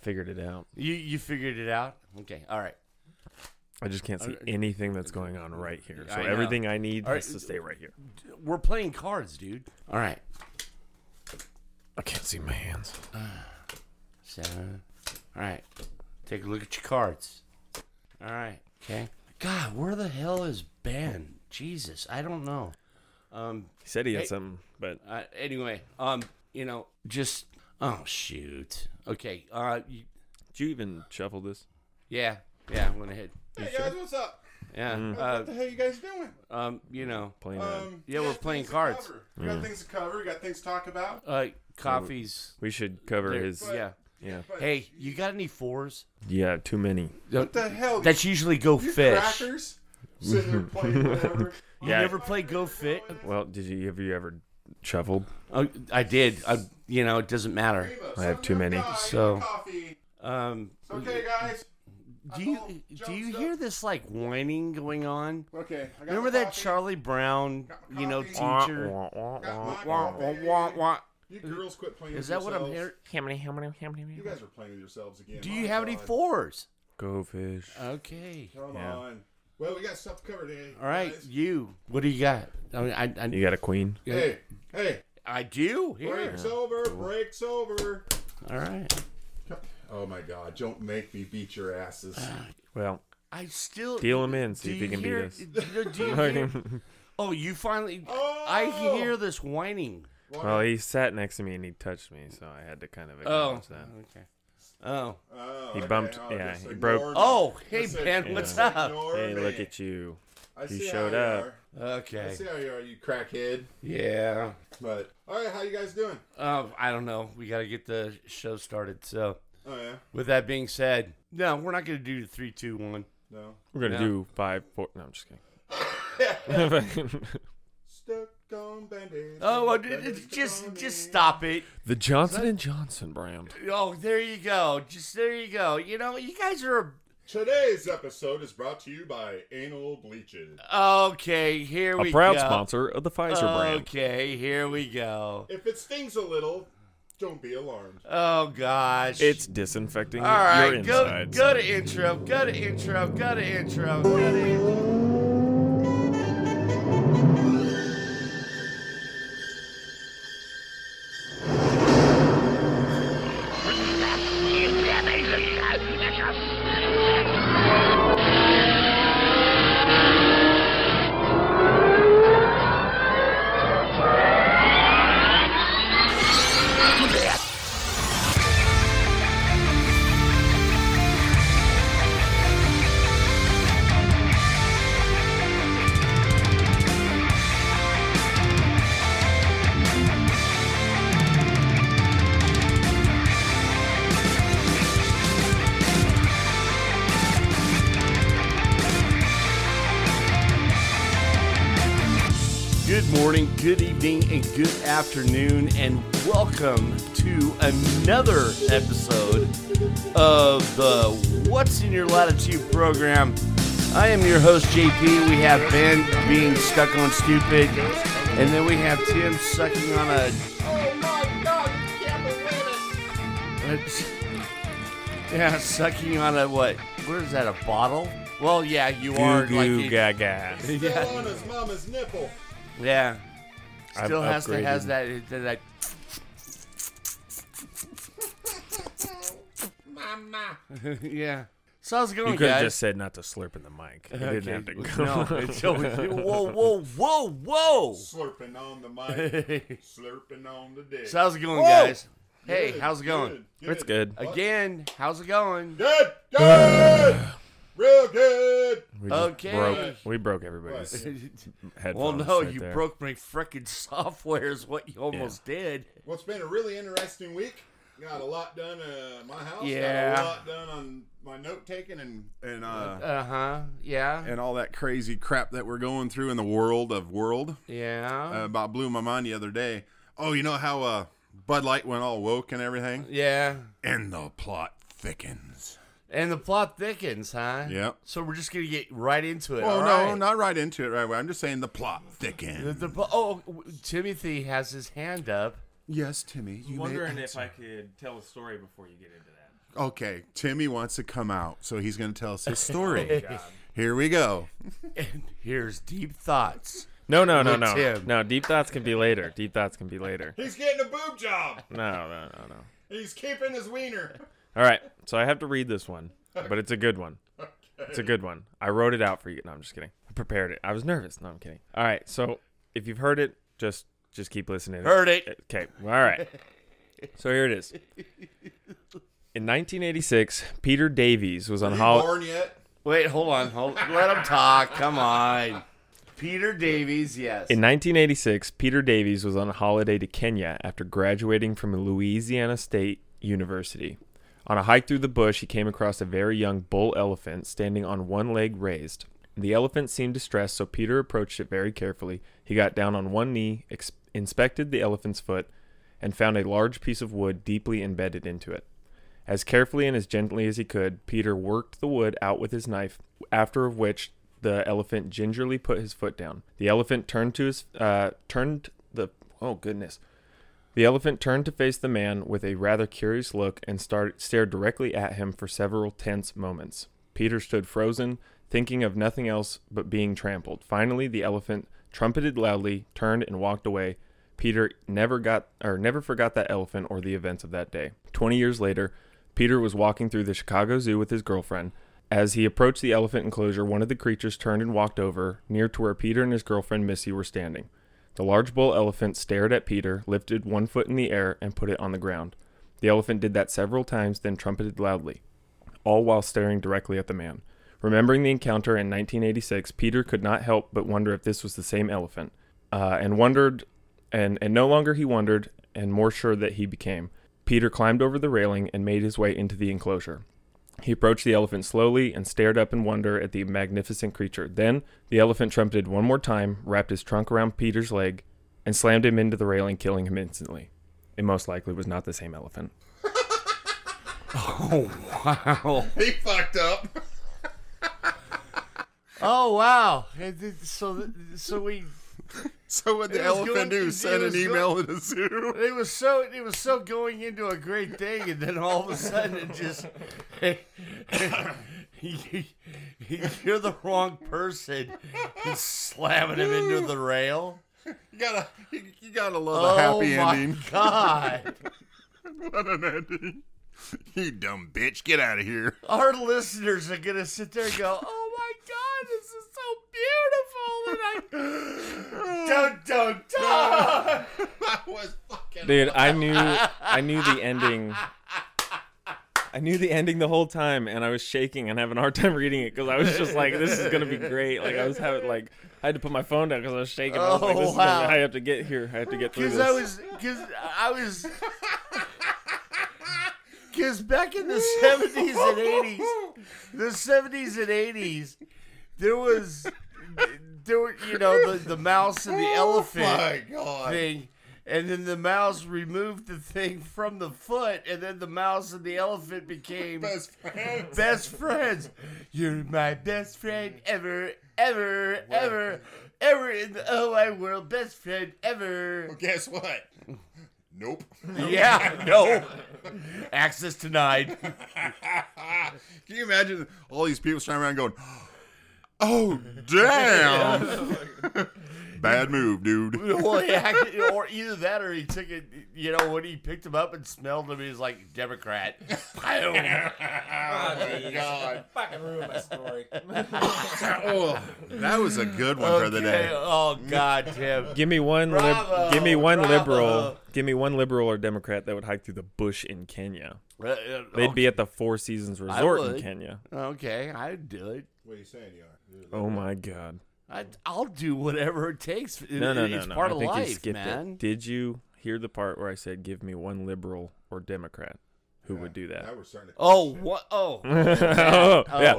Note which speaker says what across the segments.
Speaker 1: figured it out.
Speaker 2: You you figured it out. Okay. All right.
Speaker 1: I just can't see
Speaker 2: Uh,
Speaker 1: anything that's going on right here. So
Speaker 2: I know.
Speaker 1: everything I need
Speaker 2: All right.
Speaker 1: has to stay right here.
Speaker 2: We're playing cards, dude. All right.
Speaker 1: I can't see my hands.
Speaker 2: Seven. All right. Take a look at your cards. All right. Okay. God, where the hell is Ben? Jesus, I don't know. Um.
Speaker 1: He said he had
Speaker 2: Hey.
Speaker 1: something, but
Speaker 2: Uh, anyway. Um. You know, just oh shoot. Okay. Uh. You,
Speaker 1: did you even shuffle this?
Speaker 2: yeah. Yeah. I went ahead.
Speaker 3: Hey guys, what's up?
Speaker 2: Yeah.
Speaker 3: what the hell you guys doing?
Speaker 2: Uh. Um. You know.
Speaker 1: Plain old.
Speaker 3: Um,
Speaker 2: Yeah, we're
Speaker 3: we got
Speaker 2: playing
Speaker 3: things to
Speaker 2: cards.
Speaker 3: cover. We got things to cover. We got things to talk about.
Speaker 2: Uh. Coffees.
Speaker 1: We should cover
Speaker 2: there-
Speaker 1: his.
Speaker 2: yeah.
Speaker 1: Yeah.
Speaker 3: But
Speaker 2: Hey, you got any fours?
Speaker 1: Yeah, too many.
Speaker 3: what the hell?
Speaker 2: That's usually go
Speaker 3: you
Speaker 2: fish.
Speaker 3: crackers sitting there playing whatever.
Speaker 2: You never play go fit?
Speaker 1: Well, did you have you ever shuffled?
Speaker 2: Oh, I did. I, you know, it doesn't matter.
Speaker 1: I have too many.
Speaker 2: So-
Speaker 3: So. Coffee.
Speaker 2: Um,
Speaker 3: It's okay, guys.
Speaker 2: do
Speaker 3: all
Speaker 2: you do
Speaker 3: jumped
Speaker 2: you
Speaker 3: up.
Speaker 2: hear this like whining going on?
Speaker 3: Okay. I got
Speaker 2: Remember
Speaker 3: the
Speaker 2: that
Speaker 3: coffee.
Speaker 2: Charlie Brown,
Speaker 3: Got my
Speaker 2: you know,
Speaker 3: coffee.
Speaker 2: teacher?
Speaker 3: Got my
Speaker 2: Wah, wah,
Speaker 3: coffee.
Speaker 2: wah, wah.
Speaker 3: You girls quit playing.
Speaker 2: Is
Speaker 3: with
Speaker 2: that what I'm
Speaker 3: yourselves.
Speaker 2: hearing?
Speaker 3: You guys are playing with yourselves again.
Speaker 2: Do
Speaker 3: My
Speaker 2: you have any
Speaker 3: God.
Speaker 2: fours?
Speaker 1: Go fish.
Speaker 2: Okay.
Speaker 3: Come
Speaker 1: Yeah.
Speaker 3: on. Well, we got stuff covered today.
Speaker 2: All right,
Speaker 3: guys.
Speaker 2: you. What do you got? I mean, I I,
Speaker 1: You got a queen.
Speaker 3: Hey, hey.
Speaker 2: I do. Here.
Speaker 3: Break's over. Break's over.
Speaker 2: All right.
Speaker 3: Oh my God! Don't make me beat your asses.
Speaker 1: Well,
Speaker 2: I still
Speaker 1: deal him in. See
Speaker 2: do
Speaker 1: if he can
Speaker 2: hear-
Speaker 1: beat
Speaker 2: Do, do you
Speaker 1: us.
Speaker 2: hear, oh, you finally. I
Speaker 3: Oh!
Speaker 2: hear this whining.
Speaker 1: well, he sat next to me and he touched me, so I had to kind of
Speaker 2: Oh.
Speaker 1: acknowledge that.
Speaker 2: Okay. Oh.
Speaker 3: Oh,
Speaker 1: He
Speaker 3: okay.
Speaker 1: bumped-
Speaker 3: Oh,
Speaker 1: yeah,
Speaker 3: just
Speaker 1: he broke-
Speaker 3: ignore me.
Speaker 2: Oh, hey,
Speaker 3: Just
Speaker 2: Ben,
Speaker 3: ignore
Speaker 2: what's
Speaker 3: me.
Speaker 2: up?
Speaker 3: Ignore
Speaker 1: Hey, look
Speaker 3: me.
Speaker 1: at you.
Speaker 3: I
Speaker 1: you
Speaker 3: see how
Speaker 1: showed
Speaker 3: you
Speaker 1: up.
Speaker 3: are. I
Speaker 2: Okay.
Speaker 3: see how you are, you crackhead.
Speaker 2: Yeah.
Speaker 3: But all right, how you guys doing?
Speaker 2: Um, I don't know. We got to get the show started. So,
Speaker 3: Oh yeah,
Speaker 2: with that being said, no, we're not going to do the three, two, one.
Speaker 3: no.
Speaker 1: We're gonna
Speaker 2: Yeah.
Speaker 1: do five, four. No, I'm just kidding.
Speaker 3: Stuck on band-aids.
Speaker 2: Oh, well,
Speaker 3: Stuck
Speaker 2: d-
Speaker 3: on
Speaker 2: d-
Speaker 3: Band-Aids,
Speaker 2: just
Speaker 3: stuck on
Speaker 2: just
Speaker 3: Band-Aids.
Speaker 2: stop it.
Speaker 1: the Johnson and Johnson brand.
Speaker 2: Oh, there you go. Just there you go. You know, you guys are
Speaker 3: Today's episode is brought to you by Anal Bleaches.
Speaker 2: okay. Here
Speaker 1: A
Speaker 2: we
Speaker 1: proud
Speaker 2: go.
Speaker 1: sponsor of the Pfizer brand.
Speaker 2: Okay, here we go.
Speaker 3: If it stings a little, don't be alarmed.
Speaker 2: Oh gosh.
Speaker 1: It's disinfecting
Speaker 2: all right.
Speaker 1: your
Speaker 2: go,
Speaker 1: insides.
Speaker 2: go to intro. Go to intro. Go to intro. Go to intro. Good morning, good evening, and good afternoon, and welcome to another episode of the What's in Your Latitude program. I am your host, JP. We have Ben being stuck on stupid, and then we have Tim sucking on a.
Speaker 3: Oh my God! You can't believe it.
Speaker 2: yeah, sucking on a what? What is that, a bottle? Well, yeah, you are.
Speaker 1: Goo
Speaker 2: like
Speaker 1: goo
Speaker 2: you-
Speaker 1: gaga.
Speaker 3: Still
Speaker 2: Yeah,
Speaker 3: on his mama's nipple.
Speaker 2: yeah.
Speaker 1: I've
Speaker 2: Still has to has
Speaker 1: upgraded.
Speaker 2: that, that, that
Speaker 3: Mama.
Speaker 2: yeah. So how's it going,
Speaker 1: You could have
Speaker 2: guys?
Speaker 1: just said not to slurp in the mic. You didn't have to go.
Speaker 2: no, it's always, whoa, whoa, whoa, whoa.
Speaker 3: Slurping on the mic. slurping on the dick.
Speaker 2: So how's it going,
Speaker 3: Whoa.
Speaker 2: guys? Hey, how's it going?
Speaker 1: It's good.
Speaker 2: Again, how's it going?
Speaker 3: Good, good, real good.
Speaker 1: We just
Speaker 2: Okay.
Speaker 1: Broke, we broke everybody's headphones.
Speaker 2: well, no,
Speaker 1: right
Speaker 2: you
Speaker 1: there.
Speaker 2: broke my freaking software is what you almost did.
Speaker 3: Well, it's been a really interesting week. Got a lot done uh, at my house.
Speaker 2: Yeah.
Speaker 3: Got a lot done on my note taking and and uh,
Speaker 2: Uh huh. Yeah.
Speaker 3: and all that crazy crap that we're going through in the world of world. Uh,
Speaker 2: Yeah.
Speaker 3: about blew my mind the other day. Oh, you know how uh, Bud Light went all woke and everything,
Speaker 2: Yeah.
Speaker 3: and the plot thickens.
Speaker 2: And the plot thickens, huh?
Speaker 3: Yep.
Speaker 2: So we're just gonna get right into it.
Speaker 3: Oh
Speaker 2: all
Speaker 3: no,
Speaker 2: right?
Speaker 3: not right into it right away. I'm just saying the plot
Speaker 2: The,
Speaker 3: thickens.
Speaker 2: the, oh, Timothy has his hand up.
Speaker 3: Yes, Timmy. You may
Speaker 1: wondering if
Speaker 3: answer.
Speaker 1: I could tell a story before you get into that.
Speaker 3: Okay, Timmy wants to come out, so he's going to tell us his story.
Speaker 1: God.
Speaker 3: Here we go.
Speaker 2: And here's deep thoughts.
Speaker 1: No, no, no,
Speaker 2: With
Speaker 1: no.
Speaker 2: Tim.
Speaker 1: No, deep thoughts can be later. Deep thoughts can be later.
Speaker 4: He's getting a boob job.
Speaker 1: No, no, no, no.
Speaker 4: He's keeping his wiener.
Speaker 1: All right, so I have to read this one, but it's a good one. It's a good one. I wrote it out for you. No, I'm just kidding. I prepared it. I was nervous. No, I'm kidding. All right, so if you've heard it, just just keep listening.
Speaker 2: Heard it.
Speaker 1: Okay. All right. So here it is. In 1986, Peter Davies was on
Speaker 3: How-
Speaker 1: holiday.
Speaker 3: born yet?
Speaker 2: Wait, hold on. Hold, let him talk. Come on. Peter Davies, yes.
Speaker 1: In 1986, Peter Davies was on a holiday to Kenya after graduating from Louisiana State University. On a hike through the bush, he came across a very young bull elephant standing on one leg raised. The elephant seemed distressed, so Peter approached it very carefully. He got down on one knee, ex- inspected the elephant's foot, and found a large piece of wood deeply embedded into it. As carefully and as gently as he could, Peter worked the wood out with his knife, after of which the elephant gingerly put his foot down. The elephant turned to his uh, turned the oh goodness. The elephant turned to face the man with a rather curious look and started, stared directly at him for several tense moments. Peter stood frozen, thinking of nothing else but being trampled. Finally, the elephant trumpeted loudly, turned and walked away. Peter never got or never forgot that elephant or the events of that day. 20 years later, Peter was walking through the Chicago Zoo with his girlfriend. As he approached the elephant enclosure, one of the creatures turned and walked over, near to where Peter and his girlfriend Missy were standing. The large bull elephant stared at Peter, lifted one foot in the air, and put it on the ground. The elephant did that several times, then trumpeted loudly, all while staring directly at the man. Remembering the encounter in 1986, Peter could not help but wonder if this was the same elephant, uh, and wondered, and, and no longer he wondered, and more sure that he became. Peter climbed over the railing and made his way into the enclosure. He approached the elephant slowly and stared up in wonder at the magnificent creature. Then the elephant trumpeted one more time, wrapped his trunk around Peter's leg, and slammed him into the railing, killing him instantly. It most likely was not the same elephant.
Speaker 2: wow.
Speaker 3: He fucked up.
Speaker 2: Oh, wow. And th- So, th- so we.
Speaker 3: So what the
Speaker 2: It was
Speaker 3: elephant
Speaker 2: going-
Speaker 3: do?
Speaker 2: it
Speaker 3: Send
Speaker 2: was
Speaker 3: an email to the zoo.
Speaker 2: It was so it was so going into a great thing, and then all of a sudden it just you're the wrong person, Just slamming him into the rail.
Speaker 3: You gotta, you, you gotta love
Speaker 2: oh
Speaker 3: a happy
Speaker 2: my
Speaker 3: ending.
Speaker 2: god!
Speaker 3: What an ending. You dumb bitch, get out of here.
Speaker 2: Our listeners are gonna sit there and go, "Oh my god, this is so beautiful!" And I don't don't don't.
Speaker 3: That was fucking.
Speaker 1: Dude, I knew I knew the ending. I knew the ending the whole time and I was shaking and having a hard time reading it cuz I was just like this is going to be great. Like I was having like I had to put my phone down cuz I was shaking. I was like this
Speaker 2: Oh,
Speaker 1: is gonna-
Speaker 2: wow.
Speaker 1: I have to get here. I have to get through
Speaker 2: Because
Speaker 1: this.
Speaker 2: I was, because I was, because back in the seventies and eighties, the seventies and eighties, there was, there were, you know, the, the mouse and the elephant
Speaker 3: Oh my god.
Speaker 2: thing, and then the mouse removed the thing from the foot, and then the mouse and the elephant became
Speaker 3: Best friends.
Speaker 2: best friends. You're my best friend ever, ever, ever, ever in the oh my world, best friend ever.
Speaker 3: Guess what? Nope.
Speaker 2: Yeah, no. Access denied.
Speaker 3: Can you imagine all these people standing around going, "Oh damn, bad move, dude."
Speaker 2: Well, he act- or either that, or he took it. You know, when he picked him up and smelled him, he was like Democrat. Boom.
Speaker 3: God.
Speaker 4: Fucking ruined my story.
Speaker 3: Oh, that was a good one for the
Speaker 2: Okay,
Speaker 3: day.
Speaker 2: Oh God, Tim.
Speaker 1: Give me one
Speaker 2: Bravo,
Speaker 1: lib- give me one
Speaker 2: bravo.
Speaker 1: liberal. Give me one liberal or democrat that would hike through the bush in Kenya.
Speaker 2: Uh, uh,
Speaker 1: They'd
Speaker 2: okay.
Speaker 1: be at the Four Seasons Resort in
Speaker 2: would.
Speaker 1: Kenya.
Speaker 2: okay. I'd do it.
Speaker 3: What are you saying, you
Speaker 1: Oh my god.
Speaker 2: I, I'll do whatever it takes. It-
Speaker 1: No, no, no,
Speaker 2: it's
Speaker 1: no.
Speaker 2: part
Speaker 1: I
Speaker 2: of
Speaker 1: think
Speaker 2: life,
Speaker 1: you skipped
Speaker 2: man.
Speaker 1: it. Did you hear the part where I said give me one liberal or democrat who would do that?
Speaker 3: was starting to.
Speaker 2: Oh, what? Oh,
Speaker 1: oh, yeah.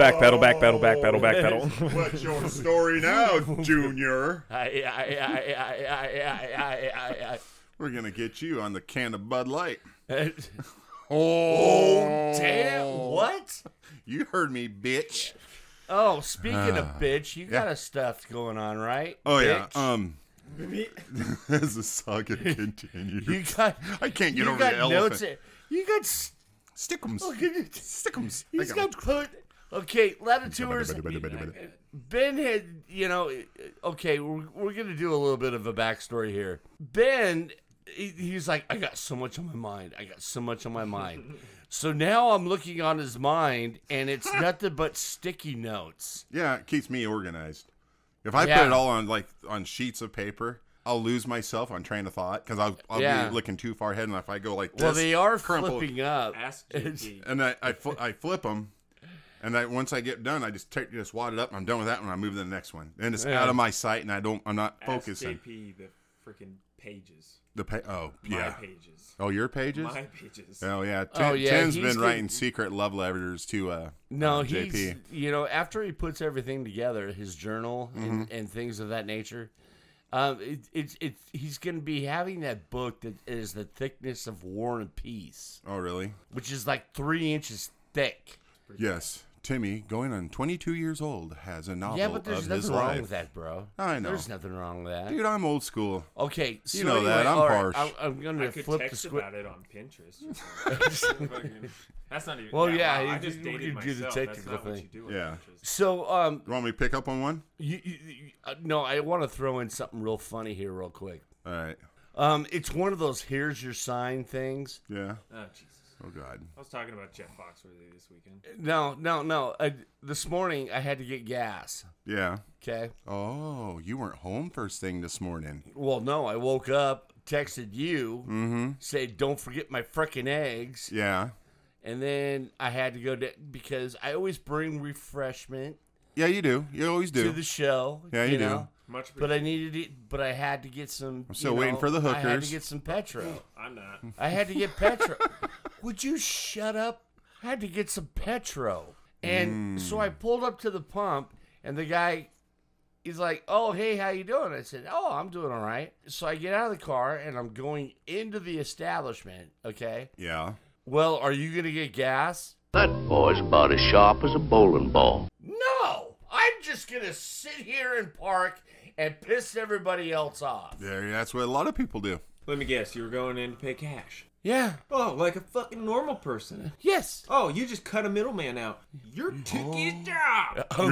Speaker 1: Backpedal, backpedal, backpedal,
Speaker 5: Oh.
Speaker 1: backpedal.
Speaker 3: What's your story now, Junior?
Speaker 2: I, I, I, I, I, I, I, I,
Speaker 3: We're gonna get you on the can of Bud Light.
Speaker 2: I.
Speaker 3: Oh,
Speaker 2: Damn, what?
Speaker 3: You heard me, bitch.
Speaker 2: Oh, speaking of bitch, you got a stuff going on, right?
Speaker 3: Uh, Oh yeah.
Speaker 2: Bitch?
Speaker 3: Um, As the saga continues,
Speaker 2: You got.
Speaker 3: I can't get
Speaker 2: you
Speaker 3: over
Speaker 2: got
Speaker 3: the
Speaker 2: notes.
Speaker 3: elephant.
Speaker 2: that- You got. s-
Speaker 3: Stickums.
Speaker 2: Look at it.
Speaker 3: Stickums.
Speaker 2: He's
Speaker 3: They
Speaker 2: got put. Okay, Latitudes. Ben had, you know, okay, we're, we're going to do a little bit of a backstory here. Ben, he, he's like, I got so much on my mind. I got so much on my mind. so now I'm looking on his mind, and it's nothing but sticky notes.
Speaker 3: Yeah, it keeps me organized. If I
Speaker 2: Yeah.
Speaker 3: put it all on like on sheets of paper, I'll lose myself on train of thought because I'll, I'll
Speaker 2: Yeah.
Speaker 3: be looking too far ahead. And if I go like this,
Speaker 2: Well, they are
Speaker 3: crumpled.
Speaker 2: flipping up.
Speaker 5: Ask JP.
Speaker 3: and I I, fl- I flip them, and I once I get done, I just take just wad it up and I'm done with that one. I move to the next one, and it's
Speaker 2: Yeah.
Speaker 3: out of my sight, and I don't I'm not focusing.
Speaker 5: JP the freaking pages.
Speaker 3: The pa- oh
Speaker 5: My
Speaker 3: yeah
Speaker 5: pages.
Speaker 3: oh your pages.
Speaker 5: My pages.
Speaker 3: Oh yeah,
Speaker 2: Oh,
Speaker 3: Tim,
Speaker 2: yeah,
Speaker 3: Tim's
Speaker 2: he's
Speaker 3: been
Speaker 2: the-
Speaker 3: writing secret love letters to uh
Speaker 2: No,
Speaker 3: uh,
Speaker 2: he's,
Speaker 3: JP.
Speaker 2: you know, after he puts everything together, his journal
Speaker 3: Mm-hmm.
Speaker 2: and, and things of that nature. Um, it, it's it's he's going to be having that book that is the thickness of War and Peace.
Speaker 3: Oh really?
Speaker 2: which is like three inches thick.
Speaker 3: Yes, Timmy, going on 22 years old, has a novel
Speaker 2: yeah, but
Speaker 3: of
Speaker 2: there's
Speaker 3: his
Speaker 2: nothing wrong
Speaker 3: life.
Speaker 2: with that, bro.
Speaker 3: I know.
Speaker 2: There's nothing wrong with that.
Speaker 3: Dude, I'm old school.
Speaker 2: okay, so
Speaker 3: know
Speaker 2: anyway,
Speaker 3: that, I'm
Speaker 2: all right,
Speaker 3: harsh.
Speaker 2: I, am
Speaker 5: I
Speaker 2: gonna
Speaker 5: could
Speaker 2: flip the
Speaker 5: text
Speaker 2: script.
Speaker 5: about it on Pinterest. That's not even.
Speaker 2: Well, yeah,
Speaker 5: wow, I
Speaker 2: you-
Speaker 5: just
Speaker 2: you
Speaker 5: dated
Speaker 2: can do the
Speaker 5: myself. That's
Speaker 2: technical
Speaker 5: not what
Speaker 2: thing.
Speaker 5: you do.
Speaker 3: Yeah.
Speaker 5: On Pinterest.
Speaker 2: So, um,
Speaker 3: You want me to pick up on one?
Speaker 2: you, you, you, uh, no, I want to throw in something real funny here, real quick.
Speaker 3: All right.
Speaker 2: Um, it's one of those "here's your sign" things.
Speaker 3: Yeah.
Speaker 5: Oh Jesus!
Speaker 3: Oh God.
Speaker 5: I was talking about Jeff Foxworthy this weekend.
Speaker 2: No, no, no. I, this morning I had to get gas.
Speaker 3: Yeah.
Speaker 2: Okay.
Speaker 3: Oh, you weren't home first thing this morning.
Speaker 2: Well, no, I woke up, texted you,
Speaker 3: Mm-hmm.
Speaker 2: said, "Don't forget my frickin' eggs."
Speaker 3: Yeah.
Speaker 2: And then I had to go to because I always bring refreshment
Speaker 3: Yeah, you do. You always
Speaker 2: to
Speaker 3: do.
Speaker 2: the show.
Speaker 3: Yeah, you do.
Speaker 2: know?
Speaker 5: Much,
Speaker 2: But I needed it. But I had to get some. I'm
Speaker 3: still waiting for the
Speaker 2: I had to
Speaker 3: hookers.
Speaker 2: get some Petro.
Speaker 5: I'm not.
Speaker 2: I had to get Petro. Would you shut up? I had to get some Petro. And so I pulled up to the pump, and the guy, he's like, "Oh, hey, how you doing?" I said, "Oh, I'm doing all right." So I get out of the car and I'm going into the establishment. Okay.
Speaker 3: yeah.
Speaker 2: Well, are you gonna get gas?
Speaker 6: That boy's about as sharp as a bowling ball.
Speaker 2: No, I'm just gonna sit here and park and piss everybody else off.
Speaker 3: There. That's what a lot of people do.
Speaker 5: Let me guess. You were going in to pay cash.
Speaker 2: Yeah.
Speaker 5: Oh, like a fucking normal person.
Speaker 2: Yes.
Speaker 5: Oh, you just cut a middleman out. You took his job.
Speaker 2: Oh,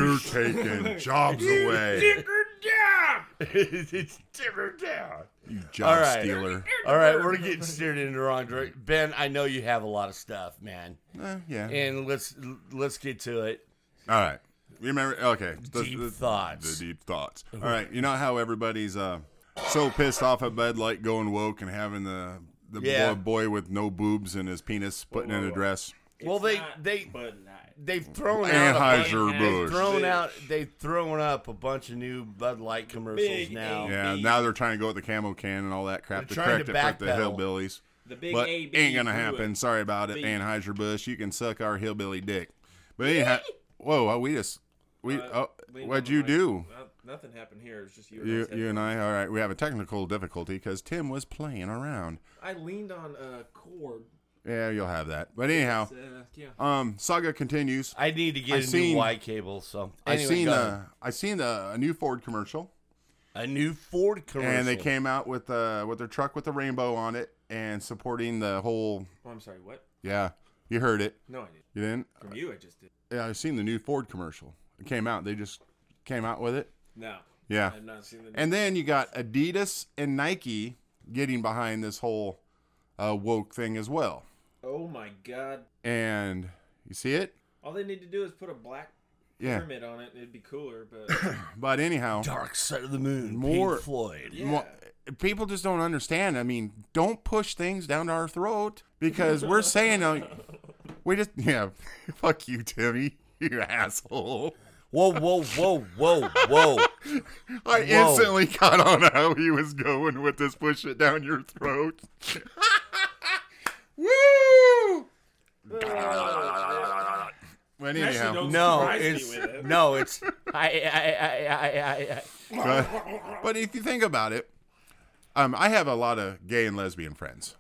Speaker 3: You're taking jobs away.
Speaker 5: Your job.
Speaker 2: it's dimmer down.
Speaker 3: You
Speaker 2: All
Speaker 3: job
Speaker 2: right.
Speaker 3: stealer.
Speaker 2: All right, we're getting steered in the wrong direction. Ben, I know you have a lot of stuff, man,
Speaker 5: Mm-hmm.
Speaker 3: Eh, yeah.
Speaker 2: and let's let's get to it.
Speaker 3: All right. You remember? Okay. The-
Speaker 2: Deep
Speaker 3: the-
Speaker 2: thoughts. Uh-huh.
Speaker 3: The deep thoughts. All right. You know how everybody's uh, so pissed off at Bud Light going woke and having the the
Speaker 2: Yeah.
Speaker 3: boy, boy with no boobs and his penis putting in a dress.
Speaker 2: well, they they
Speaker 5: Bud Light.
Speaker 2: they've thrown out a bunch,
Speaker 3: Anheuser Busch.
Speaker 2: thrown out they've thrown up a bunch of new Bud Light commercials
Speaker 5: Big
Speaker 2: now.
Speaker 3: Yeah. Now they're trying to go with the camo can and all that crap
Speaker 2: They're
Speaker 3: to
Speaker 2: trying
Speaker 3: correct
Speaker 2: to
Speaker 3: it for the
Speaker 2: backpedal.
Speaker 3: hillbillies.
Speaker 5: The big
Speaker 3: but
Speaker 5: AB
Speaker 3: ain't gonna
Speaker 5: threw it.
Speaker 3: happen. Sorry about it,
Speaker 5: Big-
Speaker 3: Anheuser Busch. You can suck our hillbilly dick. But anyhow, whoa, uh, we just we
Speaker 5: Uh,
Speaker 3: oh,
Speaker 5: leaned
Speaker 3: what'd
Speaker 5: on
Speaker 3: you
Speaker 5: the mic.
Speaker 3: do?
Speaker 5: Well, nothing happened here. It was just you. And
Speaker 3: You,
Speaker 5: I,
Speaker 3: you and I, all right. We have a technical difficulty because Tim was playing around.
Speaker 5: I leaned on a cord.
Speaker 3: Yeah, you'll have that. But anyhow,
Speaker 5: Uh, yeah.
Speaker 3: um, saga continues.
Speaker 2: I need to get
Speaker 3: I
Speaker 2: a
Speaker 3: seen-
Speaker 2: new Y cable. So
Speaker 3: I
Speaker 2: Anyway,
Speaker 3: seen
Speaker 2: go ahead.
Speaker 3: uh, I seen a, a new Ford commercial,
Speaker 2: a new Ford commercial,
Speaker 3: and they came out with uh with their truck with the rainbow on it and supporting the whole.
Speaker 5: Oh, I'm sorry. What?
Speaker 3: Yeah, you heard it.
Speaker 5: No, I didn't.
Speaker 3: You didn't?
Speaker 5: From you, I just did.
Speaker 3: Yeah, I seen the new Ford commercial. It came out. They just came out with it.
Speaker 5: No.
Speaker 3: Yeah.
Speaker 5: I've not seen the.
Speaker 3: And then you got Adidas and Nike getting behind this whole uh, woke thing as well.
Speaker 5: oh my god.
Speaker 3: And you see it?
Speaker 5: All they need to do is put a black
Speaker 3: Yeah.
Speaker 5: pyramid on it, and it'd be cooler. But
Speaker 3: But anyhow,
Speaker 2: Dark Side of the Moon,
Speaker 3: More-
Speaker 2: Pink Floyd.
Speaker 3: mo- people just don't understand. I mean, don't push things down our throat because we're saying, uh, we just, yeah, fuck you, Timmy, you asshole.
Speaker 2: Whoa, whoa, whoa, whoa, whoa.
Speaker 3: I
Speaker 2: Whoa.
Speaker 3: instantly caught on how he was going with this push it down your throat. Woo! But
Speaker 5: Actually,
Speaker 3: anyhow,
Speaker 5: don't
Speaker 2: No,
Speaker 5: surprise me
Speaker 2: it's
Speaker 5: with it.
Speaker 2: no, it's I, I, I, I, I, I.
Speaker 3: but if you think about it, um, I have a lot of gay and lesbian friends,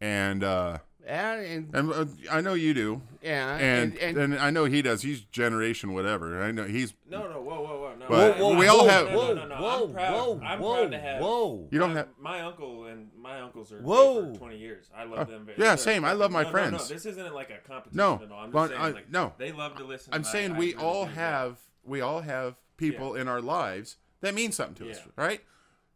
Speaker 3: and uh,
Speaker 2: Yeah, and,
Speaker 3: and uh, I know you do,
Speaker 2: yeah,
Speaker 3: and
Speaker 2: and,
Speaker 3: and, I know he does. He's generation whatever. I know he's
Speaker 5: No, no, whoa, whoa, whoa! no.
Speaker 3: But
Speaker 5: Whoa, whoa,
Speaker 3: we all
Speaker 5: whoa,
Speaker 3: have.
Speaker 5: no,
Speaker 2: Whoa,
Speaker 5: no, no, I'm
Speaker 2: whoa,
Speaker 5: proud-
Speaker 2: whoa,
Speaker 5: I'm
Speaker 2: whoa,
Speaker 5: proud to have-
Speaker 2: whoa.
Speaker 3: You don't
Speaker 5: my,
Speaker 3: have.
Speaker 5: my uncle and my uncles are gay
Speaker 2: Whoa.
Speaker 5: for 20 years. I love them very
Speaker 3: Uh, yeah,
Speaker 5: much.
Speaker 3: same. I love my
Speaker 5: No, no, No,
Speaker 3: friends.
Speaker 5: this isn't like a competition
Speaker 3: No,
Speaker 5: at all. I'm
Speaker 3: but
Speaker 5: just saying,
Speaker 3: I-
Speaker 5: like,
Speaker 3: no.
Speaker 5: they love to listen.
Speaker 3: I'm
Speaker 5: and I-
Speaker 3: saying
Speaker 5: I
Speaker 3: we
Speaker 5: really
Speaker 3: all
Speaker 5: do that.
Speaker 3: have we all have people in our lives that mean something to us,
Speaker 5: Yeah.
Speaker 3: right?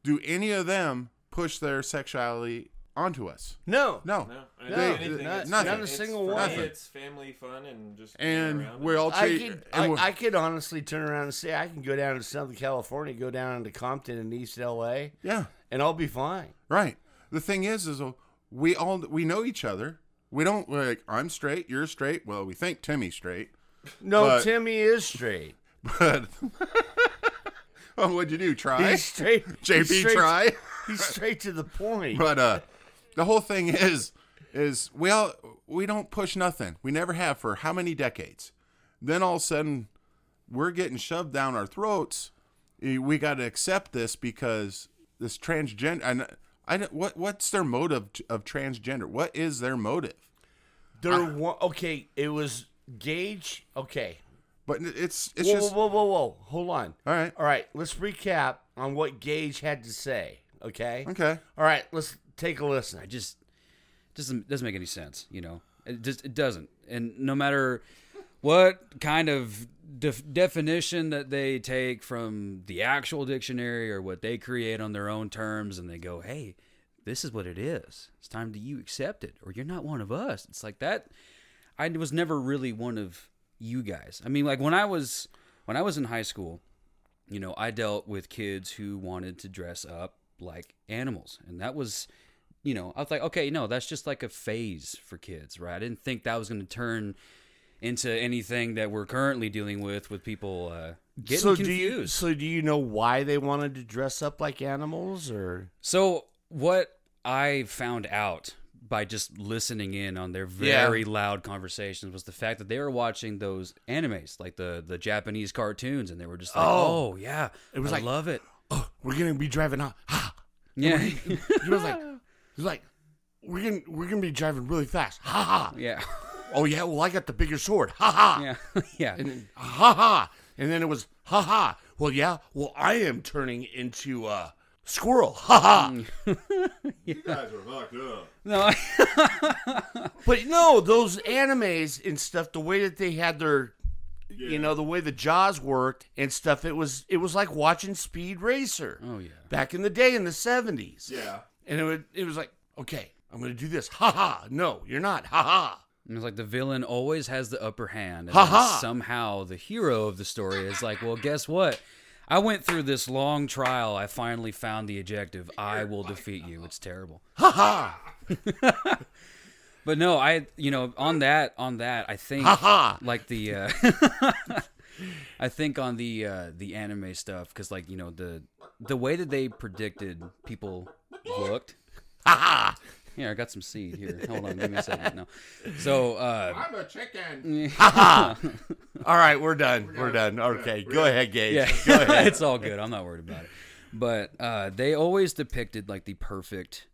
Speaker 3: Do any of them push their sexuality onto us?
Speaker 2: No.
Speaker 3: No.
Speaker 5: No, and
Speaker 3: They-
Speaker 5: if anything,
Speaker 2: not-
Speaker 5: it's-
Speaker 3: not a
Speaker 5: it's-
Speaker 2: single
Speaker 5: for me,
Speaker 2: one.
Speaker 5: It's family fun and just being
Speaker 3: And
Speaker 5: around
Speaker 3: we all
Speaker 2: I
Speaker 3: treat.
Speaker 2: could,
Speaker 3: and
Speaker 2: I,
Speaker 3: we-
Speaker 2: I could honestly turn around and say I can go down to Southern California, go down to Compton and East LA,
Speaker 3: yeah,
Speaker 2: and I'll be fine.
Speaker 3: right. The thing is, is uh, we all we know each other. We don't we're like I'm straight, you're straight. Well, we think Timmy's straight,
Speaker 2: No,
Speaker 3: But-
Speaker 2: Timmy is straight.
Speaker 3: but well, what'd you do? Try
Speaker 2: He's straight.
Speaker 3: JP
Speaker 2: he's straight,
Speaker 3: try.
Speaker 2: He's straight to the point.
Speaker 3: but uh the whole thing is is we all we don't push nothing we never have for how many decades then all of a sudden we're getting shoved down our throats Eh, we got to accept this because this transgender and I don't- what what's their motive t- of transgender what is their motive
Speaker 2: There wa- okay, it was Gage. Okay.
Speaker 3: but it's it's
Speaker 2: Whoa,
Speaker 3: just
Speaker 2: whoa, whoa, whoa, whoa. Hold on.
Speaker 3: all right
Speaker 2: All right, let's recap on what Gage had to say, okay?
Speaker 3: okay
Speaker 2: All right, let's take a listen.
Speaker 7: I just doesn't doesn't make any sense. You know, it just it doesn't. And no matter what kind of def- definition that they take from the actual dictionary or what they create on their own terms, and they go, "Hey, this is what it is. It's time that you accept it, or you're not one of us." It's like that. I was never really one of you guys. I mean, like when I was when I was in high school, you know, I dealt with kids who wanted to dress up like animals, and that was you know, I was like, okay, no, that's just like a phase for kids, right? I didn't think that was going to turn into anything that we're currently dealing with with people uh, getting
Speaker 2: so
Speaker 7: confused.
Speaker 2: do you so do you know why they wanted to dress up like animals or
Speaker 7: So what I found out by just listening in on their
Speaker 2: Yeah.
Speaker 7: very loud conversations was the fact that they were watching those animes, like the the Japanese cartoons, and they were just like,
Speaker 2: Oh.
Speaker 7: "Oh, yeah, it
Speaker 2: was
Speaker 7: I
Speaker 2: like-
Speaker 7: love it."
Speaker 2: oh, we're gonna be driving off. Ha!
Speaker 7: Yeah,
Speaker 2: He was like, he was like, we're gonna we're gonna be driving really fast. Ha ha!
Speaker 7: yeah,
Speaker 2: Oh yeah, well I got the bigger sword. Ha ha!
Speaker 7: yeah, yeah.
Speaker 2: Ha ha! And then it was ha ha. Well yeah, well I am turning into a squirrel. Ha ha!
Speaker 7: Mm.
Speaker 8: You guys are fucked up.
Speaker 7: No,
Speaker 2: But no, those animes and stuff, the way that they had their you know the way the jaws worked and stuff it was it was like watching speed racer
Speaker 7: oh yeah.
Speaker 2: back in the day in the 70s
Speaker 8: Yeah.
Speaker 2: and it, would, it was like okay i'm gonna do this ha ha no you're not ha ha
Speaker 7: And it's like the villain always has the upper hand. And
Speaker 2: Ha
Speaker 7: then
Speaker 2: ha.
Speaker 7: Somehow the hero of the story is like, well, guess what? I went through this long trial. I finally found the objective. I will defeat you. It's terrible.
Speaker 2: ha ha
Speaker 7: But no, I you know on that on that I think
Speaker 2: ha.
Speaker 7: like the uh, I think on the uh, the anime stuff because like you know the the way that they predicted people looked.
Speaker 2: ha
Speaker 7: Here, I got some seed here. Hold on, give me a second. No, so uh,
Speaker 3: i'm a chicken
Speaker 2: ha. All right, we're done. We're done. Okay, go ahead, Gage.
Speaker 7: Yeah, it's all good. I'm not worried about it. But uh, they always depicted like the perfect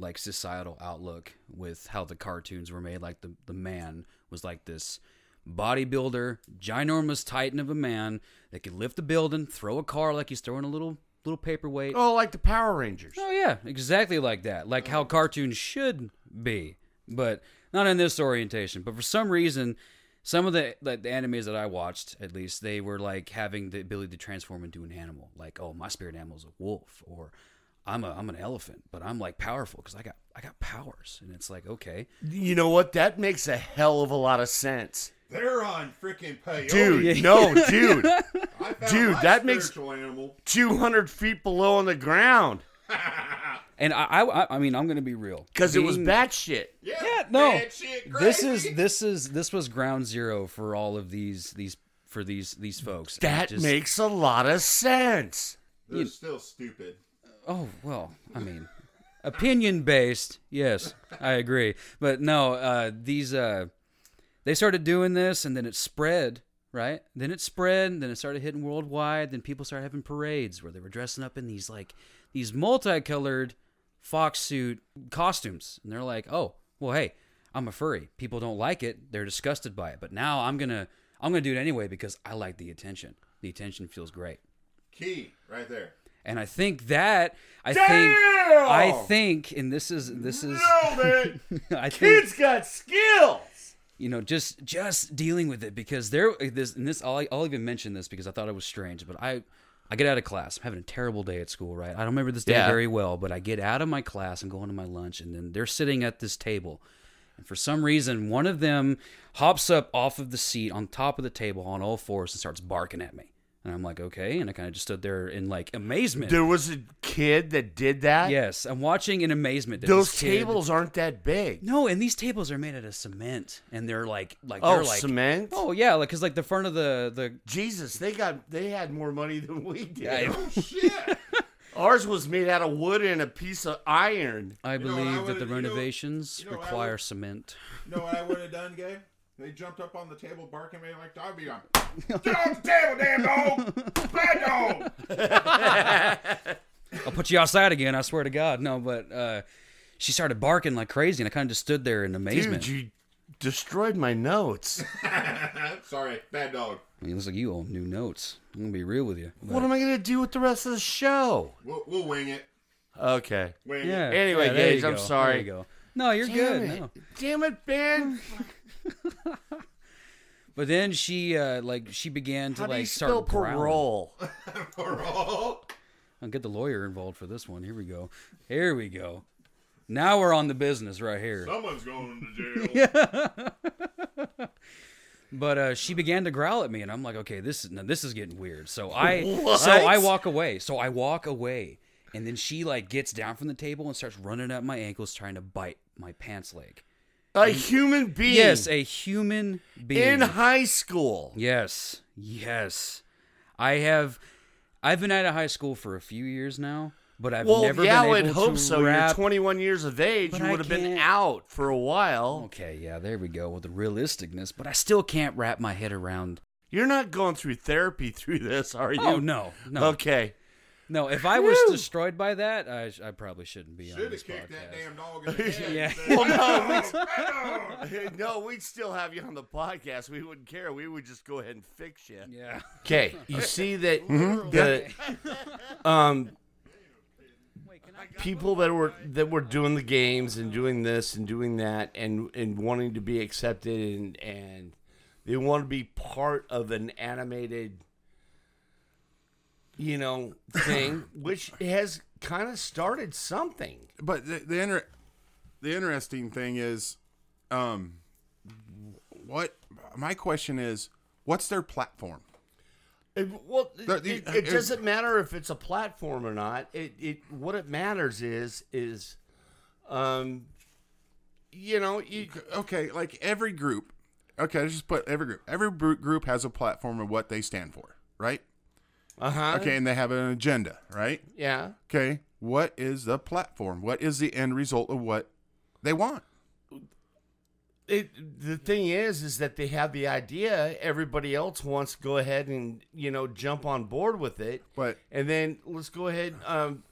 Speaker 7: like societal outlook with how the cartoons were made. Like the the man was like this bodybuilder, ginormous titan of a man that could lift a building, throw a car like he's throwing a little little paperweight.
Speaker 2: Oh, like the Power Rangers.
Speaker 7: Oh yeah, exactly like that. Like how cartoons should be, but not in this orientation. But for some reason, some of the like the animes that I watched, at least, they were like having the ability to transform into an animal. Like, oh, my spirit animal is a wolf, or I'm a I'm an elephant, but I'm like powerful because I got I got powers, and it's like okay,
Speaker 2: You know what? That makes a hell of a lot of sense,
Speaker 8: They're on freaking
Speaker 2: Oh,
Speaker 8: peyote.
Speaker 2: dude. No, dude.
Speaker 8: I found
Speaker 2: dude,
Speaker 8: my
Speaker 2: that makes-
Speaker 8: spiritual animal.
Speaker 2: Two hundred feet below on the ground
Speaker 7: and I I, I mean I'm gonna be real
Speaker 2: because it was
Speaker 7: Being-
Speaker 2: batshit.
Speaker 8: Yeah.
Speaker 7: Yeah, no.
Speaker 8: bad shit
Speaker 7: This
Speaker 8: crazy.
Speaker 7: is this is this was ground zero for all of these these for these these folks. And it
Speaker 2: That
Speaker 7: just-
Speaker 2: makes a lot of sense.
Speaker 8: They're still stupid.
Speaker 7: Oh well, I mean, opinion based. Yes, I agree. But no, uh, these uh, they started doing this, and then it spread. Right? Then it spread. And then it started hitting worldwide. Then people started having parades where they were dressing up in these like these multicolored fox suit costumes, and they're like, oh, well, hey, I'm a furry. People don't like it. They're disgusted by it. But now I'm gonna I'm gonna do it anyway because I like the attention. The attention feels great.
Speaker 8: Key right there.
Speaker 7: And I think that I think I think and this is this is I think
Speaker 2: got skills.
Speaker 7: you know just just dealing with it because there this and this I'll, I'll even mention this because I thought it was strange but I I get out of class I'm having a terrible day at school right I don't remember this day
Speaker 2: Yeah.
Speaker 7: very well but I get out of my class and go into my lunch and then they're sitting at this table and for some reason one of them hops up off of the seat on top of the table on all fours and starts barking at me and I'm like okay and I kind of just stood there in like amazement
Speaker 2: There was a kid that did that.
Speaker 7: yes I'm watching in amazement that
Speaker 2: Those
Speaker 7: this kid-
Speaker 2: tables aren't that big.
Speaker 7: no, and these tables are made out of cement, and they're like, like
Speaker 2: Oh,
Speaker 7: they're like
Speaker 2: cement?
Speaker 7: Oh yeah, like because like the front of the the
Speaker 2: Jesus, they got they had more money than we did.
Speaker 7: I,
Speaker 2: Ours was made out of wood and a piece of iron.
Speaker 7: I
Speaker 8: know,
Speaker 7: believe
Speaker 8: I
Speaker 7: that
Speaker 8: would've-
Speaker 7: the
Speaker 8: you know-
Speaker 7: renovations
Speaker 8: you know, I
Speaker 7: require
Speaker 8: would-
Speaker 7: cement.
Speaker 8: You know what I would have done, Gabe? They jumped up on the table barking at me like dog. I'd be like, Get off the table, damn dog! Bad dog!
Speaker 7: I'll put you outside again. I swear to God, no. But uh, she started barking like crazy, and I kind of just stood there in amazement.
Speaker 2: Dude, you destroyed my notes.
Speaker 8: Sorry, bad dog.
Speaker 7: I mean, it looks like you all knew notes. I'm gonna be real with you.
Speaker 2: what am I gonna do with the rest of the show?
Speaker 8: We'll, we'll wing it.
Speaker 2: Okay.
Speaker 8: Wing
Speaker 7: Yeah.
Speaker 8: it.
Speaker 2: Anyway,
Speaker 7: yeah, there you
Speaker 2: Gage, I'm
Speaker 7: go.
Speaker 2: sorry.
Speaker 7: There you go. No, you're good.
Speaker 2: Damn it.
Speaker 7: No.
Speaker 2: Damn it, Ben.
Speaker 7: But then she uh, like she began to
Speaker 2: How
Speaker 7: like
Speaker 2: do you
Speaker 7: start
Speaker 2: spell
Speaker 7: growling.
Speaker 2: parole?
Speaker 8: We're all.
Speaker 7: I'll get the lawyer involved for this one. Here we go. Here we go. Now we're on the business right here.
Speaker 8: Someone's going to jail.
Speaker 7: But uh, she began to growl at me, and I'm like, okay, this is now this is getting weird. So I so I walk away. So I walk away, and then she like gets down from the table and starts running up my ankles, trying to bite my pants leg.
Speaker 2: A human being.
Speaker 7: Yes, a human being.
Speaker 2: in high school.
Speaker 7: yes, yes. I have I've been out of high school for a few years now, but I've
Speaker 2: Well,
Speaker 7: never
Speaker 2: yeah, I
Speaker 7: been
Speaker 2: would
Speaker 7: able
Speaker 2: hope
Speaker 7: to
Speaker 2: so.
Speaker 7: wrap
Speaker 2: You're 21 years of age.
Speaker 7: But
Speaker 2: You
Speaker 7: I
Speaker 2: would have been
Speaker 7: can't-
Speaker 2: out for a while.
Speaker 7: Okay, yeah, there we go with the realisticness, but I still can't wrap my head around.
Speaker 2: You're not going through therapy through this, are you?
Speaker 7: Oh no, no,
Speaker 2: Okay.
Speaker 7: no! If I was
Speaker 2: Whew.
Speaker 7: destroyed by that, I, sh- I probably shouldn't be on
Speaker 8: Should
Speaker 7: this
Speaker 8: have kicked that
Speaker 7: podcast.
Speaker 8: damn dog in the head.
Speaker 7: Yeah.
Speaker 8: Said,
Speaker 2: Well,
Speaker 8: "Bad dog!"
Speaker 2: no, no, we'd still have you on the podcast. We wouldn't care. We would just go ahead and fix you.
Speaker 7: Yeah,
Speaker 2: Okay, you see that the um people that were that were doing the games and doing this and doing that and and wanting to be accepted and and they want to be part of an animated you know thing which has kind of started something.
Speaker 3: But the the, inter- the interesting thing is, um, what my question is, what's their platform?
Speaker 2: It, well, it,
Speaker 3: That- uh,
Speaker 2: it-
Speaker 3: it-
Speaker 2: it doesn't matter if it's a platform or not. It, it what it matters is is, um, you know, you,
Speaker 3: Okay, like every group. Okay, let's just put every group. Every bru- group has a platform of what they stand for, right?
Speaker 2: uh huh.
Speaker 1: Uh-huh.
Speaker 3: Okay, and they have an agenda, right?
Speaker 2: Yeah.
Speaker 3: Okay, what is the platform? What is the end result of what they want?
Speaker 2: It the thing is is that they have the idea. Everybody else wants to go ahead and you know jump on board with it.
Speaker 3: But
Speaker 2: And then let's go ahead. Um,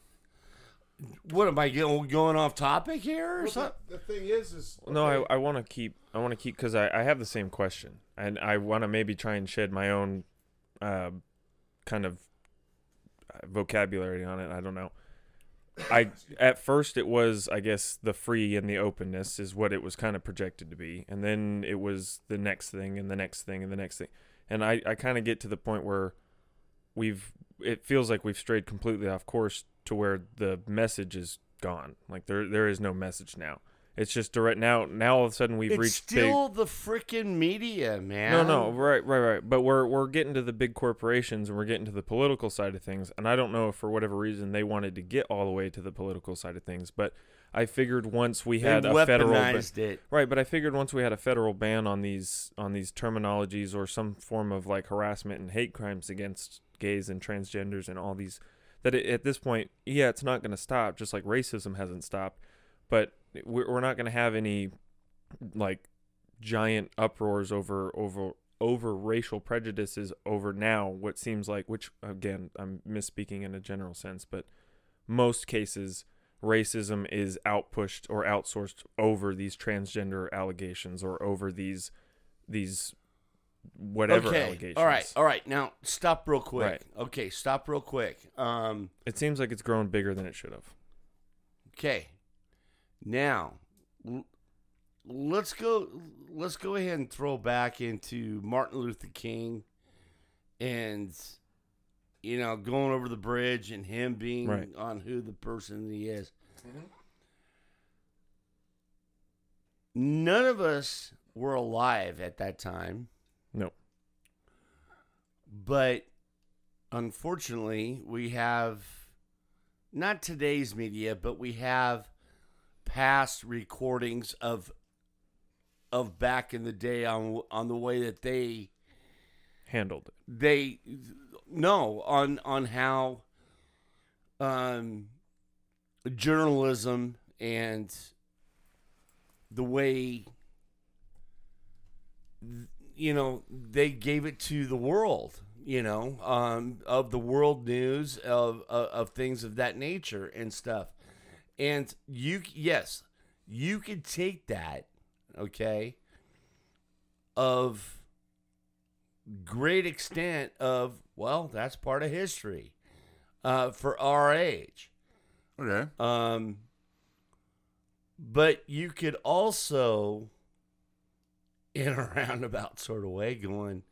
Speaker 2: what am I going going off topic here or something?
Speaker 8: The thing is, is
Speaker 1: No, I, I want to keep. I want to keep because I, I have the same question, and I want to maybe try and shed my own uh, kind of uh, vocabulary on it. I don't know. I at first it was I guess the free and the openness is what it was kind of projected to be, and then it was the next thing and the next thing and the next thing, and I I kind of get to the point where we've it feels like we've strayed completely off course to where the message is gone. Like there there is no message now. It's just direct now. Now all of a sudden we've
Speaker 2: It's
Speaker 1: reached
Speaker 2: still the freaking media,
Speaker 1: big.
Speaker 2: man.
Speaker 1: No, no, right, right, right. But we're we're getting to the big corporations and we're getting to the political side of things. And I don't know if for whatever reason they wanted to get all the way to the political side of things. But I figured once we
Speaker 2: They
Speaker 1: had a federal ban-
Speaker 2: weaponized it.
Speaker 1: right. But I figured once we had a federal ban on these on these terminologies or some form of like harassment and hate crimes against gays and transgenders and all these that it, at this point, yeah, it's not going to stop. Just like racism hasn't stopped, but we're, we're not going to have any like giant uproars over over over racial prejudices over now what seems like which again I'm misspeaking in a general sense but most cases racism is outpushed or outsourced over these transgender allegations or over these these
Speaker 5: whatever
Speaker 2: okay.
Speaker 5: allegations.
Speaker 2: All right. All right. Now stop real quick.
Speaker 5: Right.
Speaker 2: Okay. Stop real quick. Um.
Speaker 5: It seems like it's grown bigger than it should have.
Speaker 2: Okay. Now, l- let's go. Let's go ahead and throw back into Martin Luther King, and you know, going over the bridge and him being
Speaker 5: Right.
Speaker 2: on who the person he is. None of us were alive at that time,
Speaker 5: No.
Speaker 2: but unfortunately, we have not today's media, but we have past recordings of of back in the day on on the way that they
Speaker 5: Handled. it.
Speaker 2: they no on on how um journalism and the way you know they gave it to the world you know um of the world news of of, of things of that nature and stuff and you yes you could take that okay of great extent of well that's part of history uh, for our age
Speaker 3: Okay.
Speaker 2: um, but you could also in a roundabout sort of way going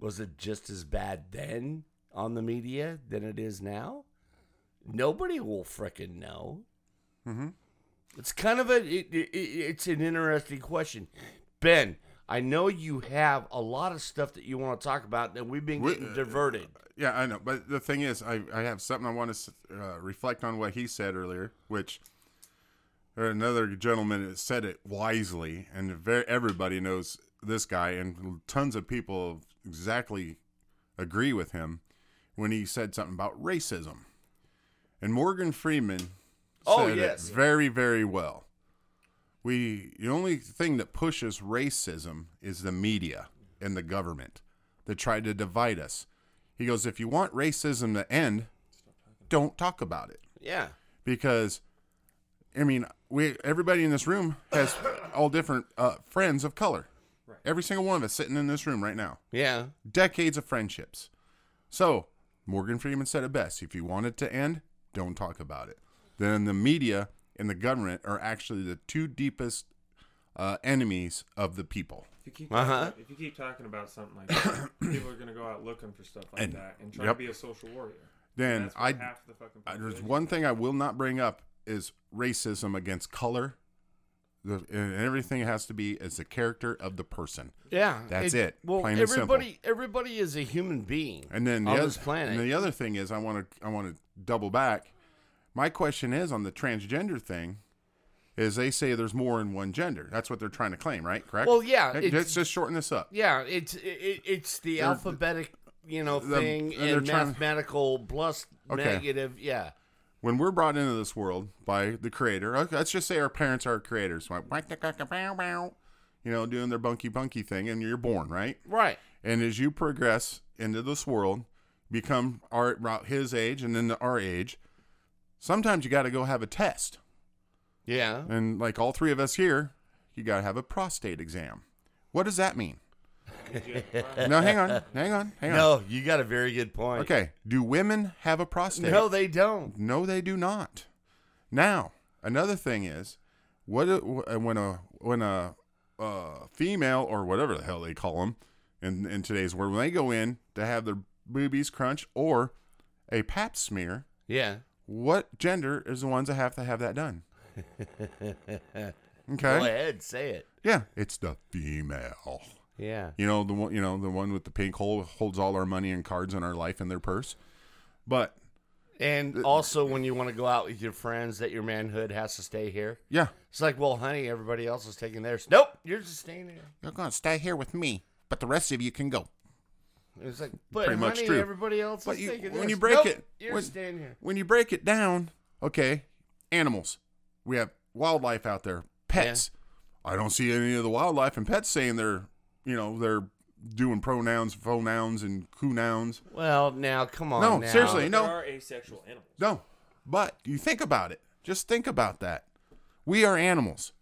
Speaker 2: was it just as bad then on the media than it is now nobody will frickin' know
Speaker 3: Mhm.
Speaker 2: it's kind of a it, it, it's an interesting question ben i know you have a lot of stuff that you want to talk about that we've been
Speaker 3: We-
Speaker 2: getting diverted
Speaker 3: uh, Yeah, I know. But the thing is, I, I have something I want to uh, reflect on what he said earlier, which or another gentleman said it wisely, and very, everybody knows this guy, and tons of people exactly agree with him when he said something about racism. And Morgan Freeman
Speaker 2: Oh,
Speaker 3: said
Speaker 2: yes.
Speaker 3: it very, very well. We the only thing that pushes racism is the media and the government that try to divide us. He goes, if you want racism to end, don't talk about it
Speaker 2: yeah
Speaker 3: because I mean, we everybody in this room has all different uh, friends of color. Every single one of us sitting in this room right now,
Speaker 2: yeah
Speaker 3: decades of friendships. So Morgan Freeman said it best: if you want it to end, don't talk about it. Then the media and the government are actually the two deepest uh, enemies of the people.
Speaker 5: If you keep
Speaker 2: Uh-huh. talking-
Speaker 5: if you keep talking about something like that, people are gonna go out looking for stuff like
Speaker 3: And-
Speaker 5: that and
Speaker 3: try to yep. be
Speaker 5: a social warrior.
Speaker 3: Then I,
Speaker 5: the fucking
Speaker 3: I- there's one thing I will not bring up is racism against color. The, and everything has to be as the character of the person.
Speaker 2: Yeah,
Speaker 3: That's it,
Speaker 2: Well,
Speaker 3: plain and simple.
Speaker 2: everybody, everybody is a human being,
Speaker 3: And then the
Speaker 2: on
Speaker 3: other,
Speaker 2: this planet,
Speaker 3: And the other thing is, I want to I want to double back. My question is on the transgender thing. Is they say there's more in one gender. That's what they're trying to claim, right? Correct.
Speaker 2: Well, yeah,
Speaker 3: Hey,
Speaker 2: it's-
Speaker 3: Let's just shorten this up.
Speaker 2: yeah, it's it- it, it's the
Speaker 3: They're-
Speaker 2: alphabetic, you know,
Speaker 3: the-
Speaker 2: thing
Speaker 3: and they're
Speaker 2: and
Speaker 3: trying-
Speaker 2: mathematical plus
Speaker 3: Okay.
Speaker 2: negative. Yeah,
Speaker 3: When we're brought into this world by the creator, okay, let's just say our parents are creators. Like, you know, doing their bunky bunky thing, and you're born, right?
Speaker 2: right.
Speaker 3: and as you progress into this world, become our about his age and then our age, sometimes you got to go have a test.
Speaker 2: Yeah,
Speaker 3: And like all three of us here, you got to have a prostate exam. What does that mean? no, hang on, hang on, hang on.
Speaker 2: no, you got a very good point.
Speaker 3: Okay, do women have a prostate?
Speaker 2: no, they don't.
Speaker 3: No, they do not. Now, another thing is, what uh, when a when a uh, female or whatever the hell they call them in in today's world when they go in to have their boobies crunch or a pap smear,
Speaker 2: Yeah,
Speaker 3: what gender is the ones that have to have that done?
Speaker 2: go
Speaker 3: Okay,
Speaker 2: ahead, say it.
Speaker 3: yeah, it's the female.
Speaker 2: Yeah,
Speaker 3: You know the one. You know the one with the pink hole holds all our money and cards and our life in their purse. But
Speaker 2: and also when you want to go out with your friends, that your manhood has to stay here.
Speaker 3: yeah,
Speaker 2: It's like, well, honey, everybody else is taking theirs. Nope, you're just staying here.
Speaker 3: you're gonna stay here with me, but the rest of you can go.
Speaker 2: It's like, but
Speaker 3: Pretty much
Speaker 2: honey,
Speaker 3: true.
Speaker 2: everybody else
Speaker 3: But
Speaker 2: is
Speaker 3: you-
Speaker 2: taking
Speaker 3: when
Speaker 2: this.
Speaker 3: you break
Speaker 2: Nope,
Speaker 3: it-
Speaker 2: you're
Speaker 3: when-
Speaker 2: staying here.
Speaker 3: when you break it down, okay, animals. We have wildlife out there, pets. I don't see any of the wildlife and pets saying they're, you know, they're doing pronouns, pronouns, and cunouns.
Speaker 2: Well, now come on.
Speaker 3: No,
Speaker 2: now.
Speaker 3: seriously, no,
Speaker 5: are asexual animals.
Speaker 3: no. But you think about it. Just think about that. We are animals.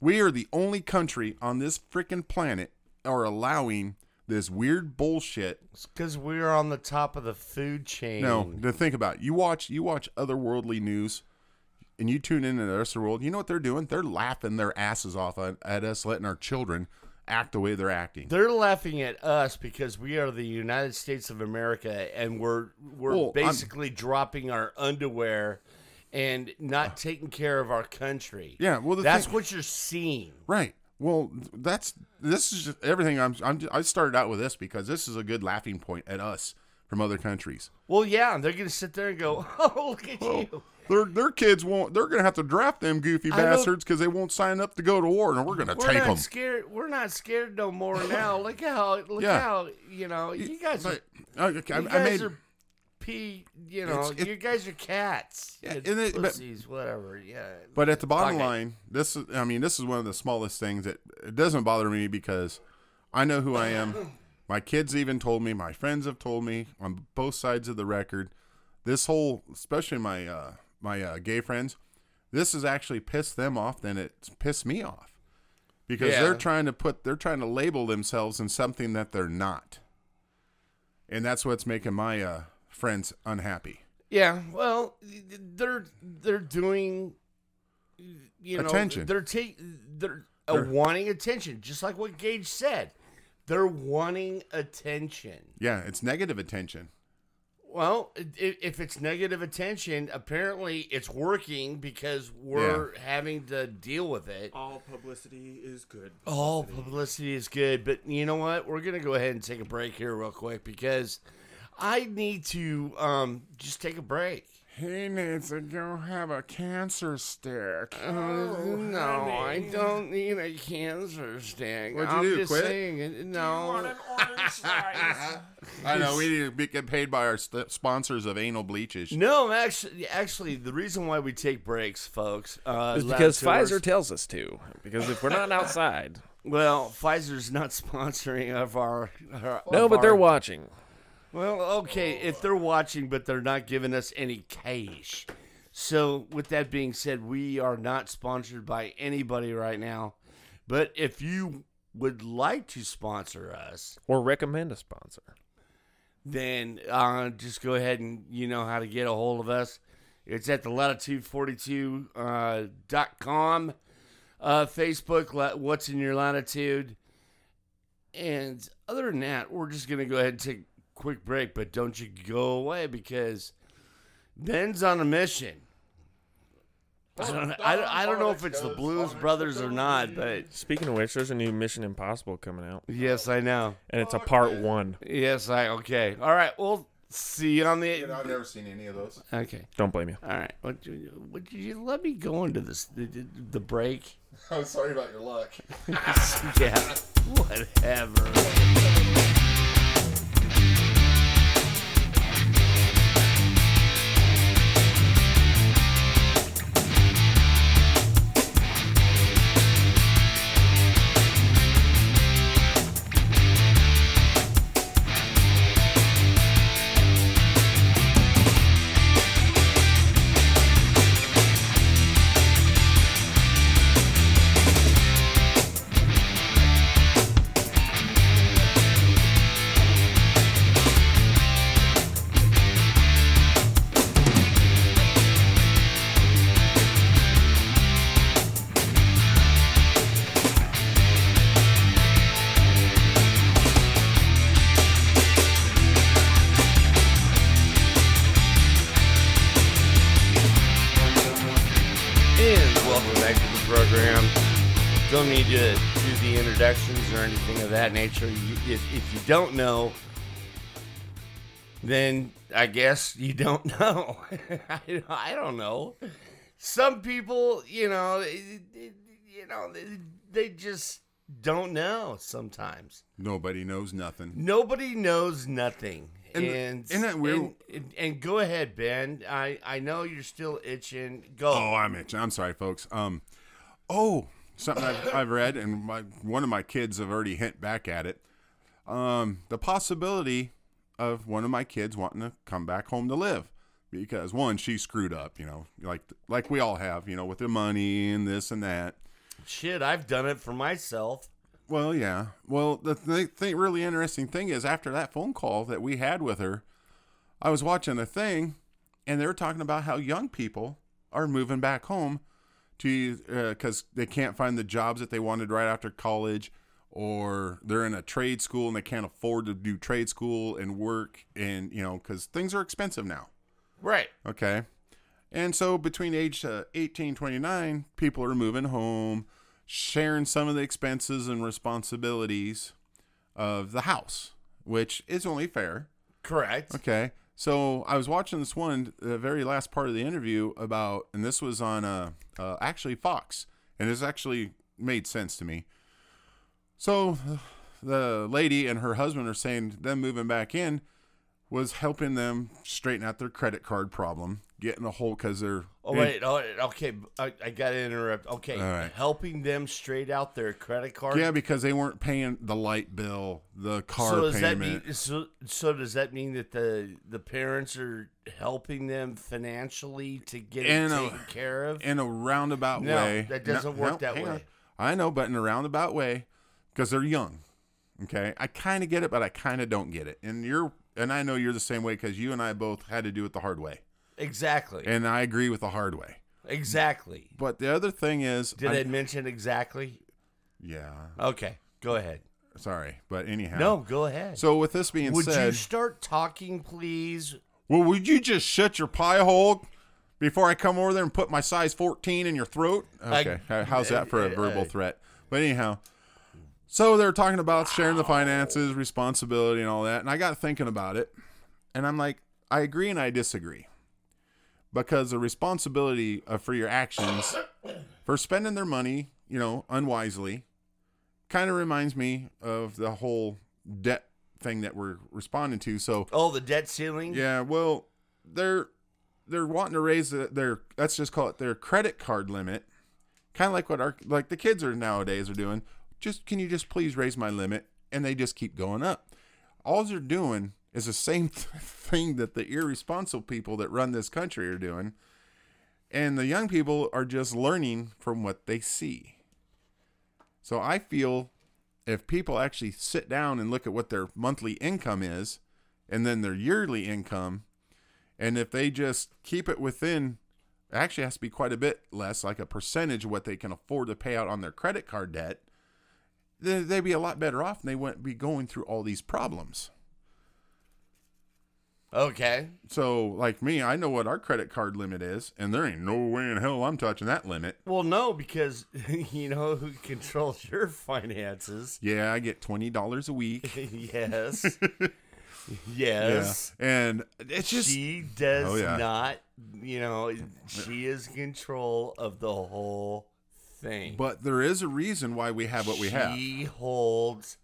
Speaker 3: We are the only country on this freaking planet are allowing this weird bullshit
Speaker 2: It's because we are on the top of the food chain.
Speaker 3: No, to think about it. you watch you watch otherworldly news, and you tune in to the rest of the world. You know what they're doing? They're laughing their asses off at, at us, letting our children act the way they're acting.
Speaker 2: They're laughing at us because we are the United States of America, and we're we're
Speaker 3: Well, I'm-
Speaker 2: basically dropping our underwear and not taking care of our country.
Speaker 3: Yeah, well, the
Speaker 2: that's
Speaker 3: thing-
Speaker 2: what you're seeing.
Speaker 3: Right. Well, that's this is just everything. I'm, I'm I started out with this because this is a good laughing point at us from other countries.
Speaker 2: Well, yeah, they're gonna sit there and go, "Oh, look at you."
Speaker 3: Their their kids won't. They're gonna have to draft them goofy
Speaker 2: know-
Speaker 3: bastards because they won't sign up to go to war, and we're gonna
Speaker 2: We're
Speaker 3: take
Speaker 2: not
Speaker 3: them.
Speaker 2: scared. We're not scared no more now. Look how look
Speaker 3: Yeah.
Speaker 2: how you know you guys are
Speaker 3: But, okay, I,
Speaker 2: you
Speaker 3: I
Speaker 2: guys
Speaker 3: made
Speaker 2: are pee. You know,
Speaker 3: It's- it-
Speaker 2: you guys are cats.
Speaker 3: Yeah,
Speaker 2: You
Speaker 3: and it- but-
Speaker 2: pussies, whatever. Yeah.
Speaker 3: But at the bottom
Speaker 2: Fuck it.
Speaker 3: line, this is, I mean, this is one of the smallest things that it doesn't bother me because I know who I am. My kids even told me, my friends have told me on both sides of the record. This whole, especially my uh, my uh, gay friends, this has actually pissed them off than it's pissed me off because
Speaker 2: Yeah.
Speaker 3: they're trying to put they're trying to label themselves in something that they're not, and that's what's making my uh, friends unhappy.
Speaker 2: Yeah. Well, they're they're doing. You know,
Speaker 3: Attention.
Speaker 2: They're taking. They're, uh, wanting attention, just like what Gage said. They're wanting attention.
Speaker 3: Yeah, it's negative attention.
Speaker 2: Well, i- if it's negative attention, apparently it's working because we're having to deal with it.
Speaker 8: All publicity is good.
Speaker 2: All publicity is good, but you know what? We're gonna go ahead and take a break here real quick because I need to um, just take a break.
Speaker 3: He needs to go have a cancer stick.
Speaker 2: Uh, no, I don't need a cancer stick.
Speaker 3: What'd you I'm do, just quit?
Speaker 2: uh, no,
Speaker 3: I know we need to be get paid by our st- sponsors of anal bleaches.
Speaker 2: no. Actually, actually, the reason why we take breaks, folks, uh,
Speaker 5: It's
Speaker 2: lab
Speaker 5: because
Speaker 2: tours-
Speaker 5: Pfizer tells us to. Because if we're not outside,
Speaker 2: Well, Pfizer's not sponsoring of our. our
Speaker 5: no,
Speaker 2: of
Speaker 5: but they're
Speaker 2: our-
Speaker 5: watching.
Speaker 2: Well, okay, if they're watching, but they're not giving us any cash. So, with that being said, we are not sponsored by anybody right now. But if you would like to sponsor us,
Speaker 5: Or recommend a sponsor.
Speaker 2: then uh, just go ahead and you know how to get a hold of us. It's at the latitude42 uh, dot com, uh, Facebook. la- What's in your latitude? And other than that, we're just gonna go ahead and take a quick break. But don't you go away because Ben's on a mission. I don't, I, don't- I don't know if it's the Blues Brothers or not, but
Speaker 5: Speaking of which, there's a new Mission Impossible coming out,
Speaker 2: yes, I know.
Speaker 5: and it's a part one.
Speaker 2: Yes, I okay. All right, well, see you on the.
Speaker 3: I've never seen any of those.
Speaker 2: Okay.
Speaker 5: Don't blame you.
Speaker 2: All right. What, you- what did you let me go into this the, the, the break?
Speaker 3: I'm sorry about your luck.
Speaker 2: Yeah. Whatever. And welcome back to the program. Don't need to do the introductions or anything of that nature. You, if, if you don't know, then I guess you don't know. I, I don't know. Some people, you know, it- it- you know, they, they just don't know sometimes.
Speaker 3: Nobody knows nothing.
Speaker 2: Nobody knows nothing. And
Speaker 3: And- isn't that weird?
Speaker 2: And, and, and go ahead, Ben. I I know you're still itching. Go.
Speaker 3: Oh, I'm itching. I'm sorry, folks. Um, oh, something I've, I've read, and my, one of my kids have already hint back at it. Um, the possibility of one of my kids wanting to come back home to live because one, she screwed up, you know, like like we all have, you know, with the money and this and that.
Speaker 2: Shit, I've done it for myself.
Speaker 3: Well, yeah. Well, the th- thing, really interesting thing is after that phone call that we had with her, I was watching a thing, and they were talking about how young people are moving back home to because they can't find the jobs that they wanted right after college, or they're in a trade school and they can't afford to do trade school and work, and you know because things are expensive now.
Speaker 2: Right.
Speaker 3: Okay. And so between age uh, 18, 29, people are moving home, sharing some of the expenses and responsibilities of the house, which is only fair.
Speaker 2: Correct.
Speaker 3: Okay. So I was watching this one, the very last part of the interview about, and this was on uh, uh, actually Fox, and it's actually made sense to me. So the lady and her husband are saying them moving back in was helping them straighten out their credit card problem, getting a whole because they're
Speaker 2: Oh wait, oh, wait, okay, I, I got to interrupt. Okay,
Speaker 3: Mm. All right.
Speaker 2: helping them straight out their credit card.
Speaker 3: yeah because they weren't paying the light bill, the car
Speaker 2: so does that
Speaker 3: payment.
Speaker 2: mean so, so does that mean that the the parents are helping them financially to get it
Speaker 3: And, uh,
Speaker 2: taken care of?
Speaker 3: in a roundabout
Speaker 2: No,
Speaker 3: way.
Speaker 2: that doesn't work that
Speaker 3: hang
Speaker 2: way.
Speaker 3: on. I know, but in a roundabout way, because they're young. Okay, I kind of get it, but I kind of don't get it. And you're, and I know you're the same way because you and I both had to do it the hard way,
Speaker 2: exactly.
Speaker 3: and I agree with the hard way.
Speaker 2: exactly.
Speaker 3: But the other thing is,
Speaker 2: Did
Speaker 3: I-
Speaker 2: I mention exactly?
Speaker 3: yeah,
Speaker 2: Okay, go ahead.
Speaker 3: sorry, but anyhow,
Speaker 2: No, go ahead.
Speaker 3: So with this being
Speaker 2: Would
Speaker 3: said,
Speaker 2: you start talking, please?
Speaker 3: well, would you just shut your pie hole before I come over there and put my size 14 in your throat? Okay, how- how's that for a verbal threat? But anyhow, so they're talking about sharing the finances, responsibility, and all that, and I got thinking about it, and I'm like, I agree and I disagree, because the responsibility of, for your actions, for spending their money, you know, unwisely, kind of reminds me of the whole debt thing that we're responding to. So
Speaker 2: Oh, the debt ceiling.
Speaker 3: yeah, well, they're they're wanting to raise the, their let's just call it their credit card limit, kind of like what our like the kids are nowadays are doing. Just can you just please raise my limit? And they just keep going up. All they're doing is the same thing that the irresponsible people that run this country are doing, and the young people are just learning from what they see. So I feel if people actually sit down and look at what their monthly income is and then their yearly income. And if they just keep it within, it actually has to be quite a bit less, like a percentage of what they can afford to pay out on their credit card debt, then they'd be a lot better off and they wouldn't be going through all these problems.
Speaker 2: Okay.
Speaker 3: So, like me, I know what our credit card limit is, and there ain't no way in hell I'm touching that limit.
Speaker 2: Well, no, because you know who controls your finances.
Speaker 3: Yeah, I get $20 a week.
Speaker 2: yes. yes.
Speaker 3: And it's just.
Speaker 2: she does
Speaker 3: Oh, yeah.
Speaker 2: not, you know, she is in control of the whole thing.
Speaker 3: but there is a reason why we have what we have.
Speaker 2: She holds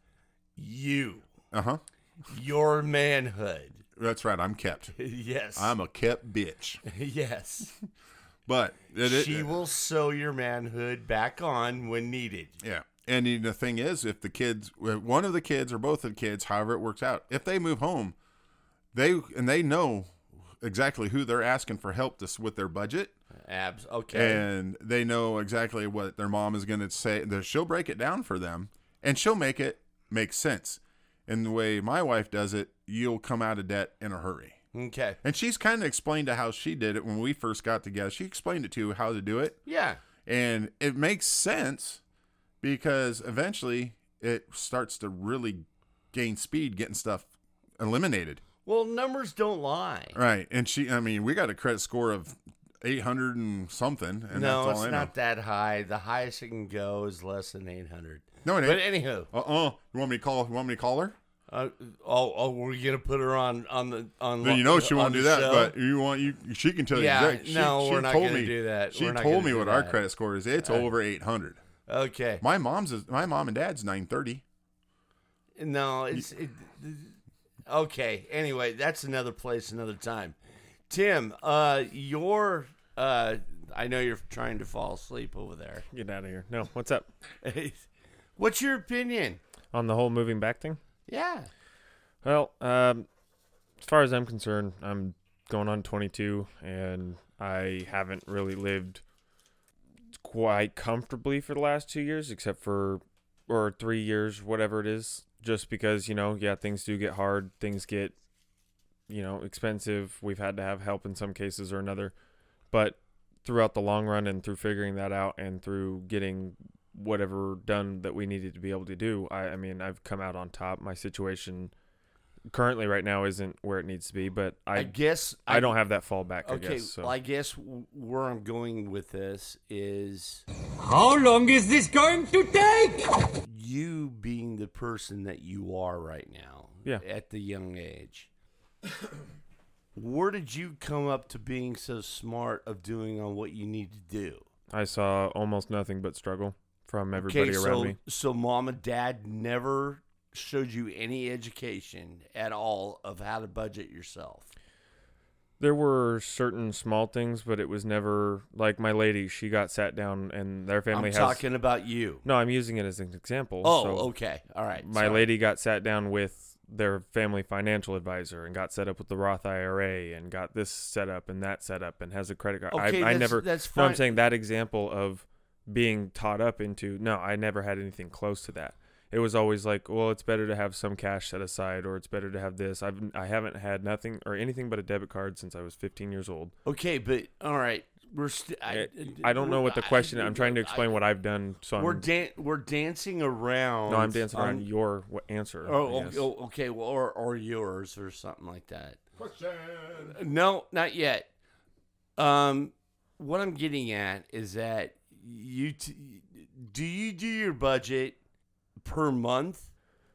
Speaker 2: you,
Speaker 3: Uh huh.
Speaker 2: your manhood.
Speaker 3: That's right. I'm kept.
Speaker 2: yes.
Speaker 3: I'm a kept bitch.
Speaker 2: yes.
Speaker 3: But it, it-
Speaker 2: she will sew your manhood back on when needed.
Speaker 3: Yeah. And you know, the thing is, if the kids, one of the kids or both of the kids, however it works out, if they move home, they and they know exactly who they're asking for help this with their budget,
Speaker 2: Abs. Okay.
Speaker 3: and they know exactly what their mom is going to say. that She'll break it down for them, and she'll make it make sense. And the way my wife does it, you'll come out of debt in a hurry.
Speaker 2: okay.
Speaker 3: And she's kind of explained to how she did it when we first got together. She explained it to you how to do it
Speaker 2: Yeah.
Speaker 3: and it makes sense because eventually it starts to really gain speed getting stuff eliminated
Speaker 2: Well, numbers don't lie.
Speaker 3: right and she i mean we got a credit score of 800 and something and
Speaker 2: no,
Speaker 3: that's all
Speaker 2: it's
Speaker 3: I know.
Speaker 2: not that high. The highest it can go is less than 800.
Speaker 3: no it
Speaker 2: But
Speaker 3: ain't
Speaker 2: anywho,
Speaker 3: uh-uh you want me to call you want me to call her
Speaker 2: uh, oh, oh, we're gonna put her on on the on.
Speaker 3: then you know she
Speaker 2: on
Speaker 3: won't
Speaker 2: the
Speaker 3: do that
Speaker 2: show?
Speaker 3: but you want you she can tell
Speaker 2: Yeah,
Speaker 3: you exactly. she,
Speaker 2: no,
Speaker 3: she
Speaker 2: we're not
Speaker 3: told
Speaker 2: gonna
Speaker 3: me
Speaker 2: do that.
Speaker 3: she
Speaker 2: We're not
Speaker 3: told
Speaker 2: gonna
Speaker 3: me
Speaker 2: do
Speaker 3: what our
Speaker 2: that.
Speaker 3: credit score is it's over 800
Speaker 2: okay,
Speaker 3: my mom's is my mom and dad's 930
Speaker 2: no, it's it, okay. Anyway, that's another place, another time. Tim, uh, your uh, I know you're trying to fall asleep over there.
Speaker 5: Get out of here. No, what's up?
Speaker 1: Eh,
Speaker 2: What's your opinion?
Speaker 5: On the whole moving back thing?
Speaker 2: Yeah,
Speaker 5: Well, um, as far as I'm concerned, I'm going on 22, and I haven't really lived quite comfortably for the last two years, except for
Speaker 1: or three years, whatever it is, just because, you know, yeah, things do get hard, things get, you know, expensive. We've had to have help in some cases or another. But throughout the long run and through figuring that out and through getting whatever done that we needed to be able to do, I, I mean, I've come out on top. My situation currently right now isn't where it needs to be, but I,
Speaker 2: I guess
Speaker 1: I, don't have that fallback, I
Speaker 2: Okay,
Speaker 1: guess. So.
Speaker 2: well, I guess w- where I'm going with this is
Speaker 9: How long is this going to take?
Speaker 2: you being the person that you are right now.
Speaker 1: Yeah.
Speaker 2: At the young age. where did you come up to being so smart of doing on what you need to do?
Speaker 1: I saw almost nothing but struggle from everybody
Speaker 2: okay,
Speaker 1: around
Speaker 2: so,
Speaker 1: me.
Speaker 2: So mom and dad never showed you any education at all of how to budget yourself.
Speaker 1: There were certain small things, but it was never like my lady. She got sat down, and their family
Speaker 2: I'm
Speaker 1: has.
Speaker 2: talking about you.
Speaker 1: no, I'm using it as an example.
Speaker 2: Oh,
Speaker 1: so
Speaker 2: okay. All right.
Speaker 1: My
Speaker 2: sorry.
Speaker 1: lady got sat down with their family financial advisor and got set up with the Roth IRA and got this set up and that set up and has a credit card.
Speaker 2: Okay,
Speaker 1: I, I
Speaker 2: that's-
Speaker 1: never.
Speaker 2: that's
Speaker 1: No, I'm
Speaker 2: fine.
Speaker 1: saying that example of being taught up into. No, I never had anything close to that. It was always like, well, it's better to have some cash set aside, or it's better to have this. I've I haven't had nothing or anything but a debit card since I was 15 years old.
Speaker 2: Okay, but all right. We're st-
Speaker 1: I, I don't know what the question. I'm trying to explain what I've done. So
Speaker 2: We're
Speaker 1: I'm,
Speaker 2: dan- we're dancing around.
Speaker 1: no, I'm dancing
Speaker 2: on-
Speaker 1: around your w- answer.
Speaker 2: Oh,
Speaker 1: I
Speaker 2: oh,
Speaker 1: guess.
Speaker 2: oh, okay. Well, or or yours or something like that.
Speaker 3: Question.
Speaker 2: No, not yet. Um, what I'm getting at is that you t- do you do your budget per month?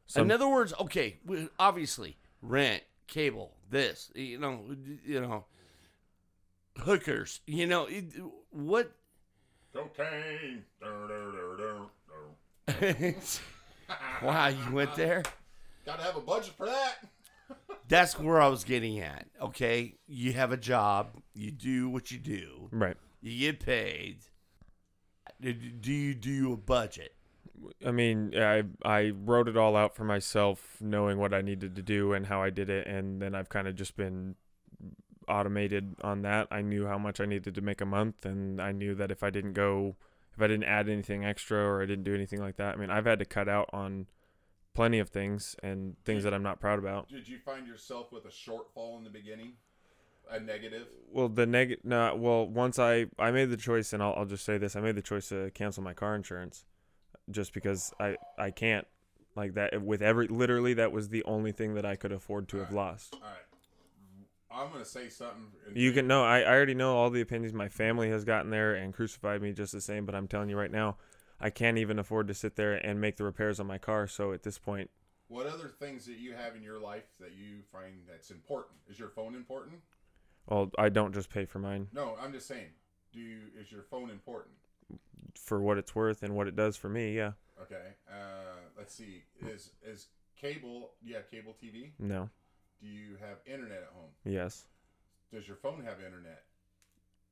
Speaker 1: Some-
Speaker 2: In other words, okay, w- obviously rent, cable, this, you know, you know, hookers, you know, it- what?
Speaker 3: Cocaine. Dur, dur, dur, dur, dur.
Speaker 2: wow, you went there.
Speaker 3: Gotta have a budget for that.
Speaker 2: That's where I was getting at. Okay, you have a job, you do what you do,
Speaker 1: right.
Speaker 2: you get paid. Do- Do you do a budget?
Speaker 1: I mean, I I wrote it all out for myself, knowing what I needed to do and how I did it, and then I've kind of just been automated on that. I knew how much I needed to make a month, and I knew that if I didn't go, if I didn't add anything extra or I didn't do anything like that, I mean, I've had to cut out on plenty of things and things that I'm not proud about.
Speaker 3: Did you find yourself with a shortfall in the beginning? A negative?
Speaker 1: well the neg no well once i i made the choice and I'll, I'll just say this i made the choice to cancel my car insurance just because i i can't like that with every literally that was the only thing that i could afford to have lost
Speaker 3: All right. I'm gonna say something. and-
Speaker 1: you can know I, I already know all the opinions my family has gotten there and crucified me just the same but i'm telling you right now i can't even afford to sit there and make the repairs on my car so at this point
Speaker 3: What other things that you have in your life that you find that's important? Is your phone important?
Speaker 1: well i don't just pay for mine
Speaker 3: No, I'm just saying. Do you, is your phone important?
Speaker 1: for what it's worth and what it does for me yeah
Speaker 3: Okay. Uh, let's see. Is is cable? Do you have cable TV?
Speaker 1: no
Speaker 3: Do you have internet at home?
Speaker 1: yes
Speaker 3: Does your phone have internet?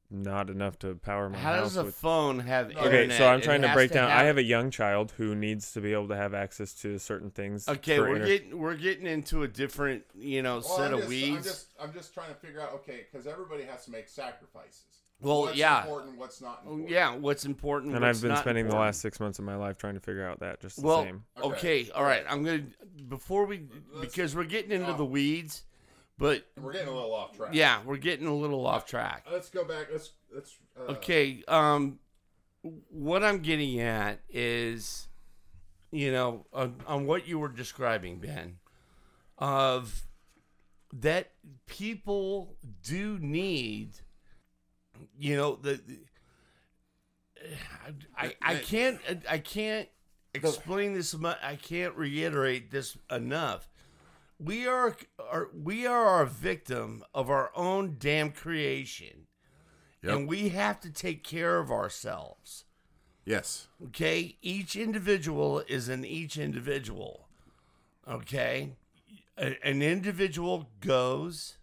Speaker 1: not enough to power my
Speaker 2: How
Speaker 1: house
Speaker 2: does a
Speaker 1: with
Speaker 2: phone have
Speaker 1: Okay,
Speaker 2: internet?
Speaker 1: so I'm
Speaker 2: It
Speaker 1: trying to
Speaker 2: has
Speaker 1: break down. I
Speaker 2: have-
Speaker 1: have a young child who needs to be able to have access to certain things.
Speaker 2: Okay,
Speaker 1: for
Speaker 2: we're
Speaker 1: inter-
Speaker 2: getting we're getting into a different you know
Speaker 3: Well,
Speaker 2: set
Speaker 3: I'm
Speaker 2: of
Speaker 3: just, I'm
Speaker 2: weeds.
Speaker 3: just, I'm just trying to figure out. Okay, because everybody has to make sacrifices.
Speaker 2: Well,
Speaker 3: what's
Speaker 2: yeah.
Speaker 3: Important. What's not
Speaker 2: Oh,
Speaker 3: important.
Speaker 2: yeah, what's important?
Speaker 1: And
Speaker 2: what's
Speaker 1: I've been
Speaker 2: not
Speaker 1: spending the
Speaker 2: important.
Speaker 1: last six months of my life trying to figure out that just the
Speaker 2: Well,
Speaker 1: same.
Speaker 2: okay.
Speaker 3: Okay.
Speaker 2: all right. I'm gonna before we
Speaker 3: Let's-
Speaker 2: because we're getting into
Speaker 3: yeah.
Speaker 2: the weeds, but
Speaker 3: We're getting a little off track.
Speaker 2: yeah, we're getting a little off track.
Speaker 3: Let's go back. Let's let's. Uh,
Speaker 2: Okay. Um, what I'm getting at is, you know, on, on what you were describing, Ben, of that people do need, you know, the. the- I, I can't I can't explain this much. I can't reiterate this enough. We are, are we are a victim of our own damn creation and we have to take care of ourselves.
Speaker 10: Yes.
Speaker 2: Okay, each individual is an each individual. Okay, A- an individual goes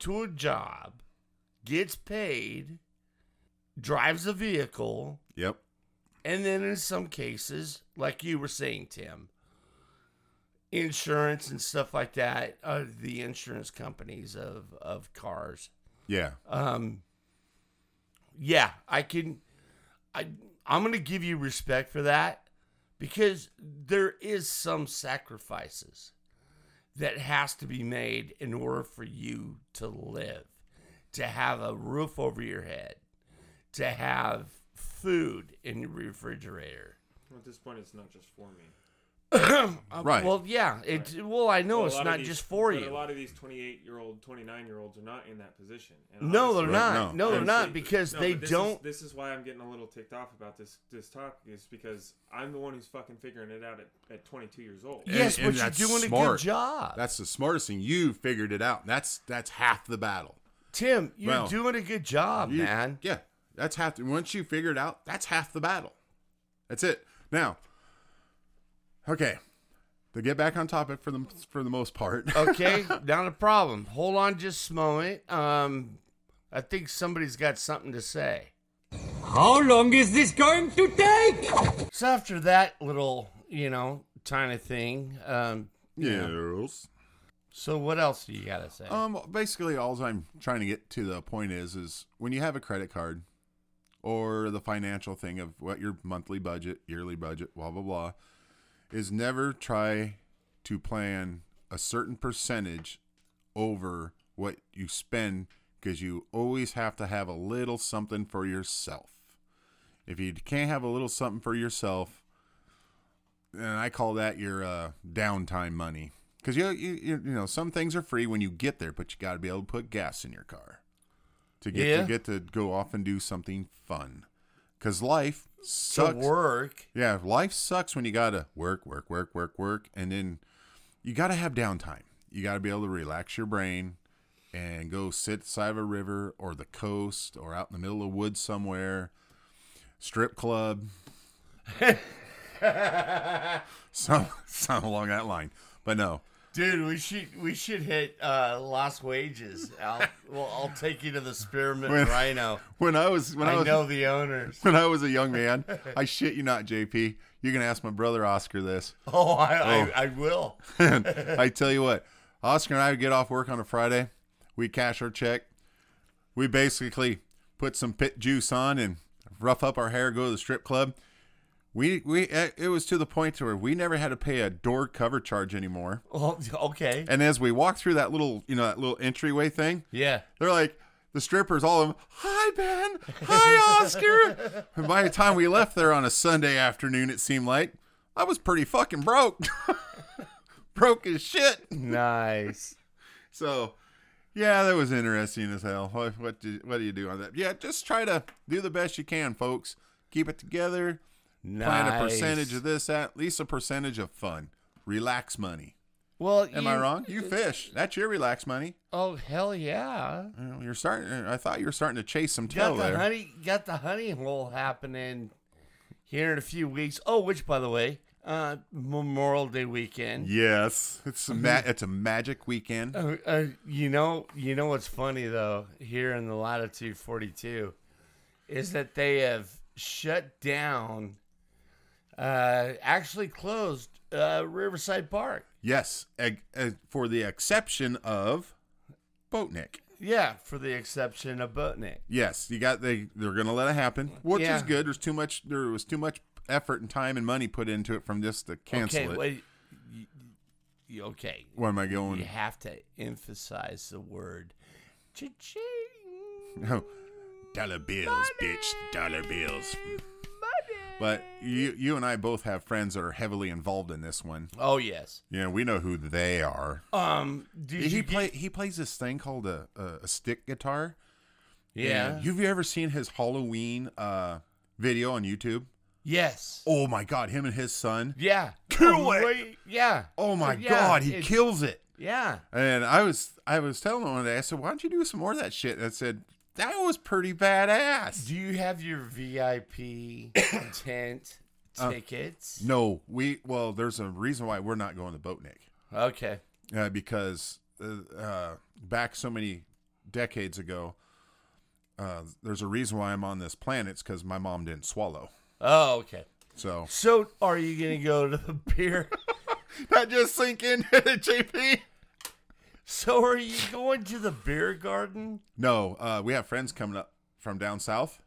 Speaker 2: to a job, gets paid, drives a vehicle,
Speaker 10: Yep.
Speaker 2: and then in some cases, like you were saying, Tim, insurance and stuff like that, uh, the insurance companies of of cars.
Speaker 10: Yeah.
Speaker 2: Um, yeah, I can. I I'm gonna give you respect for that because there is some sacrifices that has to be made in order for you to live, to have a roof over your head, to have food in your refrigerator.
Speaker 5: At this point, it's not just for me.
Speaker 2: Uh,
Speaker 3: Right.
Speaker 2: Well, yeah. It, Well, I know
Speaker 5: But a
Speaker 2: it's
Speaker 5: lot of
Speaker 2: not
Speaker 5: these-
Speaker 2: just for
Speaker 5: but
Speaker 2: you.
Speaker 5: A lot of these 28 year old, 29 year olds are not in that position. And
Speaker 2: No,
Speaker 5: honestly-
Speaker 2: they're
Speaker 3: Right,
Speaker 2: not.
Speaker 3: no.
Speaker 2: No, they're not
Speaker 5: honestly-
Speaker 2: because
Speaker 5: No,
Speaker 2: they
Speaker 5: but this
Speaker 2: don't.
Speaker 5: Is, this is why I'm getting a little ticked off about this this topic is because I'm the one who's fucking figuring it out at, at 22 years old.
Speaker 3: And-
Speaker 2: yes,
Speaker 3: and
Speaker 2: but
Speaker 3: that's
Speaker 2: you're doing a
Speaker 3: smart.
Speaker 2: good job.
Speaker 3: That's the smartest thing. You figured it out. That's that's half the battle.
Speaker 2: Tim, you're
Speaker 3: Well,
Speaker 2: doing a good job,
Speaker 3: You-
Speaker 2: Oh, man.
Speaker 3: Yeah, that's half. The, once you figure it out, that's half the battle. That's it. Now, okay, to get back on topic for the for the most part.
Speaker 2: Okay, not a problem. Hold on just a moment. Um, I think somebody's got something to say.
Speaker 11: How long is this going to take?
Speaker 2: So after that little, you know, tiny thing, um,
Speaker 3: yes.
Speaker 2: so what else do you got to say?
Speaker 3: Um, basically, all I'm trying to get to the point is, is when you have a credit card or the financial thing of what your monthly budget, yearly budget, blah blah blah, is never try to plan a certain percentage over what you spend because you always have to have a little something for yourself. If you can't have a little something for yourself, and I call that your uh, downtime money. Because you, you you you know some things are free when you get there, but you got to be able to put gas in your car to get
Speaker 2: Yeah.
Speaker 3: to get to go off and do something fun. Because life
Speaker 2: to
Speaker 3: sucks.
Speaker 2: work.
Speaker 3: Yeah, life sucks when you gotta work, work, work, work, work, and then you gotta have downtime. You gotta be able to relax your brain and go sit side of a river or the coast or out in the middle of woods somewhere, strip club, some some along that line. But no,
Speaker 2: Dude, we should we should hit uh, lost wages. I'll well, I'll take you to the Spearmint Rhino.
Speaker 3: when I was when I,
Speaker 2: I
Speaker 3: was
Speaker 2: know the owners.
Speaker 3: when I was a young man, I shit you not, JP. You're gonna ask my brother Oscar this.
Speaker 2: Oh, I,
Speaker 3: Oh.
Speaker 2: I, I will.
Speaker 3: And I tell you what, Oscar and I would get off work on a Friday. We cash our check. We basically put some pit juice on and rough up our hair, go to the strip club. We we eh, it it was to the point to where we never had to pay a door cover charge anymore.
Speaker 2: Oh, okay.
Speaker 3: And as we walked through that little you know that little entryway thing,
Speaker 2: Yeah.
Speaker 3: they're like the strippers, all of them. Hi Ben, hi Oscar. and by the time we left there on a Sunday afternoon, it seemed like I was pretty fucking broke, broke as shit.
Speaker 2: Nice.
Speaker 3: So, yeah, that was interesting as hell. What what do, what do you do on that? Yeah, just try to do the best you can, folks. Keep it together.
Speaker 2: Nice.
Speaker 3: Plan a percentage of this, at least a percentage of fun. Relax money.
Speaker 2: Well,
Speaker 3: Am I wrong? You fish. That's your relax money.
Speaker 2: Oh hell yeah!
Speaker 3: Well, You're starting. uh, I thought you were starting to chase some
Speaker 2: Got
Speaker 3: tail
Speaker 2: the
Speaker 3: there.
Speaker 2: honey, got the honey hole happening here in a few weeks. Oh, which by the way, uh, Memorial Day weekend.
Speaker 3: Yes, it's a ma- it's a magic weekend.
Speaker 2: Uh, uh, you know, you know what's funny though here in the latitude 42 is that they have shut down, uh, actually closed uh, Riverside Park.
Speaker 3: Yes, eg- eh, for the exception of Boatnick.
Speaker 2: Yeah, for the exception of Boatneck.
Speaker 3: Yes, you got they they're gonna let it happen, which
Speaker 2: Yeah.
Speaker 3: is good. There's too much there was too much effort and time and money put into it from just to cancel
Speaker 2: okay,
Speaker 3: it.
Speaker 2: wait. You, you, okay,
Speaker 3: Where am I
Speaker 2: You
Speaker 3: going?
Speaker 2: have to emphasize the word cha-ching.
Speaker 3: No. Oh, Dollar bills, bitch. Dollar bills. But you you and I both have friends that are heavily involved in this one.
Speaker 2: Oh yes.
Speaker 3: Yeah, we know who they are.
Speaker 2: Um. Did
Speaker 3: he
Speaker 2: you
Speaker 3: play
Speaker 2: Get,
Speaker 3: he plays this thing called a, a, a stick guitar.
Speaker 2: yeah.
Speaker 3: And Have you ever seen his Halloween uh video on YouTube?
Speaker 2: yes.
Speaker 3: Oh my god, him and his son.
Speaker 2: Yeah.
Speaker 3: Kill
Speaker 2: Oh,
Speaker 3: it!
Speaker 2: wait, Yeah.
Speaker 3: Oh my
Speaker 2: Yeah,
Speaker 3: god, he
Speaker 2: it-
Speaker 3: kills it.
Speaker 2: Yeah.
Speaker 3: And I was I was telling him one day, I said, Why don't you do some more of that shit? And I said, That was pretty badass.
Speaker 2: Do you have your VIP tent tickets?
Speaker 3: Uh, No, we well, there's a reason why we're not going to Boatnick.
Speaker 2: Okay.
Speaker 3: Uh, because uh, uh, back so many decades ago, uh, there's a reason why I'm on this planet. It's because my mom didn't swallow.
Speaker 2: Oh, okay.
Speaker 3: So
Speaker 2: So, are you gonna go to the beer?
Speaker 3: that just sink in, JP.
Speaker 2: so, are you going to the beer garden?
Speaker 3: No, uh, we have friends coming up from down south,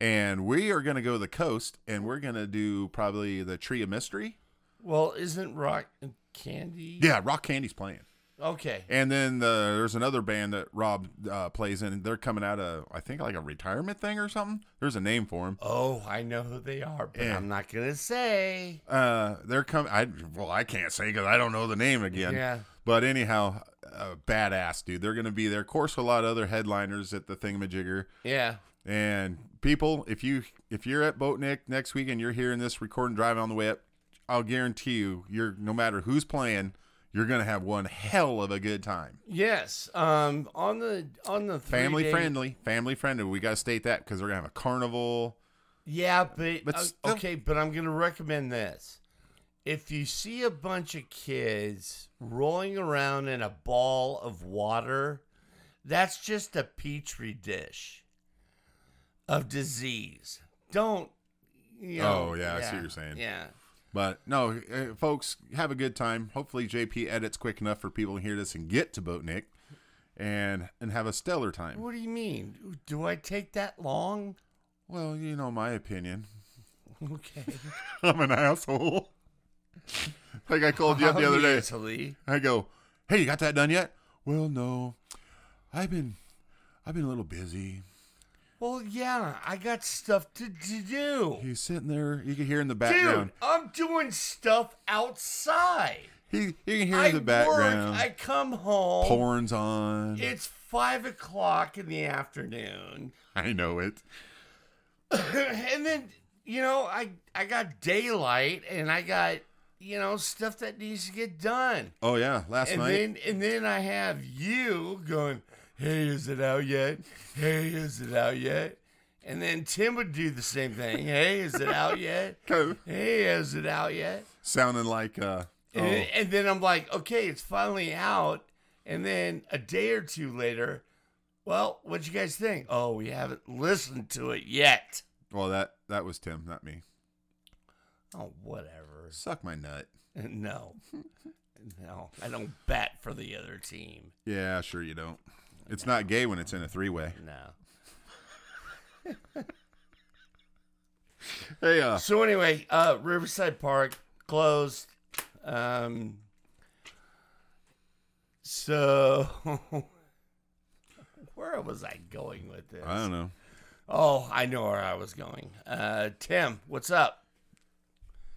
Speaker 3: and we are going to go to the coast, and we're going to do probably the Tree of Mystery.
Speaker 2: Well, isn't rock and candy?
Speaker 3: Yeah, Rock Candy's playing.
Speaker 2: Okay.
Speaker 3: And then the, there's another band that Rob uh, plays in. They're coming out of, I think, like a retirement thing or something. There's a name for them.
Speaker 2: Oh, I know who they are, but
Speaker 3: Yeah.
Speaker 2: I'm not gonna say.
Speaker 3: Uh, they're coming. I well, I can't say because I don't know the name again.
Speaker 2: Yeah.
Speaker 3: But anyhow, uh, badass dude. They're gonna be there. Of course, a lot of other headliners at the Thingamajigger.
Speaker 2: Yeah.
Speaker 3: And people, if you if you're at Boatnick next week and you're hearing this recording driving on the way up, I'll guarantee you, you're no matter who's playing, you're gonna have one hell of a good time.
Speaker 2: Yes. Um. On the on the three
Speaker 3: Family
Speaker 2: day-
Speaker 3: friendly, family friendly. We gotta state that because they're gonna have a carnival.
Speaker 2: Yeah, but,
Speaker 3: But
Speaker 2: uh,
Speaker 3: still-
Speaker 2: okay. But I'm gonna recommend this. If you see a bunch of kids rolling around in a ball of water, that's just a petri dish of disease. Don't. You know,
Speaker 3: Oh, yeah, I see what you're saying.
Speaker 2: Yeah.
Speaker 3: But no, uh, folks, have a good time. Hopefully, JP edits quick enough for people to hear this and get to Boatnick, and and have a stellar time.
Speaker 2: What do you mean? Do I take that long?
Speaker 3: Well, you know my opinion.
Speaker 2: Okay.
Speaker 3: I'm an asshole. like I called you up the other day.
Speaker 2: Obviously.
Speaker 3: I go, "Hey, you got that done yet?" Well, no. I've been, I've been a little busy.
Speaker 2: Well, yeah, I got stuff to, to do.
Speaker 3: He's sitting there. You can hear in the
Speaker 2: Dude,
Speaker 3: background.
Speaker 2: I'm doing stuff outside.
Speaker 3: he, you can hear
Speaker 2: I
Speaker 3: in the background.
Speaker 2: work, I come home.
Speaker 3: Porn's on.
Speaker 2: It's five o'clock in the afternoon.
Speaker 3: I know it.
Speaker 2: and then, you know, I I got daylight and I got, you know, stuff that needs to get done.
Speaker 3: Oh yeah, last
Speaker 2: and
Speaker 3: night.
Speaker 2: then and then I have you going, Hey, is it out yet? Hey, is it out yet? And then Tim would do the same thing. Hey, is it out yet?
Speaker 3: Kinda
Speaker 2: Hey, is it out yet?
Speaker 3: sounding like uh.
Speaker 2: And,
Speaker 3: oh.
Speaker 2: and then I'm like, okay, it's finally out. And then a day or two later, well, what you guys think? Oh, we haven't listened to it yet.
Speaker 3: Well, that that was Tim, not me.
Speaker 2: Oh, whatever.
Speaker 3: Suck my nut.
Speaker 2: No, no, I don't bat for the other team.
Speaker 3: Yeah, sure you don't. It's not gay when it's in a three-way.
Speaker 2: No.
Speaker 3: Hey, uh,
Speaker 2: So anyway, uh, Riverside Park closed. Um, so where was I going with this?
Speaker 3: I don't know.
Speaker 2: Oh, I know where I was going. Uh, Tim, what's up?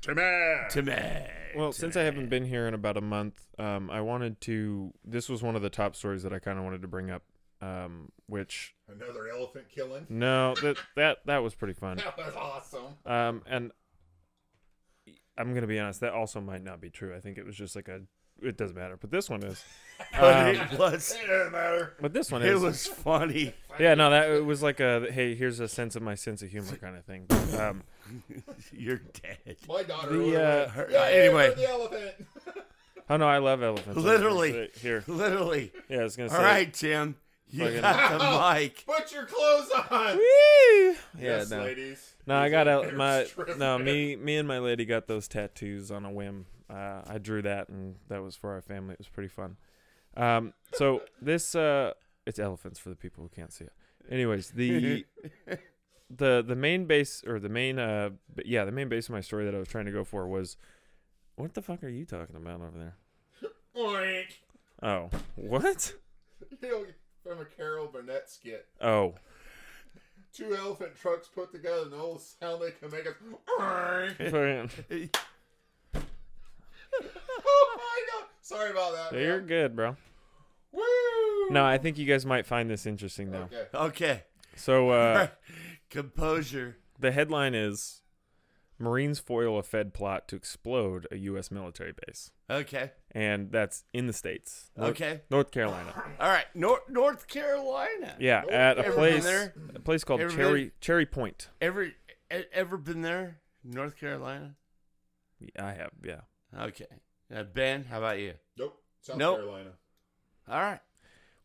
Speaker 2: Timmy. Timmy.
Speaker 1: Well, since I haven't been here in about a month, um, I wanted to. This was one of the top stories that I kind of wanted to bring up, um, which
Speaker 8: Another elephant killing.
Speaker 1: no, that that that was pretty fun.
Speaker 8: That was awesome.
Speaker 1: Um, and I'm gonna be honest, that also might not be true. I think it was just like a. It doesn't matter, but this one is.
Speaker 2: But it was
Speaker 8: It doesn't matter.
Speaker 1: But this one
Speaker 2: it
Speaker 1: is.
Speaker 2: was funny.
Speaker 1: yeah, no, that it was like a hey, here's a sense of my sense of humor kind of thing. But, um,
Speaker 2: You're dead.
Speaker 8: My daughter.
Speaker 1: the
Speaker 8: ordered
Speaker 1: uh,
Speaker 2: Her-
Speaker 8: it. Yeah,
Speaker 2: anyway,
Speaker 8: yeah, the elephant.
Speaker 1: oh no, I love elephants.
Speaker 2: Literally.
Speaker 1: here,
Speaker 2: literally.
Speaker 1: yeah, I was gonna say.
Speaker 2: All right, Tim, you
Speaker 1: Fucking-
Speaker 2: got the mic.
Speaker 8: Put your clothes on.
Speaker 1: Yeah,
Speaker 8: yes,
Speaker 1: no.
Speaker 8: ladies.
Speaker 1: No, I
Speaker 8: These
Speaker 1: got
Speaker 8: are
Speaker 1: a,
Speaker 8: better
Speaker 1: my
Speaker 8: strippers.
Speaker 1: no me me and my lady got those tattoos on a whim. Uh, I drew that, and that was for our family. It was pretty fun. Um, so this uh, it's elephants for the people who can't see it. Anyways, the the the main base or the main uh b- yeah the main base of my story that I was trying to go for was what the fuck are you talking about over there?
Speaker 8: Oink.
Speaker 1: Oh, what?
Speaker 8: You know, From a Carol Burnett skit.
Speaker 1: Oh,
Speaker 8: Two elephant trucks put together, and the only sound they can make is. Oink.
Speaker 1: man.
Speaker 8: Oh my god! Sorry about that.
Speaker 1: you're
Speaker 8: man.
Speaker 1: good, bro.
Speaker 8: Woo!
Speaker 1: No, I think you guys might find this interesting though.
Speaker 8: Okay.
Speaker 2: Okay.
Speaker 1: So uh,
Speaker 2: Composure.
Speaker 1: The headline is Marines foil a Fed plot to explode a U.S. military base.
Speaker 2: Okay.
Speaker 1: And that's in the States. North,
Speaker 2: Okay.
Speaker 1: North Carolina.
Speaker 2: All right. North North Carolina.
Speaker 1: Yeah, at a
Speaker 2: Ever been
Speaker 1: place
Speaker 2: there?
Speaker 1: a place called
Speaker 2: Ever been?
Speaker 1: Cherry Cherry Point.
Speaker 2: Ever e- ever been there? North Carolina.
Speaker 1: I have, yeah.
Speaker 2: Okay. Uh, ben, how about you?
Speaker 8: Nope. South
Speaker 2: Nope.
Speaker 8: Carolina.
Speaker 2: All right.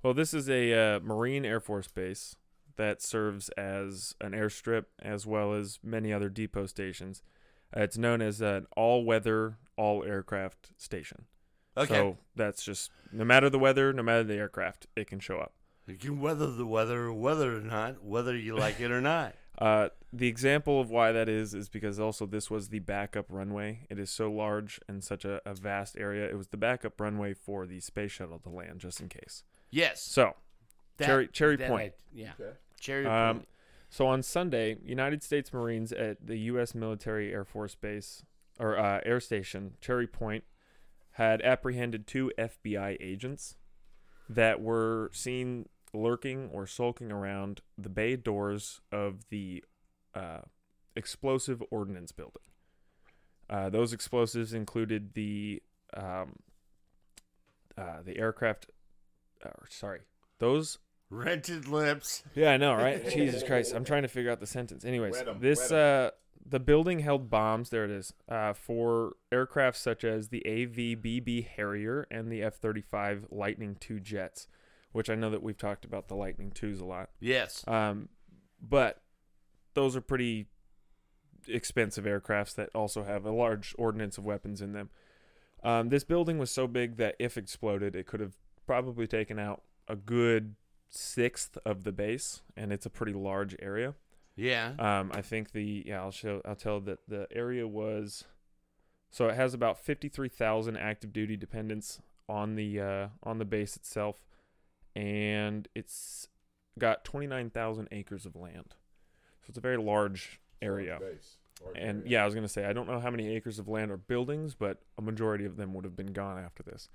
Speaker 1: Well, this is a uh, Marine Air Force base that serves as an airstrip as well as many other depot stations. Uh, it's known as an all-weather, all-aircraft station.
Speaker 2: Okay.
Speaker 1: So that's just no matter the weather, no matter the aircraft, it can show up.
Speaker 2: You can weather the weather, whether or not, whether you like it or not.
Speaker 1: Uh, the example of why that is is because also this was the backup runway. It is so large and such a, a vast area. It was the backup runway for the space shuttle to land, just in case.
Speaker 2: Yes.
Speaker 1: So,
Speaker 2: that-
Speaker 1: cherry cherry
Speaker 2: that
Speaker 1: point.
Speaker 2: I- yeah. Cherry
Speaker 1: Um,
Speaker 2: point.
Speaker 1: so on Sunday, United States Marines at the U.S. Military Air Force Base or uh, Air Station Cherry Point had apprehended two FBI agents that were seen lurking or sulking around the bay doors of the uh, explosive ordnance building. Uh, those explosives included the um, uh, the aircraft. Uh, sorry, those
Speaker 2: Rented lips.
Speaker 1: yeah, I know, right? Jesus Christ, I'm trying to figure out the sentence. Anyways,
Speaker 3: Wet 'em,
Speaker 1: this
Speaker 3: wet
Speaker 1: uh, the building held bombs. There it is. Uh, for aircraft such as the AVBB Harrier and the F-35 Lightning II jets, which I know that we've talked about the Lightning IIs a lot.
Speaker 2: Yes.
Speaker 1: Um, but those are pretty expensive aircrafts that also have a large ordnance of weapons in them. Um, this building was so big that if exploded, it could have probably taken out a good sixth of the base, and it's a pretty large area.
Speaker 2: Yeah.
Speaker 1: Um, I think the yeah, I'll show I'll tell that the area was so it has about fifty three thousand active duty dependents on the uh, on the base itself, and it's got twenty nine thousand acres of land, so it's a very large area.
Speaker 3: Base. Or-
Speaker 1: And yeah, I was gonna say I don't know how many acres of land or buildings, but a majority of them would have been gone after this.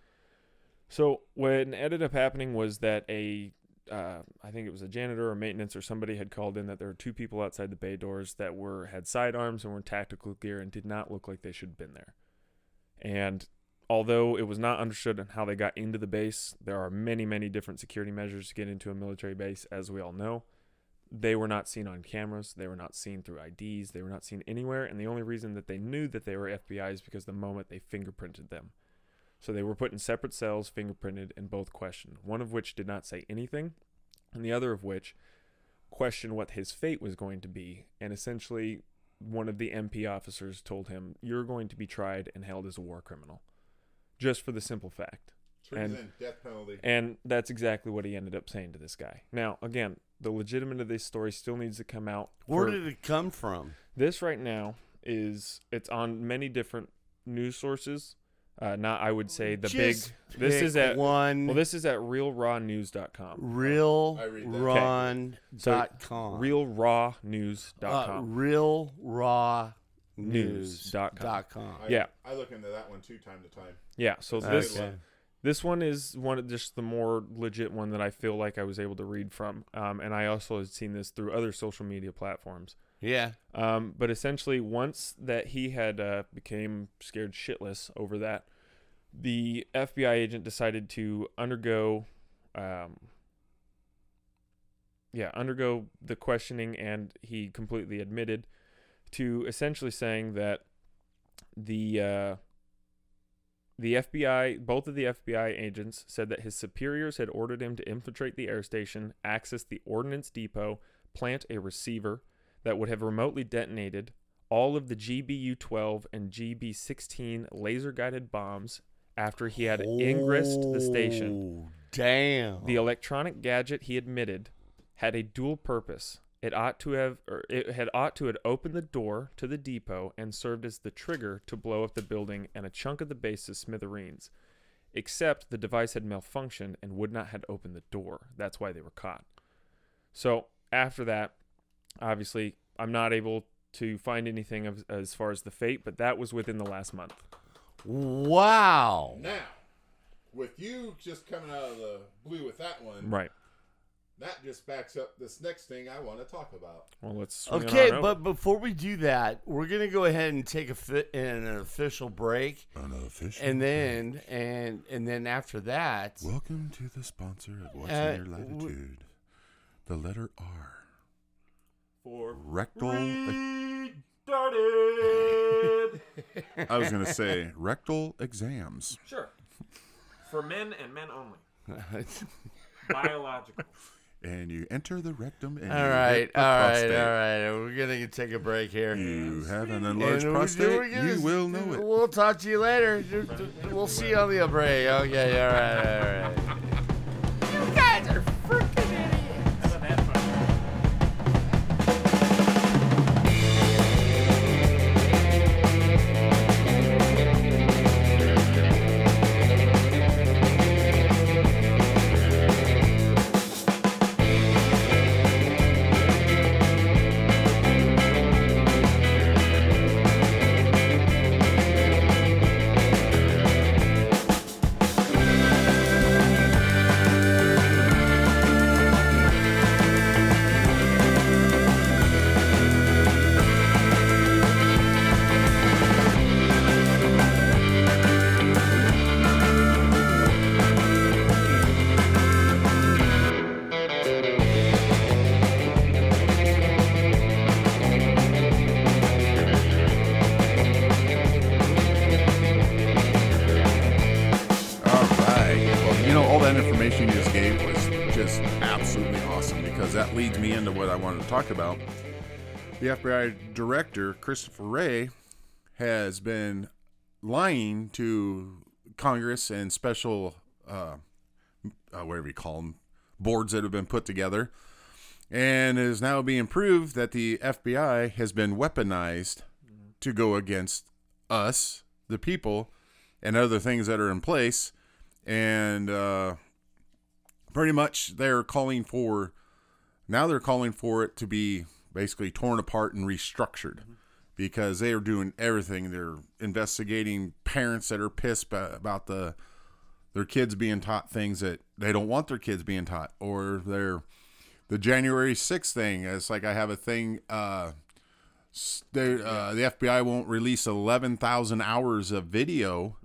Speaker 1: So what ended up happening was that a, uh, I think it was a janitor or maintenance or somebody had called in that there were two people outside the bay doors that were had sidearms and were in tactical gear and did not look like they should have been there. And although it was not understood on how they got into the base, there are many many different security measures to get into a military base, as we all know they were not seen on cameras. They were not seen through IDs. They were not seen anywhere. And the only reason that they knew that they were FBI is because the moment they fingerprinted them. So they were put in separate cells, fingerprinted, and both questioned. One of which did not say anything, and the other of which questioned what his fate was going to be. And essentially, one of the MP officers told him, You're going to be tried and held as a war criminal. Just for the simple fact.
Speaker 3: treason,
Speaker 1: and-
Speaker 3: death penalty.
Speaker 1: And that's exactly what he ended up saying to this guy. Now, again, the legitimate of this story still needs to come out.
Speaker 2: Where
Speaker 1: for-
Speaker 2: did it come from?
Speaker 1: this right now is it's on many different news sources. Uh, not I would say the
Speaker 2: Just
Speaker 1: big. This is
Speaker 2: pick
Speaker 1: at
Speaker 2: one.
Speaker 1: Well, this is at realrawnews.com.
Speaker 3: I read that.
Speaker 2: RealRun.com. uh,
Speaker 1: Realrawnews.com.
Speaker 2: real raw
Speaker 1: News dot com.
Speaker 2: dot com.
Speaker 3: I,
Speaker 1: yeah.
Speaker 3: I look into that one too, time to time.
Speaker 1: yeah. So
Speaker 2: That's
Speaker 1: this
Speaker 2: a good one.
Speaker 1: this one is one of just the more legit one that I feel like I was able to read from, um, and I also had seen this through other social media platforms.
Speaker 2: Yeah.
Speaker 1: Um, but essentially, once that he had uh, became scared shitless over that, the FBI agent decided to undergo, um, yeah, undergo the questioning, and he completely admitted to essentially saying that the uh, the FBI, both of the FBI agents, said that his superiors had ordered him to infiltrate the air station, access the ordnance depot, plant a receiver that would have remotely detonated all of the GBU 12 and GB 16 laser guided bombs after he had ingressed the station.
Speaker 2: Oh, Damn.
Speaker 1: The electronic gadget he admitted had a dual purpose. It ought to have or it had ought to had opened the door to the depot and served as the trigger to blow up the building and a chunk of the base to smithereens. Except the device had malfunctioned and would not had opened the door. That's why they were caught. So after that, obviously, I'm not able to find anything of, as far as the fate, but that was within the last month.
Speaker 2: wow.
Speaker 3: Now, with you just coming out of the blue with that one,
Speaker 1: Right.
Speaker 3: that just backs up this next thing I want to talk about.
Speaker 1: Well, let's. swing it
Speaker 2: Okay,
Speaker 1: on over.
Speaker 2: but before we do that, we're gonna go ahead and take a fi- an official break,
Speaker 5: Another fish.
Speaker 2: and then and and then after that,
Speaker 5: Welcome to the sponsor of What's
Speaker 2: Uh,
Speaker 5: in Your
Speaker 2: w-
Speaker 5: Latitude. The letter R.
Speaker 1: For
Speaker 5: rectal. I was going to say rectal exams.
Speaker 1: Sure. For men and men only. Biological.
Speaker 5: And you enter the rectum and
Speaker 2: all
Speaker 5: you
Speaker 2: right,
Speaker 5: hit the
Speaker 2: all right, all
Speaker 5: prostate.
Speaker 2: right, we're gonna take a break here.
Speaker 5: You have an
Speaker 2: And
Speaker 5: enlarged
Speaker 2: we- we're
Speaker 5: prostate.
Speaker 2: gonna-
Speaker 5: You will know it.
Speaker 2: We'll talk to you later. We'll see you on the break. Okay, all right, all right.
Speaker 12: You guys are freaking idiots.
Speaker 3: that information you just gave was just absolutely awesome because that leads me into what I wanted to talk about. The FBI director, Christopher Wray, has been lying to Congress and special, uh, uh, whatever you call them, boards that have been put together. And it is now being proved that the FBI has been weaponized to go against us, the people, and other things that are in place. And uh, pretty much they're calling for, now they're calling for it to be basically torn apart and restructured because they are doing everything. They're investigating parents that are pissed ba- about the their kids being taught things that they don't want their kids being taught or they're the January 6th thing. It's like I have a thing. Uh, s- they, uh, the FBI won't release 11,000 hours of video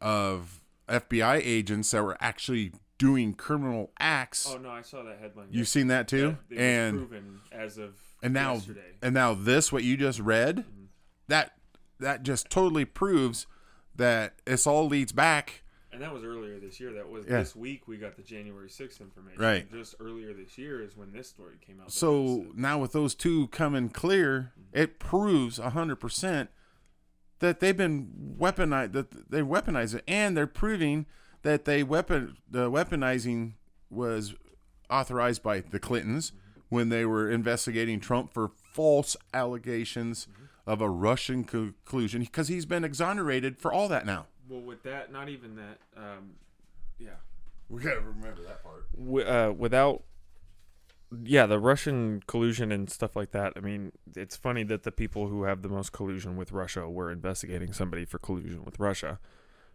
Speaker 3: of FBI agents that were actually doing criminal acts.
Speaker 1: Oh,
Speaker 5: no, I saw that headline.
Speaker 3: You've seen that too? and
Speaker 5: proven as of
Speaker 3: and now and now this what you just read that that just totally proves that this all leads back
Speaker 5: And that was earlier this year. That was
Speaker 3: Yeah.
Speaker 5: this week we got the January 6th information.
Speaker 3: Right.
Speaker 5: Just earlier this year is when this story came out. that
Speaker 3: so
Speaker 5: this-
Speaker 3: now with those two coming clear it proves 100% that they've been weaponized that they weaponized it and they're proving that they weapon the weaponizing was authorized by the clintons when they were investigating trump for false allegations of a russian co- collusion because he's been exonerated for all that now
Speaker 5: well, with that, not even that. Um, yeah.
Speaker 3: We gotta remember that part.
Speaker 5: wi- uh, without yeah the russian collusion and stuff like that i mean it's funny that the people who have the most collusion with russia were investigating somebody for collusion with russia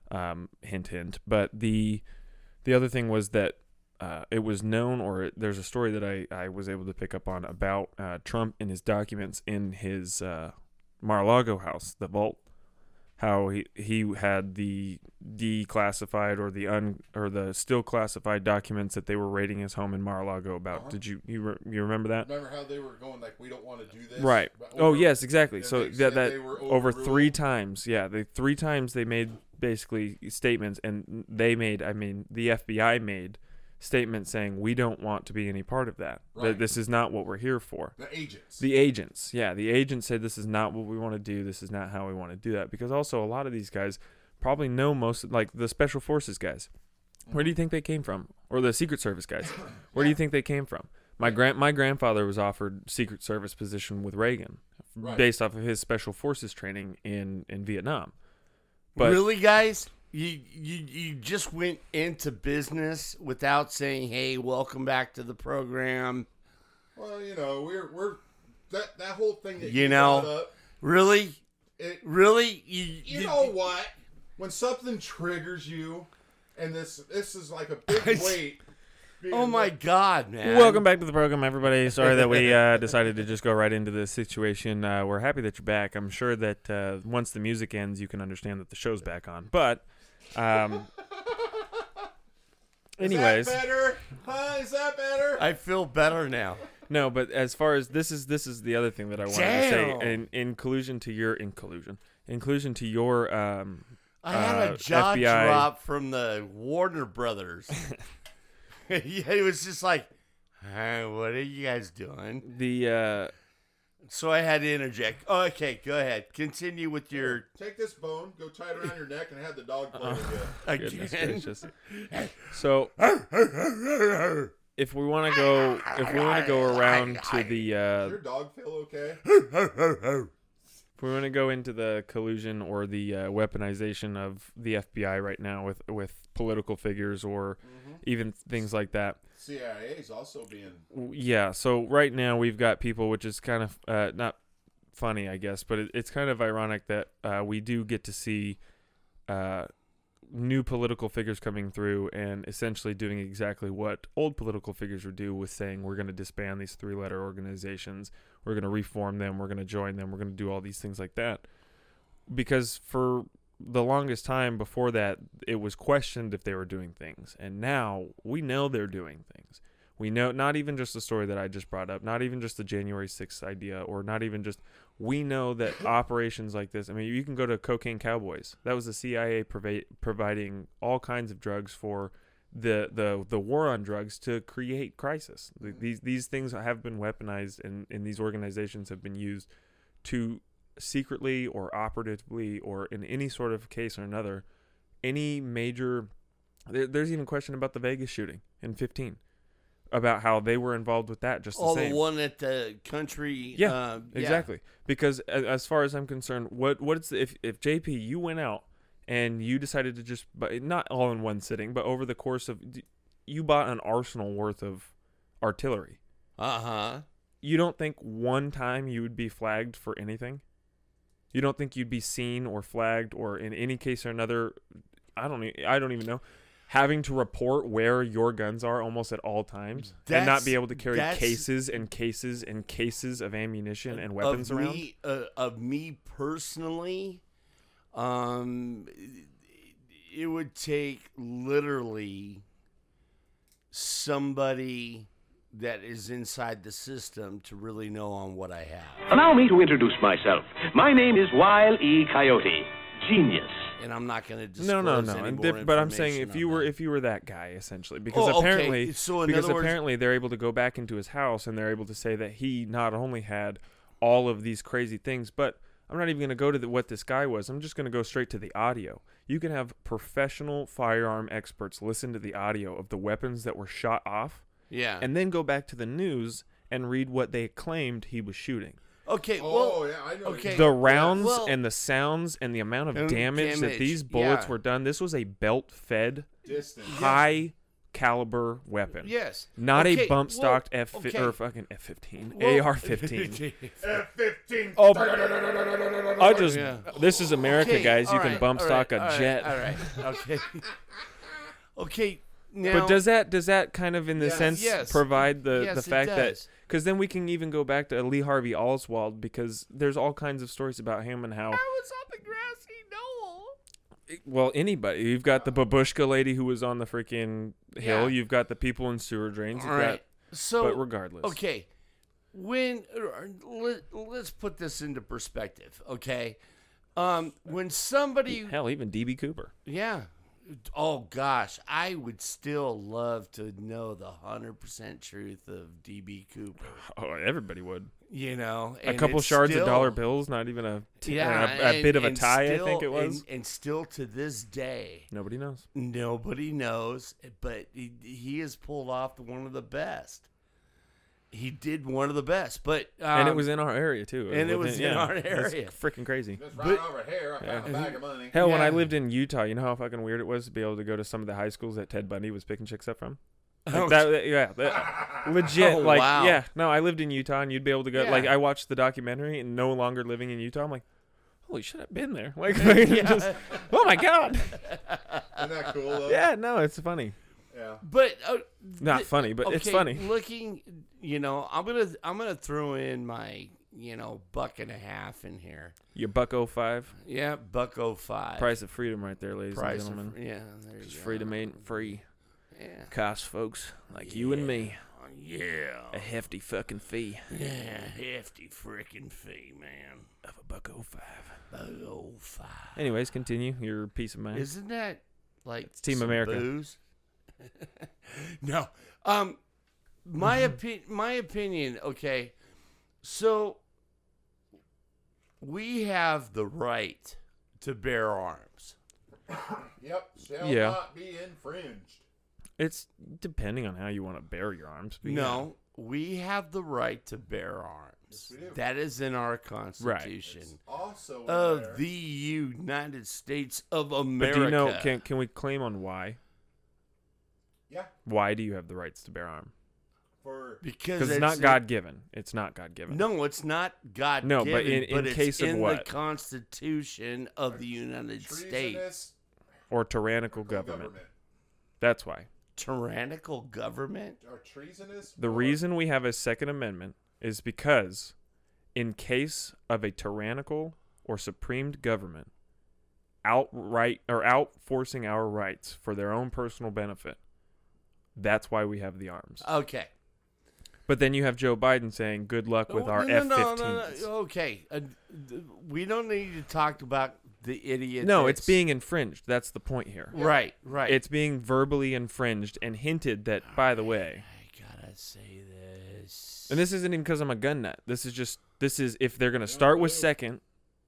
Speaker 5: um, hint hint but the the other thing was that uh, it was known or it, there's a story that I, I was able to pick up on about uh, trump and his documents in his uh, mar-a-lago house the vault how he, he had the declassified or the un or the still classified documents that they were raiding his home in Mar-a-Lago about.
Speaker 8: Uh-huh.
Speaker 5: Did you you re, you remember that?
Speaker 8: Remember how they were going like, we don't want to do this.
Speaker 5: Right.
Speaker 8: But
Speaker 5: oh
Speaker 8: over-
Speaker 5: yes, exactly.
Speaker 8: and
Speaker 5: So
Speaker 8: they
Speaker 5: that
Speaker 8: said
Speaker 5: that
Speaker 8: they were
Speaker 5: over three
Speaker 8: overruled.
Speaker 5: times, yeah, they three times they made basically statements, and they made, I mean, the FBI made statements saying we don't want to be any part of that. That
Speaker 8: Right.
Speaker 5: this is not what we're here for.
Speaker 8: The agents.
Speaker 5: The agents, yeah, the agents said this is not what we want to do. This is not how we want to do that because also a lot of these guys probably know most, like the special forces guys. Where
Speaker 8: Mm-hmm.
Speaker 5: do you think they came from? Or the Secret Service guys? Where do you think they came from? My grand my grandfather was offered Secret Service position with Reagan, based off of his special forces training in in Vietnam. But
Speaker 2: really, guys, you, you you just went into business without saying, "Hey, welcome back to the program."
Speaker 8: Well, you know, we're we're that that whole thing that
Speaker 2: You
Speaker 8: you,
Speaker 2: know-
Speaker 8: brought up,
Speaker 2: Really,
Speaker 8: it,
Speaker 2: really, you
Speaker 8: you know what? When something triggers you, and this this is like a big weight.
Speaker 2: Oh my God, man!
Speaker 5: Welcome back to the program, everybody. Sorry that we uh, decided to just go right into this situation. Uh, we're happy that you're back. I'm sure that uh, once the music ends, you can understand that the show's back on. But, um, anyways,
Speaker 8: Is that better? Huh? Is that better?
Speaker 2: I feel better now.
Speaker 5: no. But as far as this is, this is the other thing that I wanted to
Speaker 2: Damn.
Speaker 5: say. In in collusion to your in collusion, in collusion to your um,
Speaker 2: I had
Speaker 5: Uh,
Speaker 2: a jaw
Speaker 5: FBI.
Speaker 2: drop from the Warner Brothers. yeah, it was just like, "Huh, "What are you guys doing?"
Speaker 5: the uh,
Speaker 2: So I had to interject. Oh, okay, go ahead. Continue with your
Speaker 8: Take this bone, go tie it around your neck, and have the dog play with you.
Speaker 5: Goodness
Speaker 2: again.
Speaker 5: gracious. So
Speaker 2: Uh,
Speaker 5: if we want to go if we want to go around to the uh,
Speaker 8: Your dog feel okay?
Speaker 5: if we want to go into the collusion or the uh, weaponization of the FBI right now with with political figures or
Speaker 8: Mm-hmm.
Speaker 5: even things like that.
Speaker 8: CIA's also being
Speaker 5: W- Yeah, so right now we've got people, which is kind of uh, not funny, I guess, but it, it's kind of ironic that uh, we do get to see uh, new political figures coming through and essentially doing exactly what old political figures would do with saying we're going to disband these three-letter organizations, we're going to reform them, we're going to join them, we're going to do all these things like that. Because for the longest time before that, it was questioned if they were doing things, and now we know they're doing things. We know not even just the story that I just brought up, not even just the January 6th idea, or not even just we know that operations like this. I mean, you can go to Cocaine Cowboys. That was the CIA provi- providing all kinds of drugs for the the the war on drugs to create crisis. Th-
Speaker 2: Mm-hmm.
Speaker 5: These these things have been weaponized, and and these organizations have been used to secretly or operatively or in any sort of case or another, any major. There, there's even question about the Vegas shooting in 15, about how they were involved with that. Just the
Speaker 2: All
Speaker 5: same.
Speaker 2: the one at the country.
Speaker 5: Yeah,
Speaker 2: uh,
Speaker 5: exactly. Because a- as far as I'm concerned, what what's the, if if JP you went out and you decided to just but not all in one sitting, but over the course of d- you bought an arsenal worth of artillery.
Speaker 2: Uh huh.
Speaker 5: You don't think one time you would be flagged for anything? You don't think you'd be seen or flagged or in any case or another? I don't e- I don't even know. Having to report where your guns are almost at all times, and
Speaker 2: That's-
Speaker 5: not be able to carry
Speaker 2: that's-
Speaker 5: cases and cases and cases of ammunition and weapons
Speaker 2: of
Speaker 5: around.
Speaker 2: Me, uh, of me personally, um, it would take literally somebody that is inside the system to really know on what I have,
Speaker 6: Allow me to introduce myself. My name is Wile E. Coyote, genius.
Speaker 2: and I'm not going to disclose
Speaker 5: No, no, no.
Speaker 2: Any
Speaker 5: And
Speaker 2: more
Speaker 5: diff- but I'm saying
Speaker 2: information
Speaker 5: if
Speaker 2: on
Speaker 5: you were
Speaker 2: that. Oh,
Speaker 5: if you were that guy essentially, because
Speaker 2: okay.
Speaker 5: apparently
Speaker 2: So in
Speaker 5: because
Speaker 2: other words-
Speaker 5: apparently they're able to go back into his house and they're able to say that he not only had all of these crazy things, but I'm not even going to go to the, what this guy was. I'm just going to go straight to the audio. You can have professional firearm experts listen to the audio of the weapons that were shot off,
Speaker 2: yeah,
Speaker 5: and then go back to the news and read what they claimed he was shooting.
Speaker 2: okay,
Speaker 8: Oh,
Speaker 2: well,
Speaker 8: yeah, I know.
Speaker 2: okay,
Speaker 5: The rounds
Speaker 2: well-
Speaker 5: and the sounds and the amount of
Speaker 2: And
Speaker 5: damage,
Speaker 2: damage,
Speaker 5: that these bullets
Speaker 2: yeah.
Speaker 5: were done. This was a belt-fed
Speaker 8: Distance.
Speaker 5: high caliber weapon.
Speaker 2: yes,
Speaker 5: Not
Speaker 2: Okay,
Speaker 5: a bump stocked
Speaker 2: well,
Speaker 5: F fi-
Speaker 2: okay.
Speaker 5: or fucking F fifteen,
Speaker 2: Well-
Speaker 5: AR fifteen.
Speaker 8: F-15.
Speaker 5: Oh, I just
Speaker 2: Yeah.
Speaker 5: this is America,
Speaker 2: Okay,
Speaker 5: guys. You
Speaker 2: all
Speaker 5: can
Speaker 2: right,
Speaker 5: bump
Speaker 2: all
Speaker 5: stock
Speaker 2: right, all
Speaker 5: a
Speaker 2: right,
Speaker 5: jet.
Speaker 2: All right. Okay. okay. Now,
Speaker 5: But does that does that kind of in the sense
Speaker 2: Yes.
Speaker 5: provide the
Speaker 2: Yes, it
Speaker 5: the fact
Speaker 2: does.
Speaker 5: that because then we can even go back to Lee Harvey Oswald because there's all kinds of stories about him and how
Speaker 2: was up in grassy knoll?
Speaker 5: well anybody you've got the babushka lady who was on the freaking hill
Speaker 2: Yeah.
Speaker 5: you've got the people in sewer drains
Speaker 2: All
Speaker 5: you've
Speaker 2: right. So,
Speaker 5: but regardless.
Speaker 2: okay. When er, let, let's put this into perspective, okay? Um, when somebody,
Speaker 5: got hell even DB Cooper
Speaker 2: yeah, oh gosh, I would still love to know the hundred percent truth of DB Cooper.
Speaker 5: oh everybody would
Speaker 2: You know,
Speaker 5: a
Speaker 2: and
Speaker 5: couple
Speaker 2: it's
Speaker 5: shards
Speaker 2: still-
Speaker 5: of dollar bills, not even a t-
Speaker 2: yeah,
Speaker 5: a, a
Speaker 2: and-
Speaker 5: bit of a
Speaker 2: and
Speaker 5: tie. I think
Speaker 2: still-
Speaker 5: it was.
Speaker 2: and, and still to this day,
Speaker 5: Nobody knows.
Speaker 2: Nobody knows, but he, he has pulled off one of the best. He did one of the best, but um,
Speaker 5: And it was in our area too.
Speaker 2: and it was
Speaker 5: within-
Speaker 2: in
Speaker 5: yeah,
Speaker 2: our area.
Speaker 5: That's freaking crazy.
Speaker 8: That's right over here. I found a bag of money.
Speaker 5: Hell, when I
Speaker 2: Yeah.
Speaker 5: lived in Utah, you know how fucking weird it was to be able to go to some of the high schools that Ted Bundy was picking chicks up from. Like that, that- yeah, that- legit.
Speaker 2: Oh,
Speaker 5: like,
Speaker 2: wow.
Speaker 5: yeah, no, I lived in Utah, and you'd be able to go.
Speaker 2: Yeah.
Speaker 5: Like, I watched the documentary, and no longer living in Utah, I'm like, holy shit, I've been there. Like, just, oh my god,
Speaker 8: Isn't that cool? Though?
Speaker 5: yeah, no, it's funny,
Speaker 8: Yeah.
Speaker 2: but uh,
Speaker 5: not
Speaker 2: th-
Speaker 5: funny, but it's
Speaker 2: okay,
Speaker 5: funny.
Speaker 2: Looking, you know, I'm gonna I'm gonna throw in my you know buck and a half in here.
Speaker 5: Your buck 05,
Speaker 2: Yeah, buck oh five.
Speaker 5: price of freedom, right there, ladies
Speaker 2: Price
Speaker 5: and
Speaker 2: of-
Speaker 5: gentlemen.
Speaker 2: yeah, there you go.
Speaker 5: Freedom ain't free.
Speaker 2: Yeah.
Speaker 5: Costs folks like you and me
Speaker 2: Yeah,
Speaker 5: a hefty fucking fee
Speaker 2: yeah, hefty freaking fee, man.
Speaker 5: of a buck oh five.
Speaker 2: Buck oh five.
Speaker 5: Anyways, continue your piece of mind.
Speaker 2: Isn't that like
Speaker 5: Team
Speaker 2: some
Speaker 5: America.
Speaker 2: booze? no. Um my
Speaker 5: Mm-hmm.
Speaker 2: opinion my opinion, okay. So we have the right to bear arms.
Speaker 8: Yep. Shall
Speaker 5: Yeah.
Speaker 8: not be infringed.
Speaker 5: it's depending on how you want to bear your arms. but
Speaker 2: No, we have the right to bear arms. That is in our constitution
Speaker 8: Also, in there,
Speaker 2: of the United States of
Speaker 5: yeah. But
Speaker 2: America.
Speaker 5: do you know? Can can we claim on why?
Speaker 8: yeah,
Speaker 5: Why do you have the rights to bear arm?
Speaker 8: for
Speaker 2: because
Speaker 5: Because it's not God given. It's not God given.
Speaker 2: No, it's not God.
Speaker 5: No, but in- in
Speaker 2: it's
Speaker 5: case of
Speaker 2: in the
Speaker 5: what?
Speaker 2: Constitution of the United States,
Speaker 8: treasonous
Speaker 5: Or tyrannical government.
Speaker 8: government.
Speaker 5: That's why.
Speaker 2: tyrannical government.
Speaker 8: or treasonous.
Speaker 5: The
Speaker 8: or-
Speaker 5: reason we have a Second Amendment is because, in case of a tyrannical or supremed government outright or out forcing our rights for their own personal benefit, that's why we have the arms.
Speaker 2: Okay.
Speaker 5: But then you have Joe Biden saying, "Good luck with
Speaker 2: Oh, No,
Speaker 5: our
Speaker 2: no,
Speaker 5: F-15s."
Speaker 2: no, no, no, no. Okay, uh, th- we don't need to talk about the idiot.
Speaker 5: No, it's
Speaker 2: that's-
Speaker 5: being infringed. That's the point here.
Speaker 2: right, right.
Speaker 5: It's being verbally infringed and hinted that, by the way.
Speaker 2: I gotta say this.
Speaker 5: And this isn't even because I'm a gun nut. This is just, this is, if they're going to start with second,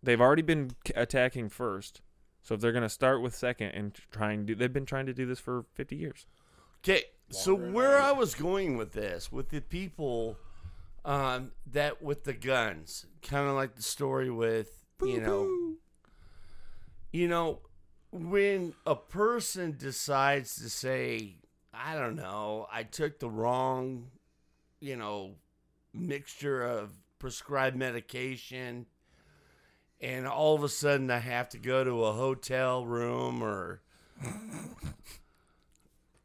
Speaker 5: they've already been c- attacking first. So if they're going to start with second and t- trying to, they've been trying to do this for 50 years.
Speaker 2: Okay, so where I was going with this, with the people um, that with the guns, kind of like the story with you know, you know, when a person decides to say, I don't know, I took the wrong, you know, mixture of prescribed medication. And all of a sudden, I have to go to a hotel room or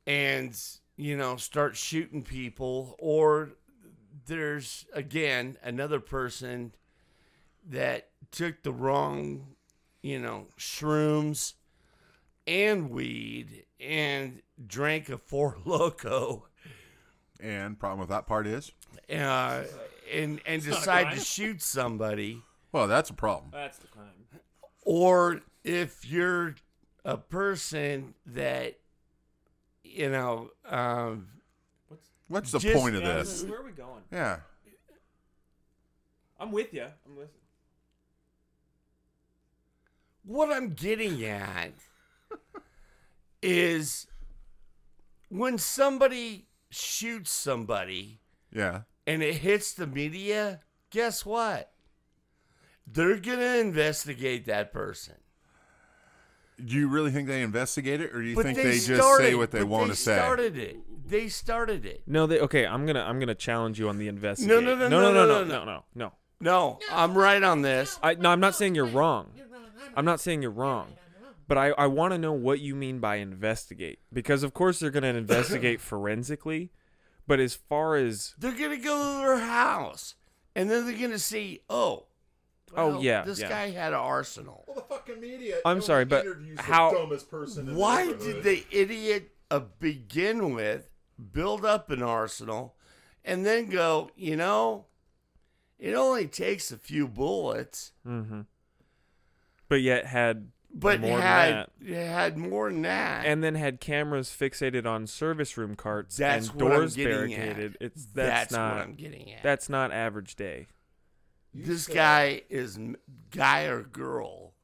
Speaker 2: and you know start shooting people or there's again another person that took the wrong you know shrooms and weed and drank a four loco
Speaker 3: And problem with that part is,
Speaker 2: uh, and and decide to shoot somebody
Speaker 3: well, that's a problem.
Speaker 5: That's the crime.
Speaker 2: or if you're a person that you know um,
Speaker 3: What's the
Speaker 2: Just-
Speaker 3: point of this?
Speaker 5: Where are we going?
Speaker 3: Yeah.
Speaker 5: I'm with you. I'm listening.
Speaker 2: what I'm getting at is when somebody shoots somebody
Speaker 3: Yeah.
Speaker 2: and it hits the media, guess what? They're going to investigate that person.
Speaker 3: Do you really think they investigate it, or do you
Speaker 2: But
Speaker 3: think they, just
Speaker 2: started-
Speaker 3: say what they
Speaker 2: but
Speaker 3: want to say?
Speaker 2: started it. They started it.
Speaker 5: No, they, okay, I'm gonna I'm gonna challenge you on the investigation.
Speaker 2: no, no,
Speaker 5: no, no,
Speaker 2: no,
Speaker 5: no, no, no, no.
Speaker 2: No, I'm right on this.
Speaker 5: I no, I'm not saying you're wrong. I'm not saying you're wrong. But I, I want to know what you mean by investigate because of course they're gonna investigate forensically, but as far as
Speaker 2: They're going to go to their house and then they're going to see, oh,
Speaker 5: Oh,
Speaker 2: well,
Speaker 5: yeah,
Speaker 2: this
Speaker 5: yeah.
Speaker 2: guy had an arsenal.
Speaker 8: Well, the fucking media.
Speaker 5: I'm
Speaker 8: only
Speaker 5: sorry, but
Speaker 8: interviews the
Speaker 5: how-
Speaker 8: dumbest person in
Speaker 2: Why
Speaker 8: the
Speaker 2: did
Speaker 8: neighborhood.
Speaker 2: the idiot uh, begin with build up an arsenal and then go, you know, it only takes a few bullets,
Speaker 5: but yet had
Speaker 2: but
Speaker 5: more
Speaker 2: had
Speaker 5: than
Speaker 2: it had more than that.
Speaker 5: that, and then had cameras fixated on service room carts
Speaker 2: that's
Speaker 5: and
Speaker 2: what I'm
Speaker 5: doors
Speaker 2: getting
Speaker 5: barricaded.
Speaker 2: at.
Speaker 5: It's that's, not
Speaker 2: what I'm getting at.
Speaker 5: that's not average day.
Speaker 2: this guy is m- guy or girl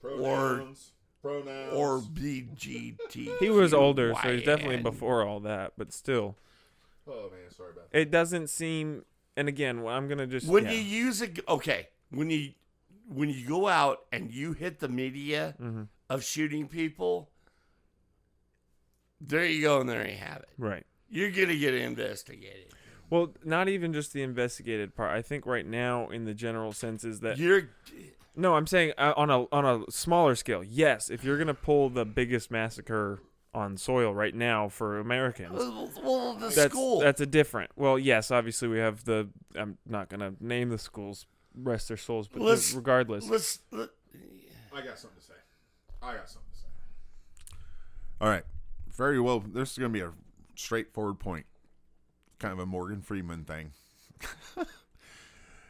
Speaker 8: Pronouns, pronouns.
Speaker 2: or BGT.
Speaker 5: He was older, so he's definitely before all that, but still.
Speaker 8: Oh man, sorry about that.
Speaker 5: It doesn't seem. And again, well, I'm gonna just
Speaker 2: When
Speaker 5: yeah.
Speaker 2: you use a g- okay, when you when you go out and you hit the media of shooting people, there you go, and there you have it.
Speaker 5: right.
Speaker 2: You're gonna get investigated.
Speaker 5: Well, not even just the investigated part. I think right now, in the general sense, is that
Speaker 2: You're
Speaker 5: no. I'm saying uh, on a on a smaller scale. Yes, if you're gonna pull the biggest massacre on soil right now for Americans,
Speaker 2: well, Uh, the
Speaker 5: that's
Speaker 2: school.
Speaker 5: that's a different. Well, yes, obviously we have the. I'm not gonna name the schools. Rest their souls, but
Speaker 2: Let's-
Speaker 5: regardless,
Speaker 2: Let's. Let,
Speaker 8: I got something to say. I got something to say.
Speaker 3: All right. Very well. This is going to be a straightforward point, kind of a Morgan Freeman thing.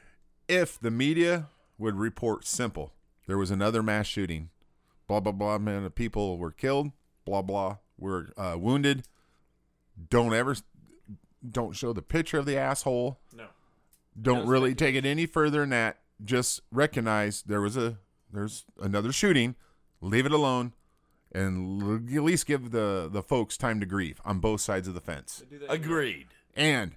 Speaker 3: if the media would report simple, there was another mass shooting, blah, blah, blah, man, people were killed, blah, blah, were uh, wounded. Don't ever, don't show the picture of the asshole.
Speaker 5: No.
Speaker 3: Don't really take it any further than that. Just recognize there was a, there's another shooting. Leave it alone and l- at least give the the folks time to grieve on both sides of the fence.
Speaker 2: agreed.
Speaker 3: And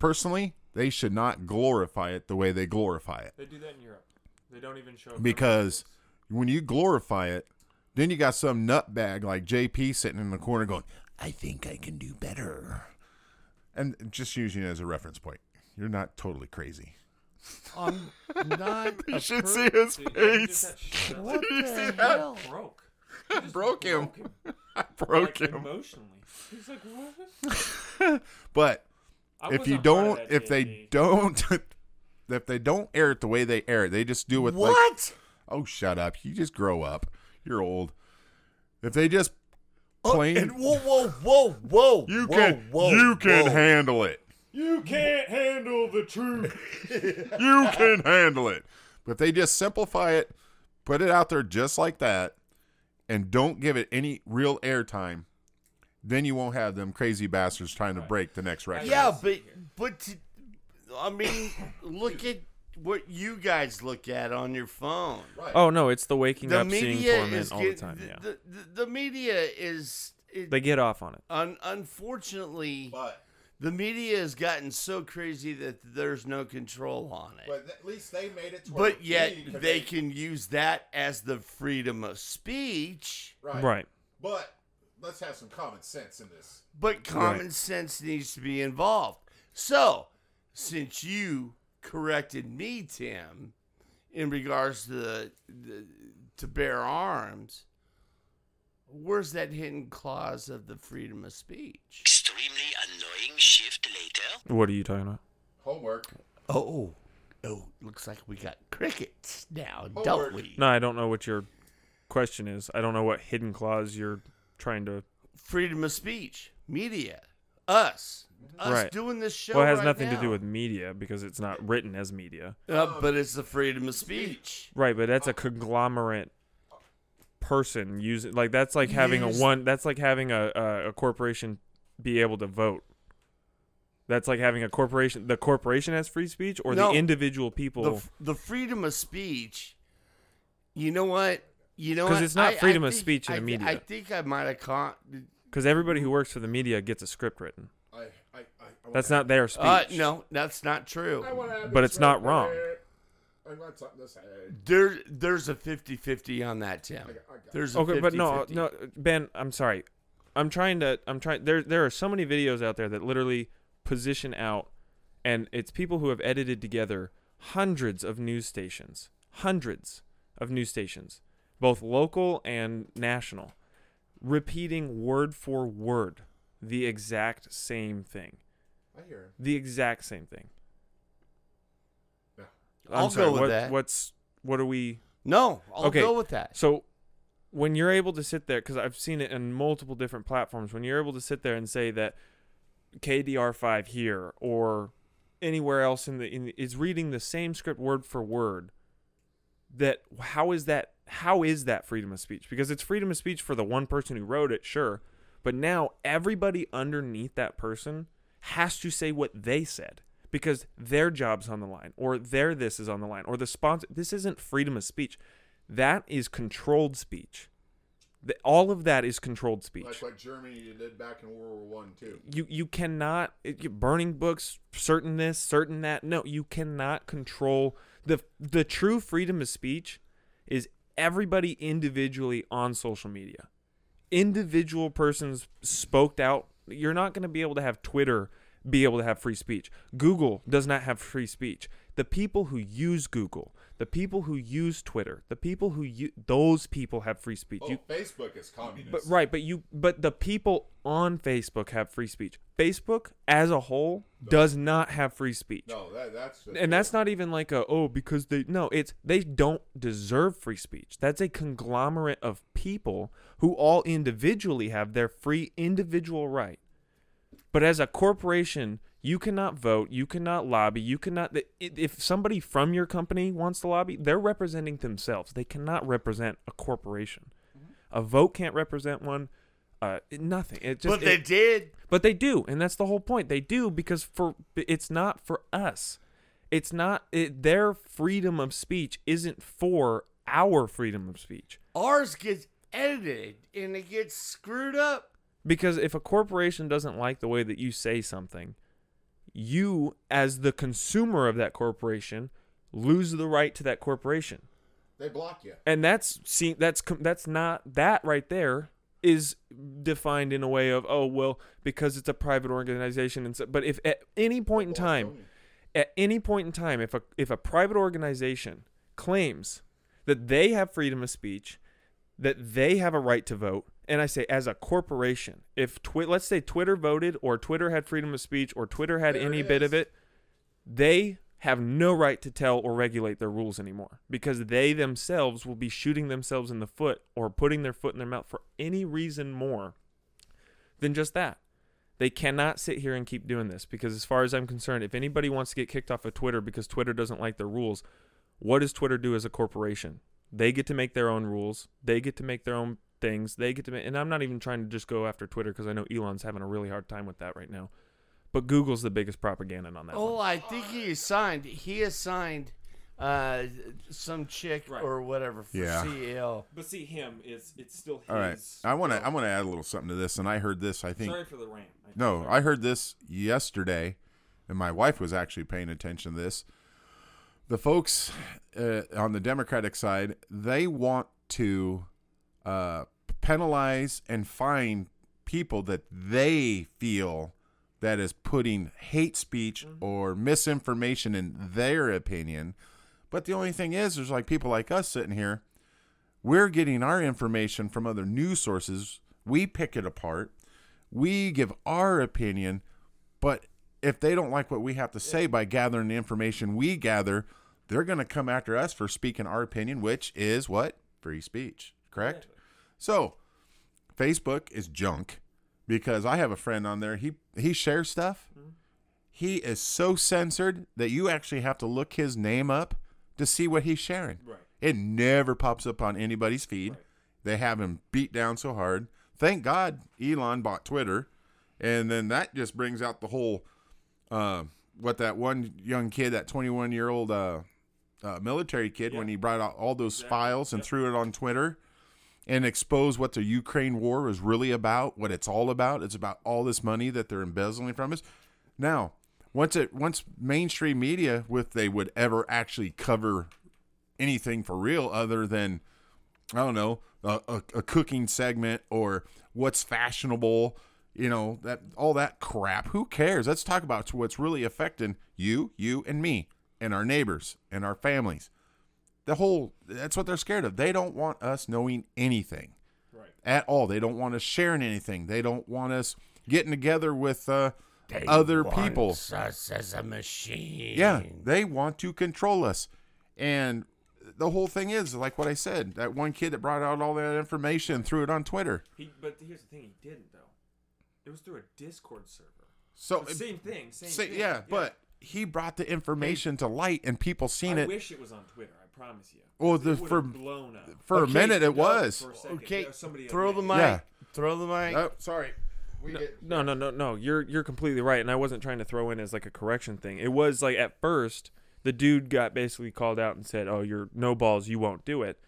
Speaker 3: personally, they should not glorify it the way they glorify it
Speaker 5: they do that in Europe. They don't even show
Speaker 3: because when you glorify it, then you got some nutbag like JP sitting in the corner going, "I think I can do better," and just using it as a reference point. You're not totally crazy.
Speaker 2: I'm not.
Speaker 3: You should see his face.
Speaker 2: what the hell?
Speaker 5: broke.
Speaker 3: Broke him. I broke him.
Speaker 5: emotionally. He's like, what?
Speaker 3: But if you don't if they don't if they don't air it the way they air it they just do it like
Speaker 2: What?
Speaker 3: oh shut up you just grow up you're old if they just
Speaker 2: Oh,
Speaker 3: plain
Speaker 2: and whoa, whoa, whoa, whoa.
Speaker 3: you
Speaker 2: whoa,
Speaker 3: can
Speaker 2: Whoa,
Speaker 3: you can
Speaker 2: whoa.
Speaker 3: handle it
Speaker 5: you can't handle the truth.
Speaker 3: you can handle it but if they just simplify it Put it out there just like that and don't give it any real airtime. Then you won't have them crazy bastards trying to break the next record.
Speaker 2: Yeah, but but to, I mean, look at what you guys look at on your phone.
Speaker 5: Oh no, it's the waking
Speaker 2: The
Speaker 5: up seeing
Speaker 2: media
Speaker 5: torment
Speaker 2: is
Speaker 5: all the
Speaker 2: get-
Speaker 5: time. Yeah,
Speaker 2: the, the, the media is it,
Speaker 5: they get off on it.
Speaker 2: un, unfortunately
Speaker 8: But
Speaker 2: the media has gotten so crazy that there's no control on it.
Speaker 8: but at least they made it. to where
Speaker 2: But yet
Speaker 8: we
Speaker 2: they can use that as the freedom of speech.
Speaker 5: Right.
Speaker 8: But let's have some common sense in this.
Speaker 2: But common sense needs to be involved. So, since you corrected me, Tim, in regards to the, the to bear arms, where's that hidden clause of the freedom of speech?
Speaker 13: Extremely annoying shift later.
Speaker 5: What are you talking about?
Speaker 8: Homework.
Speaker 2: Oh, oh, looks like we got crickets now,
Speaker 8: Forward.
Speaker 2: don't we?
Speaker 5: No, I don't know what your question is. I don't know what hidden clause you're trying to.
Speaker 2: Freedom of speech, media, us, us
Speaker 5: Right.
Speaker 2: doing this show.
Speaker 5: Well, it has
Speaker 2: right
Speaker 5: nothing
Speaker 2: now.
Speaker 5: to do with media because it's not written as media.
Speaker 2: Uh, but it's the freedom of speech.
Speaker 5: Right, but that's a conglomerate person using like that's like having a
Speaker 2: Use-
Speaker 5: one that's like having a, a a corporation be able to vote. That's like having a corporation. The corporation has free speech, or
Speaker 2: No.
Speaker 5: the individual people.
Speaker 2: the, f- the freedom of speech. You know what? You know
Speaker 5: 'Cause
Speaker 2: what?
Speaker 5: it's not
Speaker 2: I- I
Speaker 5: freedom of
Speaker 2: think-
Speaker 5: speech in
Speaker 2: I
Speaker 5: the
Speaker 2: thi- I
Speaker 5: media.
Speaker 2: think I might have caught.
Speaker 5: Because everybody who works for the media gets a script written.
Speaker 8: I, I, I, I
Speaker 5: That's not their speech.
Speaker 2: Uh, no, that's not true.
Speaker 5: but it's not wrong.
Speaker 8: I want something to say.
Speaker 2: There, there's a 50-50 on that, Tim. There's a
Speaker 5: Okay, but no,
Speaker 2: 50-50.
Speaker 5: no, Ben, I'm sorry. I'm trying to. I'm trying. There, there are so many videos out there that literally position out, and it's people who have edited together hundreds of news stations, hundreds of news stations, both local and national, repeating word for word the exact same thing.
Speaker 8: I hear him.
Speaker 5: The exact same thing.
Speaker 8: Yeah.
Speaker 2: I'll
Speaker 5: I'm sorry,
Speaker 2: go with
Speaker 5: what-
Speaker 2: that.
Speaker 5: What's what are we?
Speaker 2: No, I'll
Speaker 5: Okay,
Speaker 2: go with that.
Speaker 5: So when you're able to sit there, because I've seen it in multiple different platforms, when you're able to sit there and say that KDR5 here or anywhere else in the, in the is reading the same script word for word, that how is that how is that freedom of speech? Because it's freedom of speech for the one person who wrote it, sure, but now everybody underneath that person has to say what they said because their job's on the line or their this is on the line or the sponsor this isn't freedom of speech that is controlled speech The- all of that is controlled
Speaker 8: Like
Speaker 5: speech
Speaker 8: what Germany did back in World War One too.
Speaker 5: you you cannot it, you- burning books certain this certain that no you cannot control the the true freedom of speech is everybody individually on social media individual persons spoke out you're not going to be able to have twitter be able to have free speech google does not have free speech the people who use google the people who use twitter the people who u- those people have free speech
Speaker 8: Oh,
Speaker 5: you
Speaker 8: Facebook is communist.
Speaker 5: but right, but you but the people on Facebook have free speech. Facebook as a whole does not have free speech.
Speaker 8: No, that, that's just,
Speaker 5: And that's not even like a oh because they no, it's they don't deserve free speech. That's a conglomerate of people who all individually have their free individual right. But as a corporation, you cannot vote, you cannot lobby, you cannot i- if somebody from your company wants to lobby, they're representing themselves. They cannot represent a corporation. A vote can't represent one. Uh, nothing. It just
Speaker 2: but they
Speaker 5: it-
Speaker 2: did.
Speaker 5: but they do, and that's the whole point. They do because for it's not for us. It's not it, their freedom of speech isn't for our freedom of speech.
Speaker 2: Ours gets edited and it gets screwed up.
Speaker 5: Because if a corporation doesn't like the way that you say something, you as the consumer of that corporation lose the right to that corporation.
Speaker 8: they block you.
Speaker 5: and that's see that's com- that's not that right there is defined in a way of oh well because it's a private organization and so, but if at any point in time at any point in time if a if a private organization claims that they have freedom of speech that they have a right to vote and i say as a corporation if twi- let's say twitter voted or twitter had freedom of speech or twitter had any bit of it they have no right to tell or regulate their rules anymore because they themselves will be shooting themselves in the foot or putting their foot in their mouth for any reason more than just that. They cannot sit here and keep doing this because, as far as I'm concerned, if anybody wants to get kicked off of Twitter because Twitter doesn't like their rules, what does Twitter do as a corporation? They get to make their own rules. They get to make their own things. They get to make, and I'm not even trying to just go after Twitter because I know Elon's having a really hard time with that right now. But Google's the biggest propaganda on that.
Speaker 2: Oh,
Speaker 5: one.
Speaker 2: I think he assigned. He assigned uh, some chick or whatever for
Speaker 3: Yeah.
Speaker 2: CEO.
Speaker 5: But see him, it's it's still his.
Speaker 3: All right. I want to I want to add a little something to this and I heard this I think
Speaker 5: for the rant.
Speaker 3: No, I heard this yesterday, and my wife was actually paying attention to this. The folks uh, on the Democratic side, they want to uh, penalize and fine people that they feel that is putting hate speech or misinformation in their opinion. But the only thing is, there's like people like us sitting here. We're getting our information from other news sources. We pick it apart we give our opinion, but if they don't like what we have to say by gathering the information we gather, they're going to come after us for speaking our opinion, which is what? Free speech, correct? So, Facebook is junk because I have a friend on there. He he shares stuff. He is so censored that you actually have to look his name up to see what he's sharing. Right. It never pops up on anybody's feed. They have him beat down so hard. Thank God Elon bought Twitter, and then that just brings out the whole uh, what that one young kid, that 21 year old uh, uh, military kid, when he brought out all those files and threw it on Twitter and expose what the Ukraine war is really about, what it's all about. It's about all this money that they're embezzling from us. Now, once it once mainstream media, if they would ever actually cover anything for real other than I don't know a, a, a cooking segment or what's fashionable, you know that all that crap. Who cares? Let's talk about what's really affecting you, you, and me, and our neighbors and our families the whole that's what they're scared of. They don't want us knowing anything. Right. At all. They don't want us sharing anything. They don't want us getting together with uh, other people.
Speaker 2: Us as a machine.
Speaker 3: Yeah, they want to control us. And the whole thing is like what I said, that one kid that brought out all that information and threw it on Twitter.
Speaker 5: He, but here's the thing: he didn't though. It was through a Discord server.
Speaker 3: So
Speaker 5: thing. Same
Speaker 3: say- yeah, but he brought the information to light and people seen it.
Speaker 5: it was on Twitter. I promise you.
Speaker 3: Well, the-
Speaker 5: would've
Speaker 3: for-
Speaker 5: blown up.
Speaker 3: For a
Speaker 2: Okay,
Speaker 3: minute it was.
Speaker 5: for a second.
Speaker 2: Okay.
Speaker 5: Yeah, somebody
Speaker 2: Throw
Speaker 5: else
Speaker 2: the
Speaker 5: made
Speaker 2: mic.
Speaker 5: it.
Speaker 3: Yeah.
Speaker 2: Throw the mic.
Speaker 3: Oh, sorry. We get
Speaker 5: No, no, no, no. You're you're completely right, and I wasn't trying to throw in as like a correction thing. It was like at first the dude got basically called out and said, "Oh, you're no balls. You won't do it,"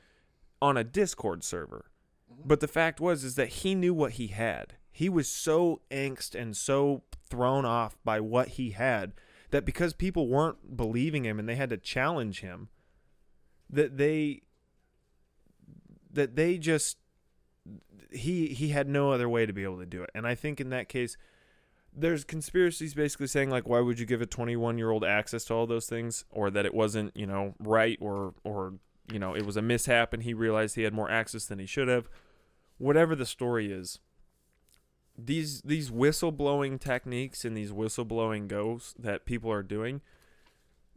Speaker 5: on a Discord server.
Speaker 3: Mm-hmm.
Speaker 5: But the fact was is that he knew what he had. He was so angst and so thrown off by what he had that because people weren't believing him and they had to challenge him, that they that they just he he had no other way to be able to do it. And I think in that case, there's conspiracies basically saying like, why would you give a 21 year old access to all those things, or that it wasn't you know right, or or you know it was a mishap and he realized he had more access than he should have. Whatever the story is, these these whistleblowing techniques and these whistleblowing goes that people are doing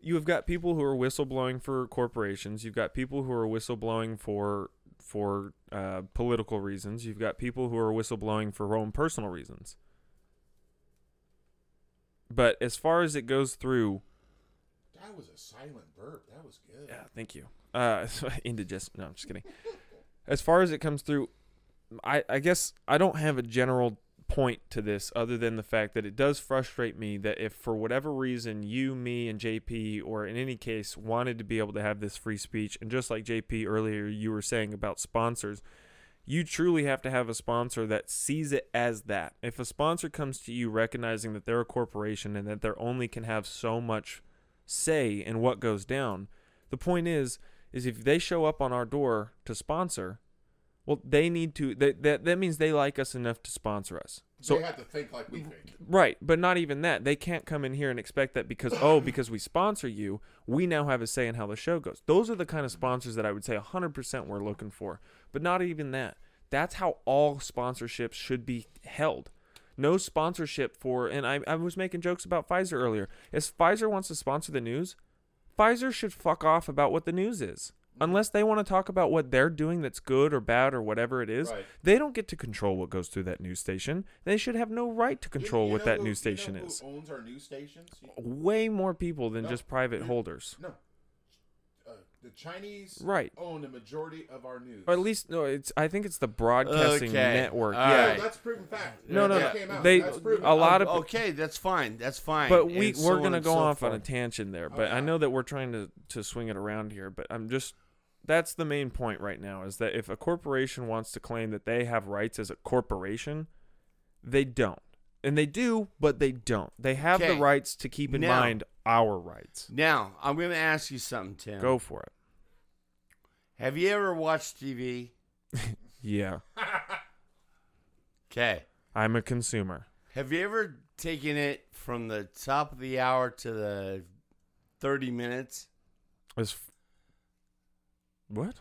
Speaker 5: you have got people who are whistleblowing for corporations. You've got people who are whistleblowing for for uh, political reasons. You've got people who are whistleblowing for their own personal reasons. But as far as it goes through,
Speaker 3: That was a silent burp. That was good.
Speaker 5: yeah, thank you. Uh, indigest. No, I'm just kidding. As far as it comes through, I, I guess I don't have a general point to this other than the fact that it does frustrate me that if for whatever reason you, me, and JP, or in any case, wanted to be able to have this free speech, and just like JP earlier, you were saying about sponsors, you truly have to have a sponsor that sees it as that. If a sponsor comes to you recognizing that they're a corporation and that they only can have so much say in what goes down, the point is, is if they show up on our door to sponsor, well, they need to. That that that means they like us enough to sponsor us. So
Speaker 3: have to think like we think.
Speaker 5: right, but not even that. They can't come in here and expect that because oh, because we sponsor you, we now have a say in how the show goes. Those are the kind of sponsors that I would say 100% we're looking for. But not even that. That's how all sponsorships should be held. No sponsorship for, and I, I was making jokes about Pfizer earlier. If Pfizer wants to sponsor the news, Pfizer should fuck off about what the news is.
Speaker 8: Mm-hmm.
Speaker 5: Unless they want to talk about what they're doing that's good or bad or whatever it is, they don't get to control what goes through that news station. They should have no right to control what that news station is.
Speaker 3: Owns our news stations.
Speaker 5: Way more people than just private holders.
Speaker 3: No. Uh,
Speaker 8: The Chinese
Speaker 5: Right.
Speaker 8: own the majority of our news.
Speaker 5: Or at least no, it's I think it's the broadcasting
Speaker 2: Okay.
Speaker 5: network.
Speaker 2: All
Speaker 5: yeah.
Speaker 8: No,
Speaker 2: right.
Speaker 8: that's proven fact.
Speaker 5: No, no,
Speaker 8: That
Speaker 5: no.
Speaker 8: came out.
Speaker 5: They
Speaker 8: That's proven.
Speaker 5: a lot of
Speaker 2: uh, okay, that's fine. That's fine.
Speaker 5: but we
Speaker 2: and so
Speaker 5: we're
Speaker 2: on
Speaker 5: gonna
Speaker 2: and
Speaker 5: go
Speaker 2: so
Speaker 5: off on a
Speaker 2: forth.
Speaker 5: tangent
Speaker 2: Oh,
Speaker 5: there. But I know that we're trying to to swing it around here. But I'm just that's the main point right now is that if a corporation wants to claim that they have rights as a corporation, they don't, and they do, but they don't. They have
Speaker 2: Okay.
Speaker 5: the rights to keep in
Speaker 2: Now-
Speaker 5: mind our rights.
Speaker 2: Now I'm gonna ask you something, Tim.
Speaker 5: Go for it.
Speaker 2: Have you ever watched TV?
Speaker 5: Yeah,
Speaker 2: Okay.
Speaker 5: I'm a consumer.
Speaker 2: Have you ever taken it from the top of the hour to the thirty minutes?
Speaker 5: As f- what?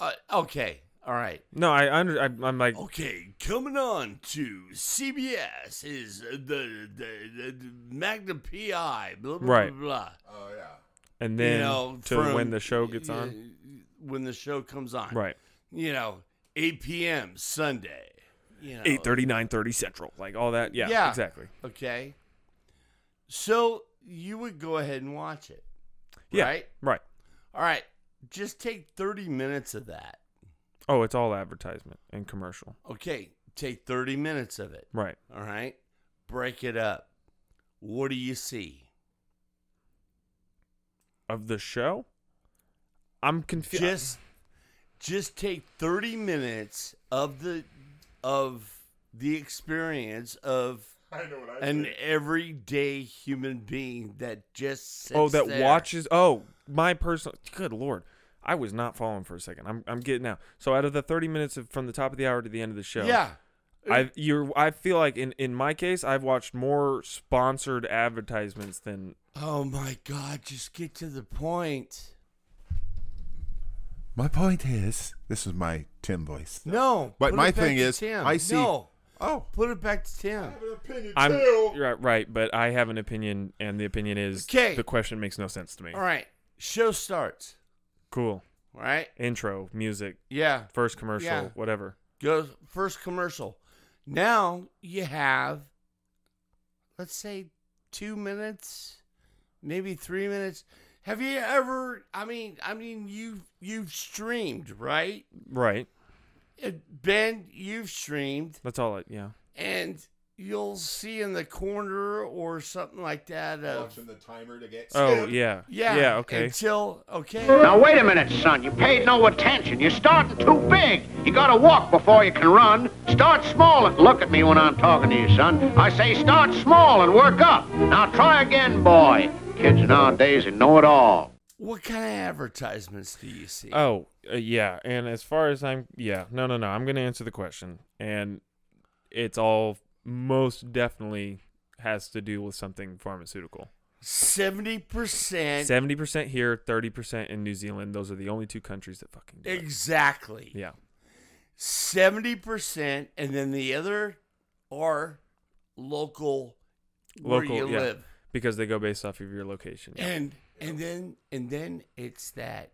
Speaker 2: Uh, okay. All right.
Speaker 5: No, I under I, I'm like
Speaker 2: Oh, Okay, coming on to CBS is the, the, the, the Magna PI, blah, blah,
Speaker 5: Right.
Speaker 2: blah, blah.
Speaker 8: Oh yeah.
Speaker 5: and
Speaker 2: you
Speaker 5: then
Speaker 2: know,
Speaker 5: to
Speaker 2: from-
Speaker 5: when the show gets on.
Speaker 2: When the show comes on.
Speaker 5: Right.
Speaker 2: You know, 8 p.m. Sunday. You know,
Speaker 5: 8:30, 9:30 Central, like all that. Yeah,
Speaker 2: Oh. Yeah.
Speaker 5: exactly.
Speaker 2: Okay. So you would go ahead and watch it.
Speaker 5: Yeah,
Speaker 2: Right?
Speaker 5: Right.
Speaker 2: All right. Just take 30 minutes of that.
Speaker 5: Oh, it's all advertisement and commercial.
Speaker 2: Okay. Take 30 minutes of it.
Speaker 5: Right.
Speaker 2: All right. Break it up. What do you see?
Speaker 5: Of the show? I'm confused.
Speaker 8: uh,
Speaker 2: just just take 30 minutes of the of the experience of
Speaker 8: I know what I
Speaker 2: an
Speaker 8: think.
Speaker 2: everyday human being that just sits
Speaker 5: oh, that
Speaker 2: there.
Speaker 5: watches. Oh, my personal. Good lord. I was not following for a second. I'm, I'm getting out. So out of the 30 minutes of, from the top of the hour to the end of the show,
Speaker 2: yeah
Speaker 5: I you're I feel like in, in my case I've watched more sponsored advertisements than
Speaker 2: oh my god just get to the point
Speaker 8: My point is, this is my Tim voice.
Speaker 2: no
Speaker 3: But
Speaker 2: put
Speaker 3: my
Speaker 2: it back
Speaker 3: thing
Speaker 2: to
Speaker 3: is,
Speaker 2: tim.
Speaker 3: I see-
Speaker 2: no
Speaker 3: Oh,
Speaker 2: put it back to tim
Speaker 8: I have an opinion
Speaker 5: I'm
Speaker 8: too.
Speaker 5: right, right, but I have an opinion and the opinion is
Speaker 2: Okay.
Speaker 5: the question makes no sense to me.
Speaker 2: all right show starts
Speaker 5: Cool.
Speaker 2: all right
Speaker 5: Intro, music,
Speaker 2: yeah
Speaker 5: first commercial,
Speaker 2: Yeah.
Speaker 5: whatever.
Speaker 2: goes first commercial. Now you have, let's say, two minutes, maybe three minutes. Have you ever? I mean, I mean, you you've streamed, right?
Speaker 5: Right.
Speaker 2: Uh, Ben, you've streamed,
Speaker 5: That's all I yeah.
Speaker 2: and you'll see in the corner or something like that. Of,
Speaker 8: Watching the timer to get.
Speaker 5: Oh yeah.
Speaker 2: yeah,
Speaker 5: Yeah. Okay.
Speaker 2: Until okay,
Speaker 6: Now, wait a minute, son. You paid no attention. You're starting too big. You gotta walk before you can run. Start small and look at me when I'm talking to you, son. I say start small and work up. Now try again, boy. Kids nowadays, they know it all.
Speaker 2: what kind of advertisements do you see?
Speaker 5: oh uh, yeah. And as far as I'm, yeah. No, no, no. I'm gonna answer the question, and it's all most definitely has to do with something pharmaceutical.
Speaker 2: Seventy percent
Speaker 5: Seventy percent here, thirty percent in New Zealand. Those are the only two countries that fucking do it.
Speaker 2: exactly.
Speaker 5: Yeah.
Speaker 2: seventy percent, and then the other are local, where
Speaker 5: Local.
Speaker 2: you
Speaker 5: yeah.
Speaker 2: live,
Speaker 5: Because they go based off of your location. Yeah.
Speaker 2: and and then and then it's that.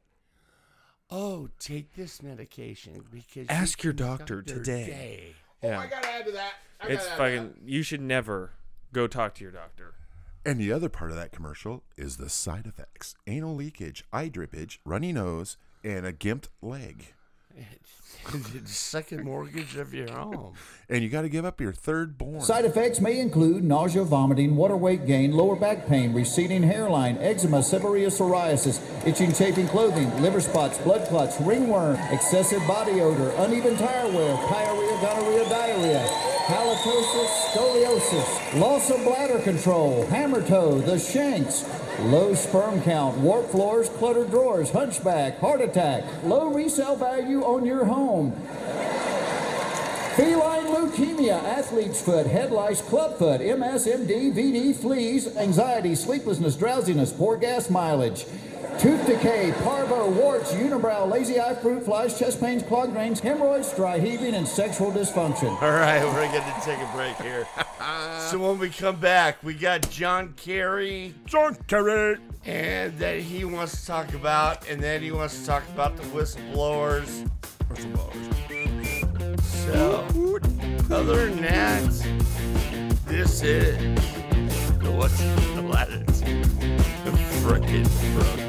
Speaker 2: Oh, take this medication because you
Speaker 5: Ask your
Speaker 2: can stop
Speaker 5: doctor
Speaker 2: your
Speaker 5: today."
Speaker 2: day."
Speaker 5: yeah.
Speaker 8: Oh, I gotta add to that. I
Speaker 5: it's
Speaker 8: gotta add to
Speaker 5: fucking. You should never go talk to your doctor.
Speaker 3: and the other part of that commercial is the side effects: anal leakage, eye drippage, runny nose, and a gimped leg.
Speaker 2: Second mortgage of your home.
Speaker 3: And you got to give up your third born.
Speaker 14: Side effects may include nausea, vomiting, water weight gain, lower back pain, receding hairline, eczema, seborrheic psoriasis, itching, chafing clothing, liver spots, blood clots, ringworm, excessive body odor, uneven tire wear, pyorrhea, gonorrhea, diarrhea, halitosis, scoliosis, loss of bladder control, hammer toe, the shanks, low sperm count, warped floors, cluttered drawers, hunchback, heart attack, low resale value on your home. Feline leukemia, athlete's foot, head lice, club foot, MS, MD, VD, fleas, anxiety, sleeplessness, drowsiness, poor gas mileage, tooth decay, parvo, warts, unibrow, lazy eye, fruit flies, chest pains, clogged drains, hemorrhoids, dry heaving, and sexual dysfunction.
Speaker 2: All right, we're gonna take a break here. Uh, so when we come back, we got John Kerry. John Kerry. And that he wants to talk about, and then he wants to talk about the whistleblowers. Whistleblowers. So other than that, this is the What's in the Latitude frickin' program.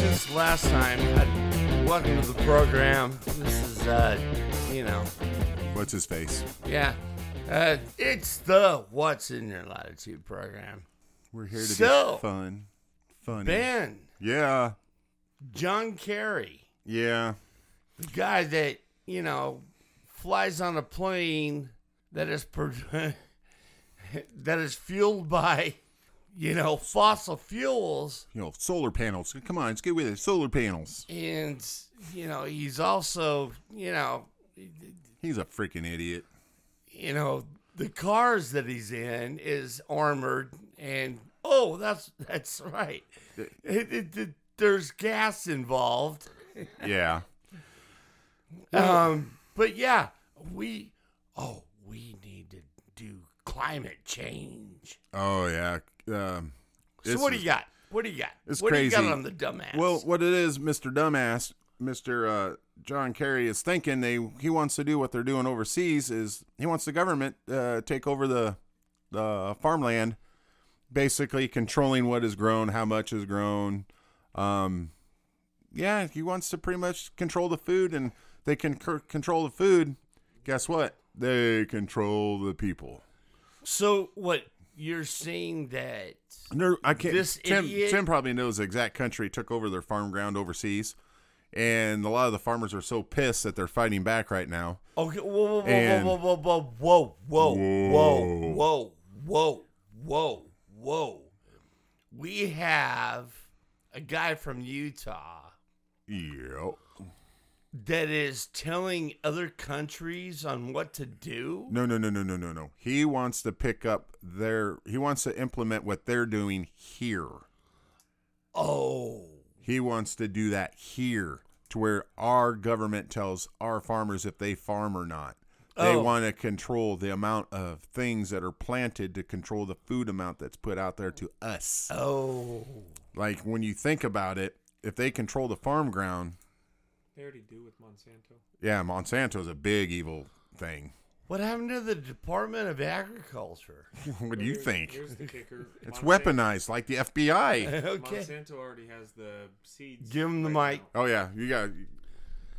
Speaker 2: this last time. I, welcome to the program. This is, uh, you know, e-
Speaker 3: What's his face?
Speaker 2: yeah. Uh, it's the What's in Your Latitude program.
Speaker 3: We're here to
Speaker 2: So-
Speaker 3: be fun. Funny.
Speaker 2: Ben,
Speaker 3: Yeah.
Speaker 2: John Kerry,
Speaker 3: Yeah.
Speaker 2: the guy that, you know, flies on a plane that is pro- that is fueled by, you know, fossil fuels.
Speaker 3: You know, solar panels. Come on, let's get with it. Solar panels.
Speaker 2: and you know he's also you know
Speaker 3: He's a freaking idiot.
Speaker 2: you know the cars that he's in is armored and oh that's that's right It- it- it- there's gas involved
Speaker 3: Yeah.
Speaker 2: um but yeah we oh we need to do climate change
Speaker 3: Oh yeah. Um,
Speaker 2: so
Speaker 3: This
Speaker 2: what do
Speaker 3: is-
Speaker 2: you got what do you got
Speaker 3: it's
Speaker 2: what do you
Speaker 3: crazy.
Speaker 2: got on the dumbass
Speaker 3: well, what it is, Mister Dumbass, Mister uh, John Kerry is thinking they he wants to do what they're doing overseas is he wants the government uh, take over the the farmland, basically controlling what is grown, how much is grown. Um, yeah, he wants to pretty much control the food, and they can c- control the food. Guess what? They control the people.
Speaker 2: so what you're saying that
Speaker 3: No, I can't.
Speaker 2: This
Speaker 3: Tim,
Speaker 2: idiot-
Speaker 3: Tim probably knows the exact country took over their farm ground overseas, and a lot of the farmers are so pissed that they're fighting back right now.
Speaker 2: Okay, whoa, whoa, whoa,
Speaker 3: And-
Speaker 2: whoa, whoa, whoa, whoa, whoa, whoa, whoa, whoa, whoa, whoa. We have a guy from Utah
Speaker 3: Yeah.
Speaker 2: that is telling other countries on what to do.
Speaker 3: No, no, no, no, no, no, no. He wants to pick up their. He wants to implement what they're doing here.
Speaker 2: Oh,
Speaker 3: He wants to do that here, to where our government tells our farmers if they farm or not. They
Speaker 2: Oh.
Speaker 3: want to control the amount of things that are planted to control the food amount that's put out there to us.
Speaker 2: oh.
Speaker 3: like when you think about it, if they control the farm ground,
Speaker 5: They already do with Monsanto.
Speaker 3: yeah, Monsanto's a big evil thing.
Speaker 2: What happened to the Department of Agriculture?
Speaker 3: what do you think?
Speaker 5: Here's the kicker.
Speaker 3: It's
Speaker 5: Monsanto-
Speaker 3: weaponized like the FBI.
Speaker 2: Okay.
Speaker 5: Monsanto already has the seeds.
Speaker 2: Give him the mic.
Speaker 3: Oh yeah, you got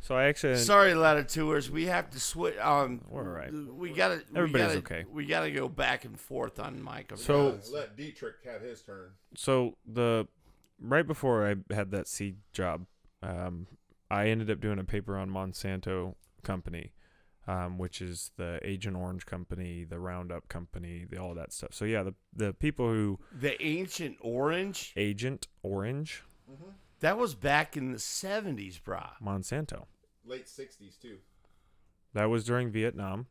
Speaker 5: So I actually
Speaker 2: Sorry, Latitudes. We have to switch. Um,
Speaker 5: We're all right.
Speaker 2: We gotta.
Speaker 5: Everybody's
Speaker 2: we gotta,
Speaker 5: okay.
Speaker 2: We gotta go back and forth on microphones.
Speaker 5: so
Speaker 3: let Dietrich have his turn.
Speaker 5: so the right before I had that seed job, um, I ended up doing a paper on Monsanto company, um, which is the Agent Orange company, the Roundup company, the, all that stuff. So yeah, the the people who
Speaker 2: The ancient orange
Speaker 5: Agent Orange
Speaker 2: that was back in the seventies, brah.
Speaker 5: Monsanto.
Speaker 3: Late sixties too.
Speaker 5: That was during Vietnam.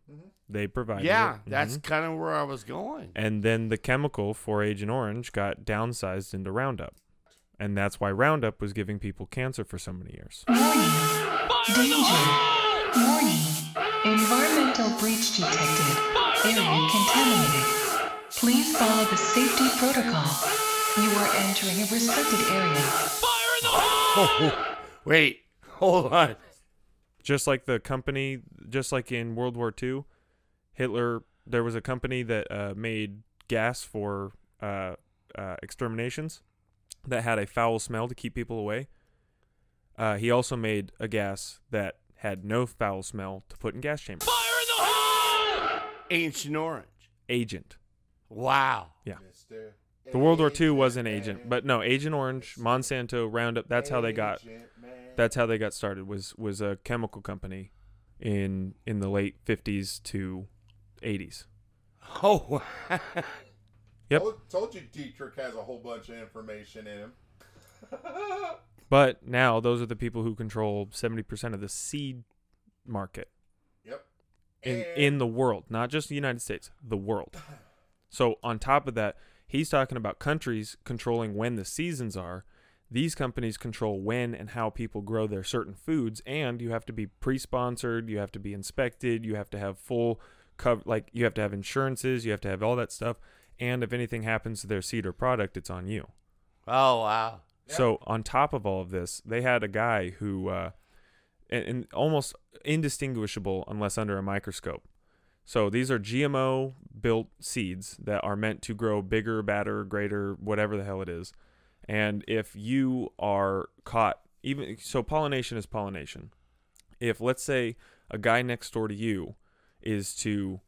Speaker 5: They provided.
Speaker 2: Yeah,
Speaker 5: it.
Speaker 2: that's
Speaker 5: Mhm.
Speaker 2: kind of where I was going.
Speaker 5: And then the chemical for Agent Orange got downsized into Roundup, and that's why Roundup was giving people cancer for so many years.
Speaker 15: Danger. Warning. Environmental breach detected. Area contaminated. Please follow the safety protocol. You are entering a restricted area.
Speaker 2: Wait, hold on.
Speaker 5: just like the company, just like in World War II, Hitler, there was a company that uh, made gas for uh, uh, exterminations that had a foul smell to keep people away. Uh, he also made a gas that had no foul smell to put in gas chambers.
Speaker 2: Ancient orange.
Speaker 5: Agent.
Speaker 2: Wow.
Speaker 5: Yeah. The World War II was an agent, but no, Agent Orange, Monsanto, Roundup. That's how they got. That's how they got started. Was was a chemical company, in in the late fifties to eighties.
Speaker 2: Oh,
Speaker 5: Yep.
Speaker 3: Told you Dietrich has a whole bunch of information in him.
Speaker 5: But now those are the people who control 70% of the seed market
Speaker 3: Yep.
Speaker 5: in, in the world, not just the United States, the world. So, on top of that, he's talking about countries controlling when the seasons are. These companies control when and how people grow their certain foods, and you have to be pre sponsored, you have to be inspected, you have to have full cover, like you have to have insurances, you have to have all that stuff. And if anything happens to their seed or product, it's on you.
Speaker 2: oh wow.
Speaker 5: So on top of all of this, they had a guy who, uh, and, and almost indistinguishable unless under a microscope. So these are GMO built seeds that are meant to grow bigger, badder, greater, whatever the hell it is. And if you are caught, even so, pollination is pollination. If let's say a guy next door to you is to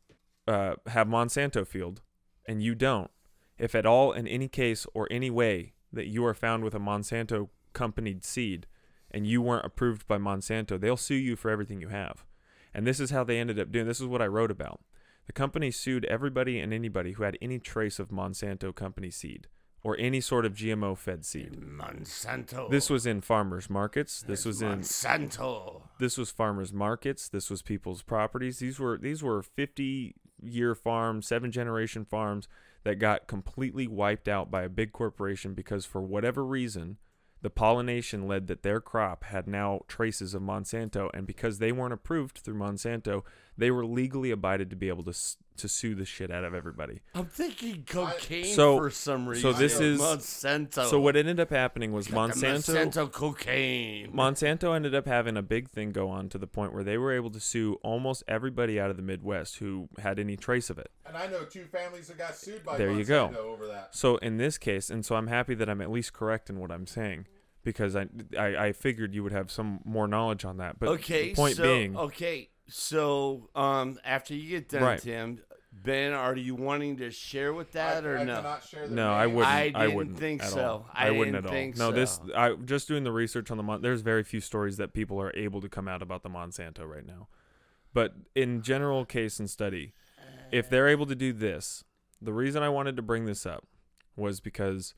Speaker 5: uh, have Monsanto field and you don't, if at all in any case or any way that you are found with a Monsanto companied seed and you weren't approved by Monsanto, they'll sue you for everything you have. And this is how they ended up doing. This is what I wrote about. The company sued everybody and anybody who had any trace of Monsanto company seed or any sort of GMO fed seed.
Speaker 2: Monsanto.
Speaker 5: This was in farmers markets. This was in
Speaker 2: Monsanto.
Speaker 5: this was farmers markets. This was people's properties. These were these were 50 year farms, seven generation farms that got completely wiped out by a big corporation because for whatever reason the pollination led that their crop had now traces of Monsanto, and because they weren't approved through Monsanto, they were legally abided to be able to s- to sue the shit out of everybody.
Speaker 2: I'm thinking cocaine
Speaker 5: So-
Speaker 2: for some
Speaker 5: so
Speaker 2: reason.
Speaker 5: this is-
Speaker 2: Monsanto.
Speaker 5: So what ended up happening was
Speaker 2: Got the
Speaker 5: Monsanto
Speaker 2: Monsanto cocaine.
Speaker 5: Monsanto ended up having a big thing go on to the point where they were able to sue almost everybody out of the Midwest who had any trace of it.
Speaker 8: And I know two families that got sued by
Speaker 5: There
Speaker 8: Monsanto
Speaker 5: you go.
Speaker 8: over that.
Speaker 5: So in this case, and so I'm happy that I'm at least correct in what I'm saying because I I, I figured you would have some more knowledge on that. But
Speaker 2: okay,
Speaker 5: the point
Speaker 2: so,
Speaker 5: being,
Speaker 2: okay, so um, after you get done,
Speaker 5: Right.
Speaker 2: Tim, Ben, are you wanting to share with that or
Speaker 8: I
Speaker 2: no?
Speaker 8: cannot share the
Speaker 5: no, I
Speaker 8: name.
Speaker 5: wouldn't.
Speaker 2: I
Speaker 5: I
Speaker 2: didn't
Speaker 5: wouldn't
Speaker 2: think
Speaker 5: at
Speaker 2: so.
Speaker 5: all.
Speaker 2: I
Speaker 5: wouldn't
Speaker 2: didn't
Speaker 5: at all.
Speaker 2: think
Speaker 5: no, this
Speaker 2: so.
Speaker 5: I just doing the research on the mon. There's very few stories that people are able to come out about the Monsanto right now. But in general case and study, if they're able to do this, the reason I wanted to bring this up was because,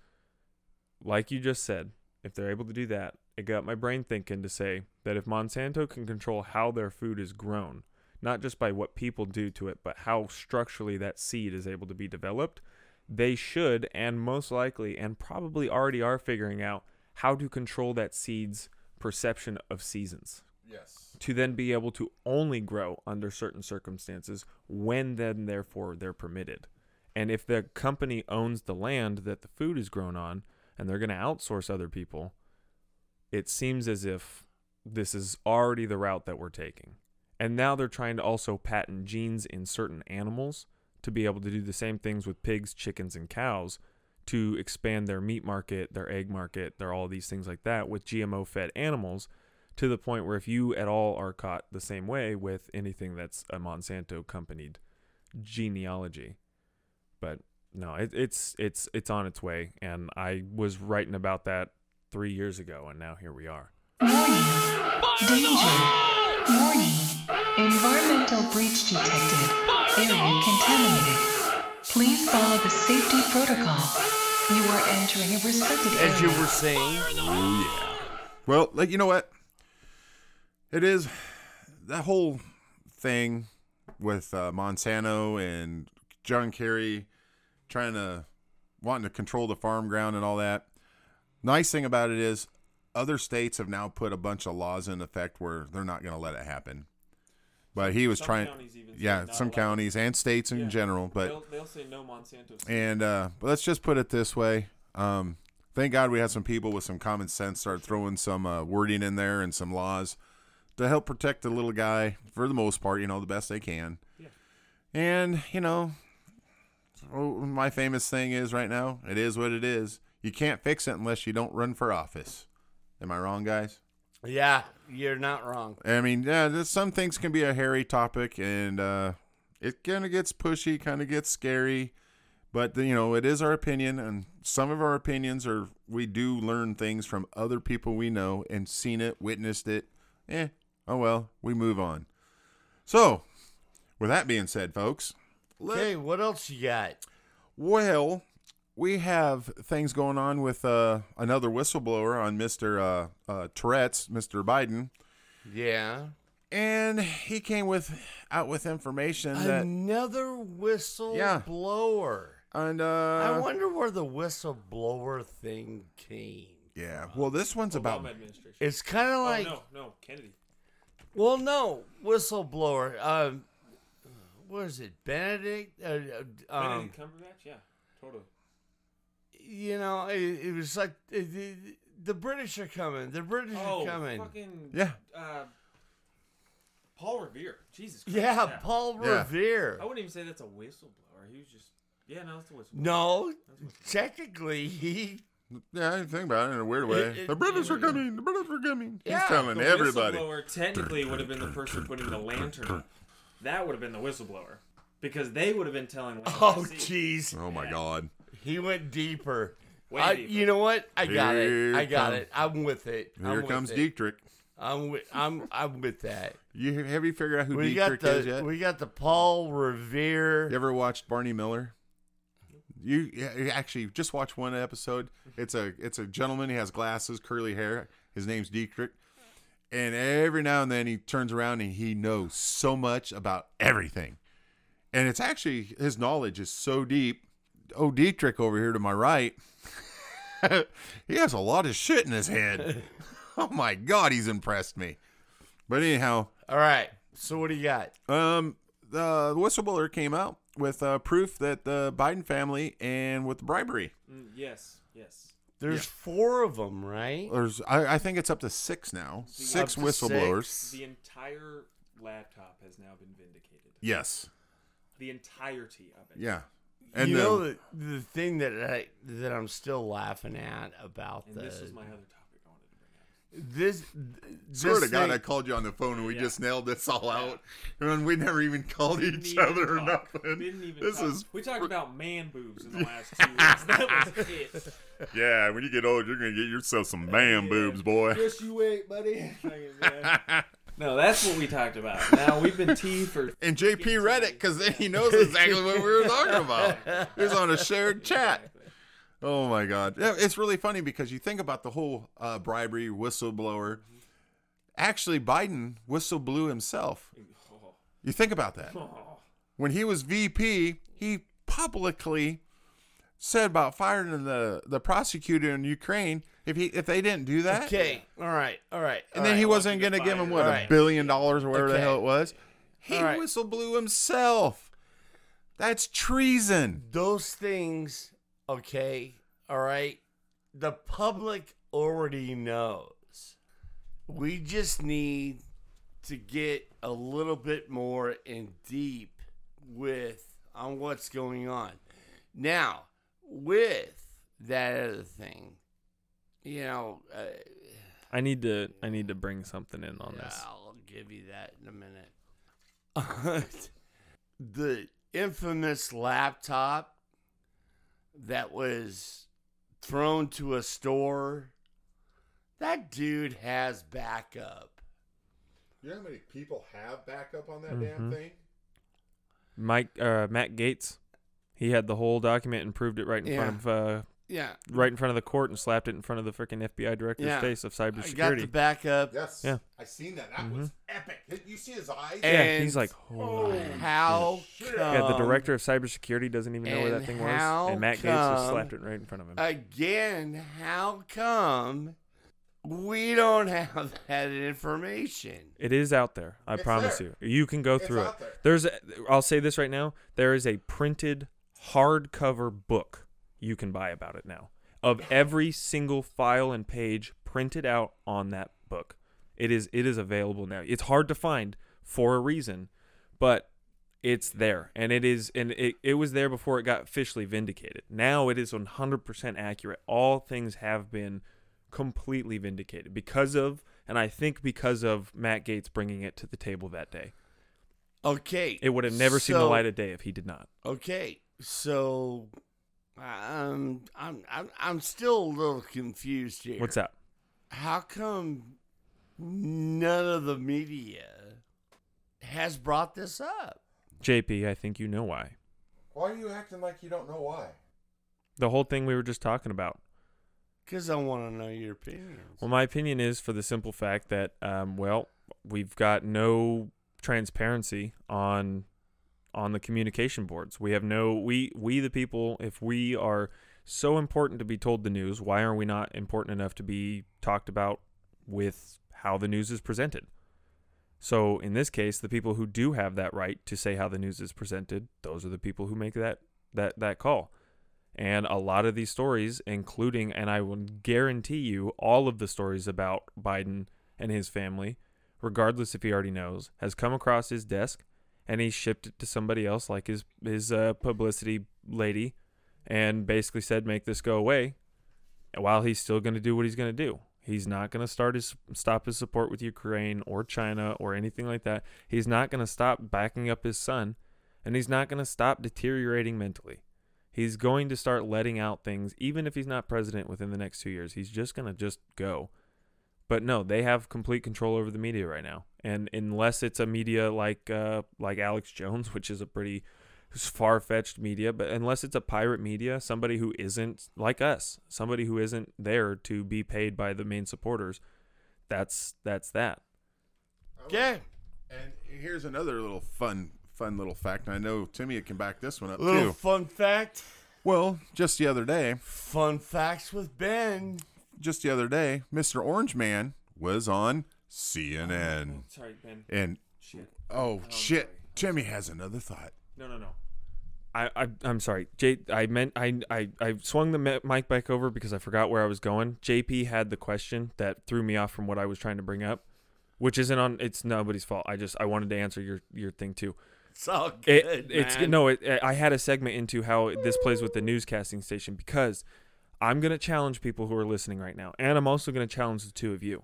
Speaker 5: like you just said, if they're able to do that, it got my brain thinking to say that if Monsanto can control how their food is grown, not just by what people do to it, but how structurally that seed is able to be developed, they should and most likely and probably already are figuring out how to control that seed's perception of seasons
Speaker 8: Yes.
Speaker 5: to then be able to only grow under certain circumstances when then therefore they're permitted. And if the company owns the land that the food is grown on and they're going to outsource other people, it seems as if this is already the route that we're taking. And now they're trying to also patent genes in certain animals to be able to do the same things with pigs, chickens, and cows to expand their meat market, their egg market, their all these things like that with GMO fed animals to the point where if you at all are caught the same way with anything that's a Monsanto accompanied genealogy. But no, it, it's it's it's on its way, and I was writing about that three years ago, and now here we are.
Speaker 15: Danger. Warning. Environmental breach detected. Area contaminated. Please follow the safety protocol. You are entering a restricted
Speaker 2: As you
Speaker 15: area.
Speaker 2: were saying,
Speaker 3: Oh, Well, like you know what? It is that whole thing with uh, Monsanto and John Kerry trying to wanting to control the farm ground and all that. Nice thing about it is other states have now put a bunch of laws in effect where they're not going to let it happen. But he was trying, yeah, some counties and states in general. But
Speaker 5: they'll say no Monsanto.
Speaker 3: and uh, but let's just put it this way. Um, thank God we had some people with some common sense start throwing some uh, wording in there and some laws to help protect the little guy for the most part, you know, the best they can. And, you know, oh, my famous thing is right now, it is what it is. You can't fix it unless you don't run for office. Am I wrong, guys?
Speaker 2: yeah, you're not wrong.
Speaker 3: I mean, yeah, there's, some things can be a hairy topic, and uh, it kind of gets pushy, kind of gets scary. But you know, it is our opinion, and some of our opinions are we do learn things from other people we know and seen it, witnessed it. Eh, oh well, we move on. So, with that being said, folks,
Speaker 2: Okay, what else you got?
Speaker 3: well, we have things going on with uh, another whistleblower on Mr. Uh, uh, Tourette's, Mr. Biden
Speaker 2: Yeah,
Speaker 3: and he came with out with information that
Speaker 2: another whistleblower.
Speaker 3: and uh
Speaker 2: I wonder where the whistleblower thing came.
Speaker 3: yeah well this one's about
Speaker 5: administration.
Speaker 2: It's kind of like
Speaker 5: Oh, no, Kennedy.
Speaker 2: Well, no, whistleblower. Um, what is it, Benedict? Uh, uh, um,
Speaker 5: Cumberbatch. Yeah, totally.
Speaker 2: you know, it, it was like uh, the, the British are coming. The British are coming.
Speaker 5: Oh, fucking
Speaker 3: yeah
Speaker 5: uh, Paul Revere. Jesus Christ.
Speaker 2: yeah, Paul
Speaker 3: Yeah.
Speaker 2: Revere.
Speaker 5: wouldn't even say that's a whistleblower. He was just yeah, no, that's a whistleblower.
Speaker 2: No, technically he
Speaker 3: Yeah, I didn't think about it in a weird way.
Speaker 5: It- it-
Speaker 3: the British are coming. The British are coming. He's telling
Speaker 5: the
Speaker 3: everybody.
Speaker 5: whistleblower technically would have been the person putting the lantern up. That would have been the whistleblower. Because they would have been telling Lance
Speaker 2: Oh
Speaker 5: to see.
Speaker 2: jeez.
Speaker 3: Oh my God.
Speaker 2: He went deeper.
Speaker 5: Way
Speaker 2: I,
Speaker 5: deeper.
Speaker 2: You know what? I got it.
Speaker 3: Here
Speaker 2: I got
Speaker 3: come-
Speaker 2: it. I'm with it. I'm
Speaker 3: Here
Speaker 2: with
Speaker 3: comes
Speaker 2: it.
Speaker 3: Dietrich.
Speaker 2: I'm with, I'm I'm with that.
Speaker 3: You have you figured out who
Speaker 2: We got
Speaker 3: Dietrich is
Speaker 2: the
Speaker 3: yet?
Speaker 2: we got the Paul Revere.
Speaker 3: You ever watched Barney Miller? You yeah, you actually just watch one episode. It's a it's a gentleman. He has glasses, curly hair. His name's Dietrich, and every now and then he turns around and he knows so much about everything. And it's actually his knowledge is so deep. Oh, Dietrich over here to my right, he has a lot of shit in his head. oh my god, he's impressed me. But anyhow,
Speaker 2: All right. So what do you got?
Speaker 3: um, the whistleblower came out with uh, proof that the Biden family and with bribery.
Speaker 5: Mm, yes, yes.
Speaker 2: There's four of them, right?
Speaker 3: There's, I, I think it's up to six now. Six
Speaker 2: to
Speaker 3: whistleblowers.
Speaker 2: six.
Speaker 5: The entire laptop has now been vindicated.
Speaker 3: Yes.
Speaker 5: The entirety of it.
Speaker 3: Yeah. And
Speaker 2: you
Speaker 3: the-
Speaker 2: know the, the thing that I that I'm still laughing at about
Speaker 5: And
Speaker 2: the
Speaker 5: this was my other topic I wanted to bring up.
Speaker 2: this
Speaker 3: swear
Speaker 2: this
Speaker 3: to God,
Speaker 2: thing-
Speaker 3: I called you on the phone and we
Speaker 5: Yeah.
Speaker 3: just nailed this all out, and we never even called
Speaker 5: Didn't
Speaker 3: each
Speaker 5: even
Speaker 3: other or
Speaker 5: talk.
Speaker 3: nothing.
Speaker 5: Didn't even
Speaker 3: this
Speaker 5: talk.
Speaker 3: is
Speaker 5: we talked about man boobs in the last two weeks. That was it.
Speaker 3: yeah. When you get old, you're gonna get yourself some man boobs, boy.
Speaker 5: Yes, you wait, buddy. no, that's what we talked about. Now we've been tea for
Speaker 3: And JP read it because then he knows exactly what we were talking about. It was on a shared chat. Oh my God. Yeah, It's really funny because you think about the whole uh, bribery whistleblower. Actually, Biden whistleblew himself. You think about that. When he was VP, he publicly said about firing the, the prosecutor in Ukraine if he if they didn't do that.
Speaker 2: Okay. All right. All right.
Speaker 3: And then he wasn't going to give him what
Speaker 2: All
Speaker 3: a
Speaker 2: right.
Speaker 3: billion dollars or whatever the
Speaker 2: Okay.
Speaker 3: hell it was. He
Speaker 2: All right.
Speaker 3: whistle blew himself. That's treason.
Speaker 2: those things, okay, all right, the public already knows. We just need to get a little bit more in deep with on what's going on. Now, with that other thing, you know, uh,
Speaker 5: I need to I need to bring something in on this.
Speaker 2: I'll give you that in a minute. the infamous laptop that was thrown to a store. That dude has backup.
Speaker 3: You know how many people have backup on that damn thing?
Speaker 5: Mm-hmm. Mike uh, Matt Gates, he had the whole document and proved it right in front of uh,
Speaker 2: Yeah.
Speaker 5: right in front of the court and slapped it in front of the freaking FBI director's
Speaker 2: Yeah.
Speaker 5: face of
Speaker 2: I got the
Speaker 5: cybersecurity. Mm-hmm.
Speaker 2: backup.
Speaker 3: Yes.
Speaker 5: Yeah.
Speaker 3: I seen that. That was epic. You see his eyes?
Speaker 5: Yeah,
Speaker 2: And
Speaker 5: he's like, holy
Speaker 2: how come
Speaker 5: Yeah, the director of cybersecurity doesn't even know where
Speaker 2: Um, and
Speaker 5: that thing was,
Speaker 2: how
Speaker 5: and Matt Gates just
Speaker 2: come-
Speaker 5: slapped it right in front of him.
Speaker 2: again, how come we don't have that information?
Speaker 5: it is out there. I promise
Speaker 3: there.
Speaker 5: you. You can go through it.
Speaker 3: out there.
Speaker 5: There's, a, I'll say this right now. There is a printed hardcover book you can buy about it now of every single file and page printed out on that book. It is, it is available now. It's hard to find for a reason, but it's there and it is and it, it was there before it got officially vindicated now it is 100% accurate all things have been completely vindicated because of and i think because of matt gates bringing it to the table that day
Speaker 2: Okay.
Speaker 5: it would have never seen the
Speaker 2: so-
Speaker 5: light of day if he did not
Speaker 2: Okay, so um, I'm I'm I'm still a little confused here.
Speaker 5: what's up
Speaker 2: How come none of the media has brought this up?
Speaker 5: jp i think you know why
Speaker 3: Why are you acting like you don't know why?
Speaker 5: the whole thing we were just talking about
Speaker 2: Because I want to know your opinion.
Speaker 5: Well, my opinion is for the simple fact that, um, well, we've got no transparency on on the communication boards. We have no we we the people. If we are so important to be told the news, why are we not important enough to be talked about with how the news is presented? So in this case, the people who do have that right to say how the news is presented, those are the people who make that that that call. And a lot of these stories, including, and I will guarantee you, all of the stories about Biden and his family, regardless if he already knows, has come across his desk and he shipped it to somebody else, like his, his uh, publicity lady, and basically said, make this go away.
Speaker 1: while he's still going to do what he's going to do. He's not going to start his stop his support with Ukraine or China or anything like that. He's not going to stop backing up his son, and he's not going to stop deteriorating mentally. He's going to start letting out things, even if he's not president within the next two years. He's just going to just go. But no, they have complete control over the media right now, and unless it's a media like uh, like Alex Jones, which is a pretty far fetched media, but unless it's a pirate media, somebody who isn't like us, somebody who isn't there to be paid by the main supporters, that's that's that.
Speaker 8: Okay.
Speaker 3: And here's another little fun, fun little fact. And I know Timmy can back this one up
Speaker 8: Little
Speaker 3: too.
Speaker 8: fun fact.
Speaker 3: Well, just the other day,
Speaker 8: Fun facts with Ben.
Speaker 3: just the other day, Mr. Orange Man was on CNN.
Speaker 1: Sorry, Ben.
Speaker 3: And oh shit, Timmy has another thought.
Speaker 1: No, no, no. I, I I'm sorry, J. I meant I I I swung the mi- mic back over because I forgot where I was going. JP had the question that threw me off from what I was trying to bring up, which isn't on. It's nobody's fault. I just I wanted to answer your your thing too.
Speaker 8: It's all good.
Speaker 1: It, it's
Speaker 8: man.
Speaker 1: no. It, I had a segment into how this plays with the newscasting station because I'm gonna challenge people who are listening right now, and I'm also gonna challenge the two of you.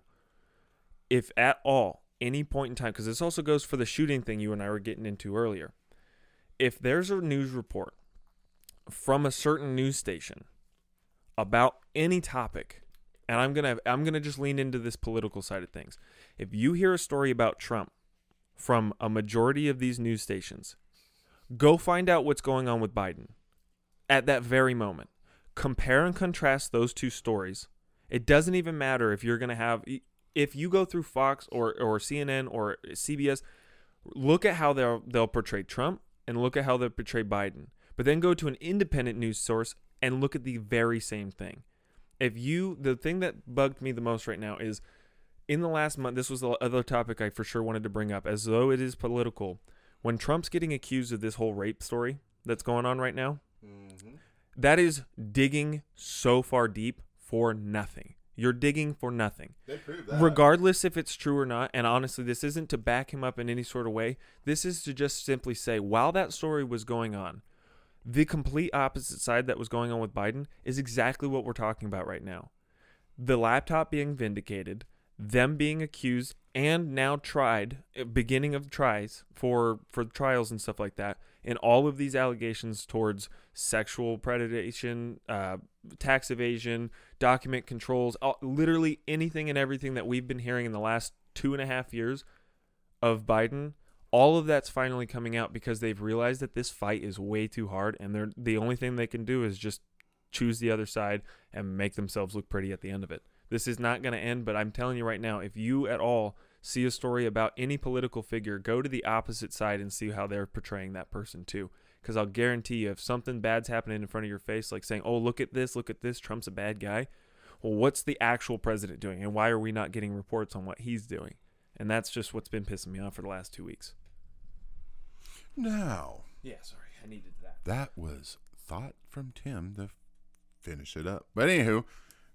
Speaker 1: If at all any point in time, because this also goes for the shooting thing you and I were getting into earlier, if there's a news report from a certain news station about any topic, and I'm gonna I'm gonna just lean into this political side of things. If you hear a story about Trump from a majority of these news stations. Go find out what's going on with Biden at that very moment. Compare and contrast those two stories. It doesn't even matter if you're going to have, if you go through Fox or, or CNN or CBS, look at how they'll, they'll portray Trump and look at how they'll portray Biden. But then go to an independent news source and look at the very same thing. If you, the thing that bugged me the most right now is in the last month, this was the other topic I for sure wanted to bring up, as though it is political. When Trump's getting accused of this whole rape story that's going on right now,
Speaker 5: Mm-hmm.
Speaker 1: that is digging so far deep for nothing. You're digging for nothing.
Speaker 5: They proved that.
Speaker 1: Regardless if it's true or not, and honestly, this isn't to back him up in any sort of way. This is to just simply say, while that story was going on, the complete opposite side that was going on with Biden is exactly what we're talking about right now the laptop being vindicated, them being accused and now tried, uh, beginning of tries for for trials and stuff like that, and all of these allegations towards sexual predation, uh, tax evasion, document controls, all, literally anything and everything that we've been hearing in the last two and a half years of Biden. All of that's finally coming out because they've realized that this fight is way too hard, and they're the only thing they can do is just choose the other side and make themselves look pretty at the end of it. This is not going to end, but I'm telling you right now, if you at all see a story about any political figure, go to the opposite side and see how they're portraying that person too. Because I'll guarantee you, if something bad's happening in front of your face, like saying, oh, look at this, look at this, Trump's a bad guy. Well, what's the actual president doing? And why are we not getting reports on what he's doing? And that's just what's been pissing me off for the last two weeks.
Speaker 3: Now
Speaker 1: Yeah, sorry. I needed that.
Speaker 3: that was thought from Tim to finish it up. But anywho,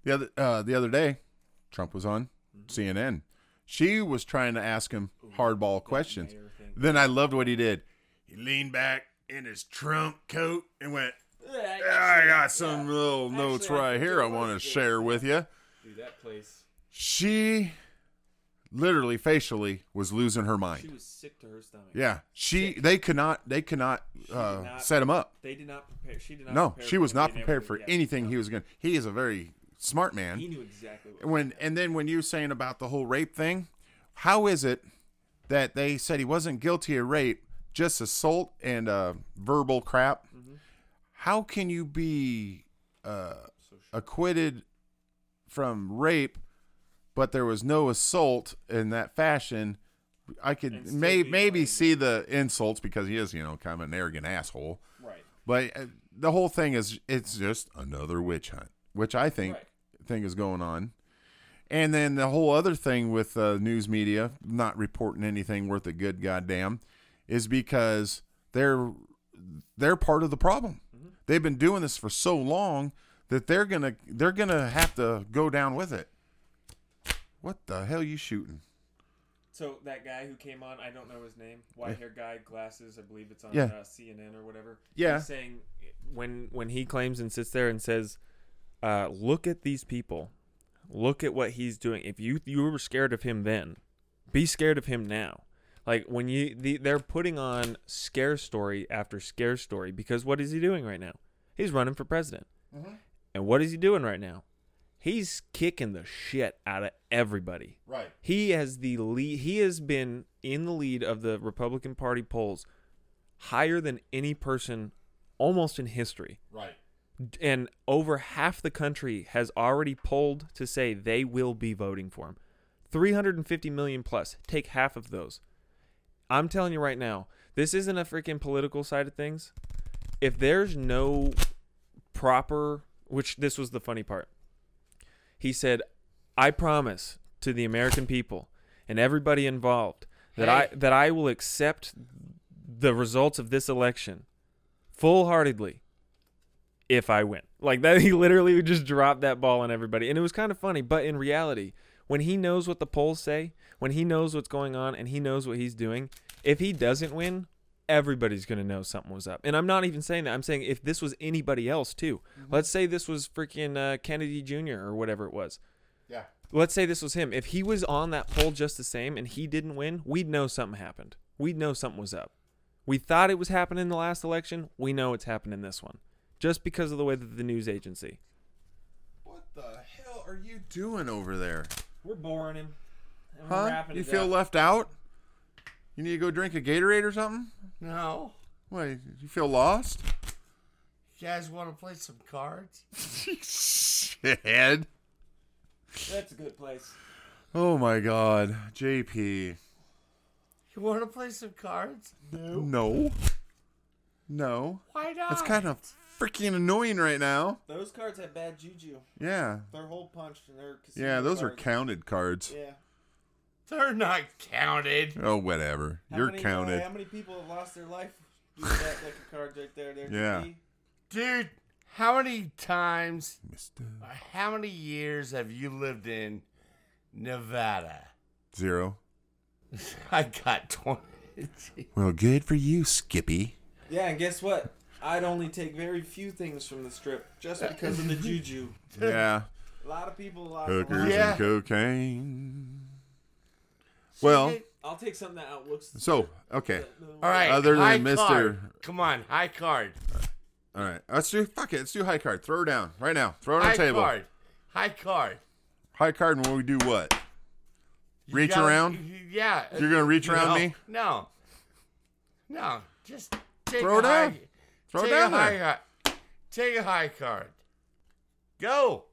Speaker 3: the other uh, the other day, Trump was on CNN. She was trying to ask him hardball questions. Then I loved what he did. He leaned back in his Trump coat and went, "I got some little notes right here I want to share with you."
Speaker 1: Dude, that place,
Speaker 3: She literally facially was losing her mind.
Speaker 1: was sick to her stomach.
Speaker 3: Yeah, she they could not they could not uh,
Speaker 1: not-
Speaker 3: set him up.
Speaker 1: They did not prepare. She did not.
Speaker 3: No, she was not prepared for anything he was going. to He is a very smart man.
Speaker 1: knew exactly. What
Speaker 3: When and then when you were saying about the whole rape thing, how is it that they said he wasn't guilty of rape, just assault and uh, verbal crap? How can you be uh, acquitted from rape, but there was no assault in that fashion? I could may, maybe see the insults because he is, you know, kind of an arrogant asshole.
Speaker 1: right.
Speaker 3: But uh, the whole thing is it's just another witch hunt, which I think thing is going on. And then the whole other thing with uh, news media not reporting anything worth a good goddamn is because they're they're part of the problem. They've been doing this for so long that they're gonna they're gonna have to go down with it. What the hell you shooting?
Speaker 1: So that guy who came on, I don't know his name, white hair guy, glasses, I believe it's on
Speaker 3: Yeah.
Speaker 1: uh, CNN or whatever.
Speaker 3: Yeah.
Speaker 1: He's saying when when he claims and sits there and says, uh, look at these people. Look at what he's doing. If you you were scared of him then, be scared of him now. Like when you the, they're putting on scare story after scare story because what is he doing right now? He's running for president.
Speaker 3: Mm-hmm.
Speaker 1: And what is he doing right now? He's kicking the shit out of everybody.
Speaker 3: Right.
Speaker 1: He has the lead. He has been in the lead of the Republican Party polls higher than any person almost in history
Speaker 3: Right.
Speaker 1: and over half the country has already polled to say they will be voting for him. 350 million plus. Take half of those. I'm telling you right now, this isn't a freaking political side of things. If there's no proper, which this was the funny part, he said, "I promise to the American people and everybody involved that I that I will accept the results of this election full-heartedly." if I win. Like that, he literally would just drop that ball on everybody. And it was kind of funny. But in reality, when he knows what the polls say, when he knows what's going on and he knows what he's doing, if he doesn't win, everybody's going to know something was up. And I'm not even saying that. I'm saying if this was anybody else, too. Let's say this was freaking uh, Kennedy Jr. or whatever it was.
Speaker 3: Yeah.
Speaker 1: Let's say this was him. If he was on that poll just the same and he didn't win, we'd know something happened. We'd know something was up. We thought it was happening in the last election. We know it's happening in this one just because of the way that the news agency.
Speaker 3: What the hell are you doing over there?
Speaker 1: We're boring him. And we're
Speaker 3: Huh?
Speaker 1: wrapping
Speaker 3: You
Speaker 1: it
Speaker 3: feel
Speaker 1: up.
Speaker 3: left out? You need to go drink a Gatorade or something?
Speaker 8: No.
Speaker 3: Wait, you feel lost?
Speaker 8: You guys want to play some cards?
Speaker 3: Head.
Speaker 1: That's a good place.
Speaker 3: Oh my god. JP.
Speaker 8: You want to play some cards?
Speaker 3: No. No.
Speaker 8: Why not?
Speaker 3: It's kind of freaking annoying right now.
Speaker 1: Those cards have bad juju.
Speaker 3: Yeah.
Speaker 1: They're hole punched and they're.
Speaker 3: Yeah, those are counted cards.
Speaker 1: Yeah.
Speaker 8: They're not counted.
Speaker 3: Oh, whatever. You're counted.
Speaker 1: many people have lost their life due to that deck of cards right there? there
Speaker 3: Yeah. JP?
Speaker 8: Dude, how many times,
Speaker 3: Mr.
Speaker 8: or how many years have you lived in Nevada?
Speaker 3: Zero.
Speaker 8: I got 20.
Speaker 3: Well, good for you, Skippy.
Speaker 1: Yeah, and guess what? I'd only take very few things from the strip just because of the juju.
Speaker 3: Yeah.
Speaker 1: A lot of people lost.
Speaker 3: Hookers
Speaker 8: Yeah.
Speaker 3: and cocaine. Well,
Speaker 1: I'll take something that outlooks.
Speaker 3: so, okay.
Speaker 8: All right.
Speaker 3: Other than
Speaker 8: high
Speaker 3: Mr.
Speaker 8: card. Come on, high card.
Speaker 3: All right. Let's do, fuck it. Let's do high card. Throw her down right now. Throw it on
Speaker 8: high
Speaker 3: the table.
Speaker 8: card. High card.
Speaker 3: High card, and when we do what?
Speaker 8: You
Speaker 3: Reach
Speaker 8: gotta-
Speaker 3: around?
Speaker 8: Yeah.
Speaker 3: You're going to reach around
Speaker 8: no,
Speaker 3: me?
Speaker 8: No. No. Just take
Speaker 3: Throw
Speaker 8: a
Speaker 3: it
Speaker 8: high,
Speaker 3: down. Throw it
Speaker 8: take
Speaker 3: down
Speaker 8: a high
Speaker 3: there.
Speaker 8: card. Take a high card. Go.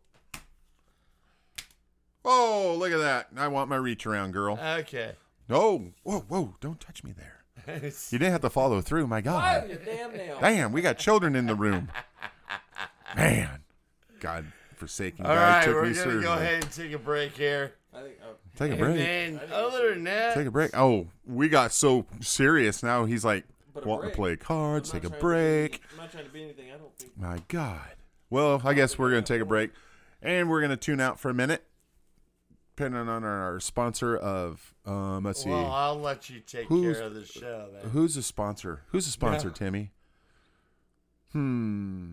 Speaker 3: Oh, look at that. I want my reach around, girl.
Speaker 8: Uh, Okay.
Speaker 3: No. Whoa, whoa. Don't touch me there. You didn't have to follow through. My God.
Speaker 1: Damn nail.
Speaker 3: Damn, we got children in the room. Man. God forsaken
Speaker 8: All
Speaker 3: guy
Speaker 8: right,
Speaker 3: took
Speaker 8: we're
Speaker 3: me
Speaker 8: gonna
Speaker 3: seriously.
Speaker 8: go ahead and take a break here.
Speaker 3: Take a
Speaker 8: And
Speaker 3: break.
Speaker 8: then, other than that,
Speaker 3: Take a break. Oh, we got so serious now. He's like, wanting to play cards, take a break.
Speaker 1: I'm not trying to be anything. I don't think.
Speaker 3: My God. Well, I guess we're going to take a break and we're going to tune out for a minute, depending on our sponsor of, um, let's see.
Speaker 8: well, I'll let you take
Speaker 3: Who's-
Speaker 8: care of the show. Then.
Speaker 3: Who's a sponsor? Who's a sponsor, Timmy? Hmm.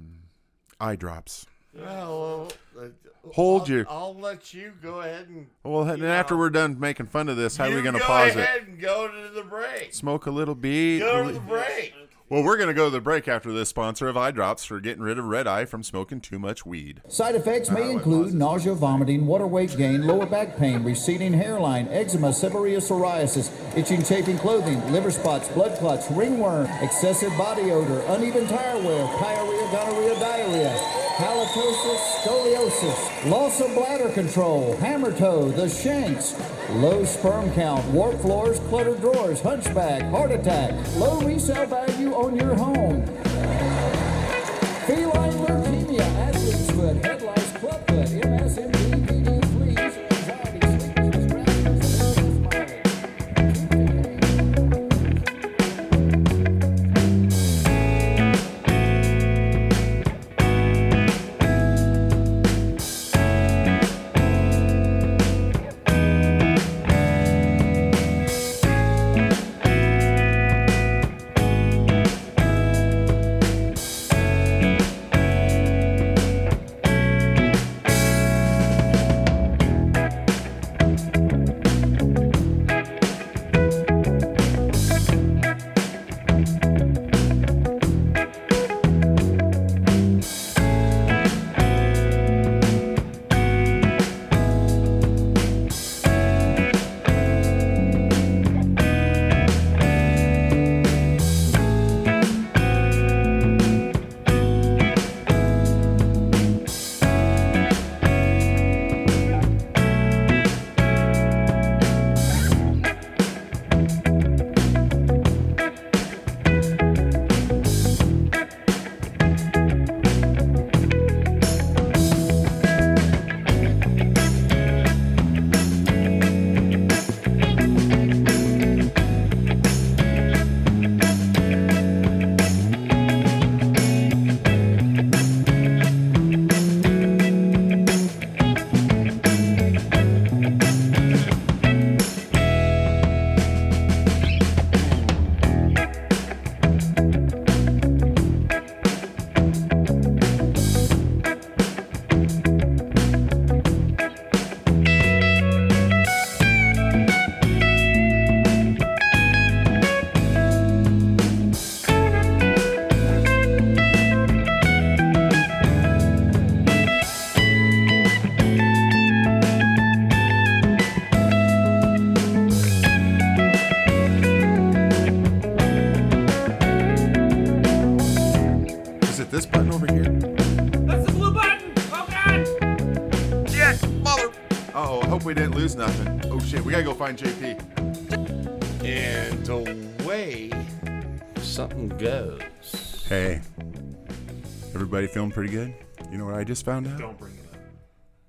Speaker 3: Eye drops.
Speaker 8: Well, well, uh,
Speaker 3: Hold
Speaker 8: I'll,
Speaker 3: you.
Speaker 8: I'll let you go ahead and.
Speaker 3: Well, and
Speaker 8: you
Speaker 3: after
Speaker 8: know,
Speaker 3: we're done making fun of this, how are we
Speaker 8: you
Speaker 3: going to
Speaker 8: go
Speaker 3: pause
Speaker 8: ahead
Speaker 3: it?
Speaker 8: and go to the break.
Speaker 3: Smoke a little beat.
Speaker 8: Go to the break.
Speaker 3: Well, we're going to go to the break after this sponsor of eye drops for getting rid of red eye from smoking too much weed.
Speaker 14: Side effects may include nausea, vomiting, water weight gain, lower back pain, receding hairline, eczema, seborrheic psoriasis, itching, chafing clothing, liver spots, blood clots, ringworm, excessive body odor, uneven tire wear, pyorrhea, gonorrhea, diarrhea, halitosis, scoliosis, loss of bladder control, hammer toe, the shanks, low sperm count, warped floors, cluttered drawers, hunchback, heart attack, low resale value on your home. Feline leukemia, athlete's foot, head lice, club foot, MSMD, PD, fleas, anxiety, sleeplessness, restlessness, migraine.
Speaker 8: Oh,
Speaker 3: hope we didn't lose nothing. Oh shit, we gotta go find JP.
Speaker 2: And away something goes.
Speaker 3: Hey, everybody feeling pretty good? You know what I just found out? You
Speaker 8: Don't bring it up.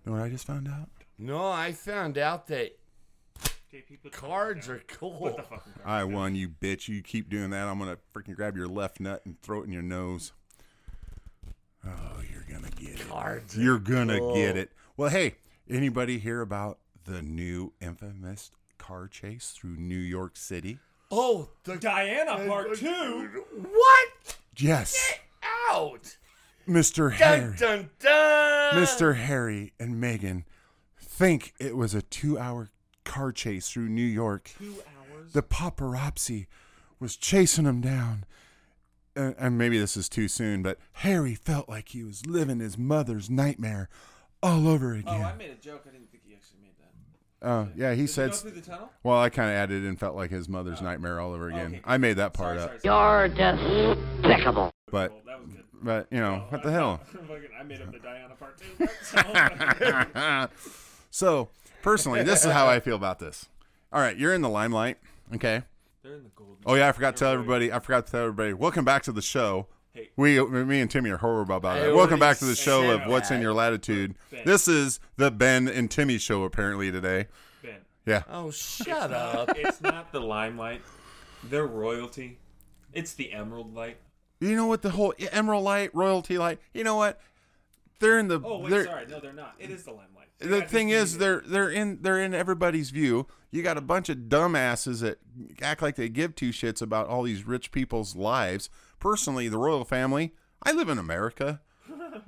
Speaker 3: know what I just found out?
Speaker 2: No, I found out that
Speaker 8: JP, put the-
Speaker 2: cards are cool.
Speaker 3: I won, you bitch. You keep doing that, I'm gonna freaking grab your left nut and throw it in your nose. Oh, you're gonna get it.
Speaker 2: Cards.
Speaker 3: You're gonna get it. Well, hey, anybody hear about the new infamous car chase through New York City?
Speaker 2: Oh, the
Speaker 8: Diana Part Two.
Speaker 2: what?
Speaker 3: Yes,
Speaker 2: Out.
Speaker 3: Mr.
Speaker 2: Dun
Speaker 3: Harry.
Speaker 2: dun dun.
Speaker 3: Mr. Harry and Meghan think it was a two hour car chase through New York. Two hours? The paparazzi was chasing them down. And, and maybe this is too soon, but Harry felt like he was living his mother's nightmare all over again. Oh, I made a joke. I didn't think he actually made that. Oh, yeah, he said. Well, I kind of added in felt like his mother's nightmare all over again. I made that part up.
Speaker 6: You're despicable.
Speaker 3: But, but, you know, what the hell?
Speaker 8: I made up the Diana Part Two. So-
Speaker 3: so personally, this is how I feel about this. All right, you're in the limelight. Okay. Oh yeah, I forgot to tell everybody. I forgot to tell everybody. Welcome back to the show. We, me and Timmy are horrible about
Speaker 2: I
Speaker 3: that. Welcome
Speaker 2: already
Speaker 3: back to the show
Speaker 2: said
Speaker 3: of What's in
Speaker 2: that.
Speaker 3: Your Latitude. This is the Ben and Timmy show apparently today.
Speaker 8: Ben,
Speaker 3: Yeah.
Speaker 2: Oh, shut up.
Speaker 8: it's not the limelight. They're royalty. It's the emerald light.
Speaker 3: You know what? The whole Emerald Light, Royalty Light. You know what? They're in the.
Speaker 8: Oh wait,
Speaker 3: they're-
Speaker 8: sorry. No, they're not. It is the limelight.
Speaker 3: the thing is they're they're in they're in everybody's view. You got a bunch of dumbasses that act like they give two shits about all these rich people's lives. Personally, the royal family, I live in America.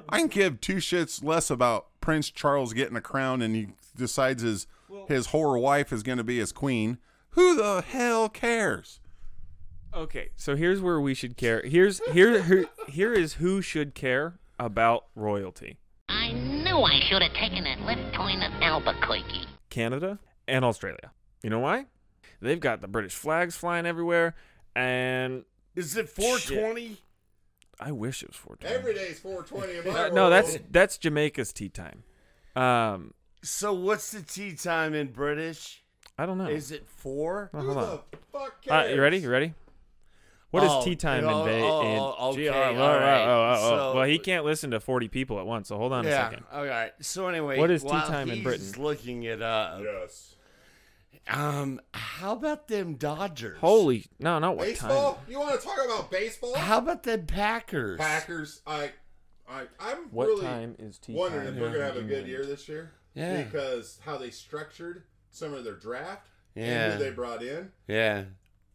Speaker 3: I can give two shits less about Prince Charles getting a crown and he decides his his whore wife is going to be his queen. Who the hell cares?
Speaker 5: Okay, so here's where we should care. Here's here here, here is who should care about royalty.
Speaker 13: I knew I should have taken that left turn at Albuquerque.
Speaker 5: Canada and Australia. You know why? They've got the British flags flying everywhere and
Speaker 2: Is it 420?
Speaker 5: I wish it was 420.
Speaker 3: Every Oh. day's 420 in
Speaker 5: Uh, no, that's that's Jamaica's tea time. Um
Speaker 2: So what's the tea time in British?
Speaker 5: I don't know.
Speaker 2: Is it four?
Speaker 5: Oh, hold on. Uh, you ready? You ready? What is tea time in
Speaker 2: oh,
Speaker 5: Bay?
Speaker 2: oh,
Speaker 5: in
Speaker 2: oh, okay,
Speaker 5: Gee, oh, oh,
Speaker 2: all
Speaker 5: oh,
Speaker 2: right.
Speaker 5: oh, oh, oh.
Speaker 2: So-
Speaker 5: well, he can't listen to 40 people at once, so hold on a
Speaker 2: yeah.
Speaker 5: second.
Speaker 2: All right. So anyway,
Speaker 5: What is tea
Speaker 2: while
Speaker 5: time in
Speaker 2: he's
Speaker 5: Britain?
Speaker 2: Looking it up.
Speaker 3: Yes.
Speaker 2: Um, how about them Dodgers?
Speaker 5: Holy, no, not what time.
Speaker 8: Baseball?
Speaker 3: You want to talk about baseball?
Speaker 2: How about them Packers?
Speaker 3: Packers, I, I, I'm
Speaker 5: What
Speaker 3: really
Speaker 5: time is tea
Speaker 3: wondering
Speaker 5: time
Speaker 3: if we're gonna have a
Speaker 5: in
Speaker 3: good
Speaker 5: England?
Speaker 3: year this year.
Speaker 2: Mm. Yeah.
Speaker 3: Because how they structured some of their draft and
Speaker 2: Yeah.
Speaker 3: who they brought in.
Speaker 2: Yeah.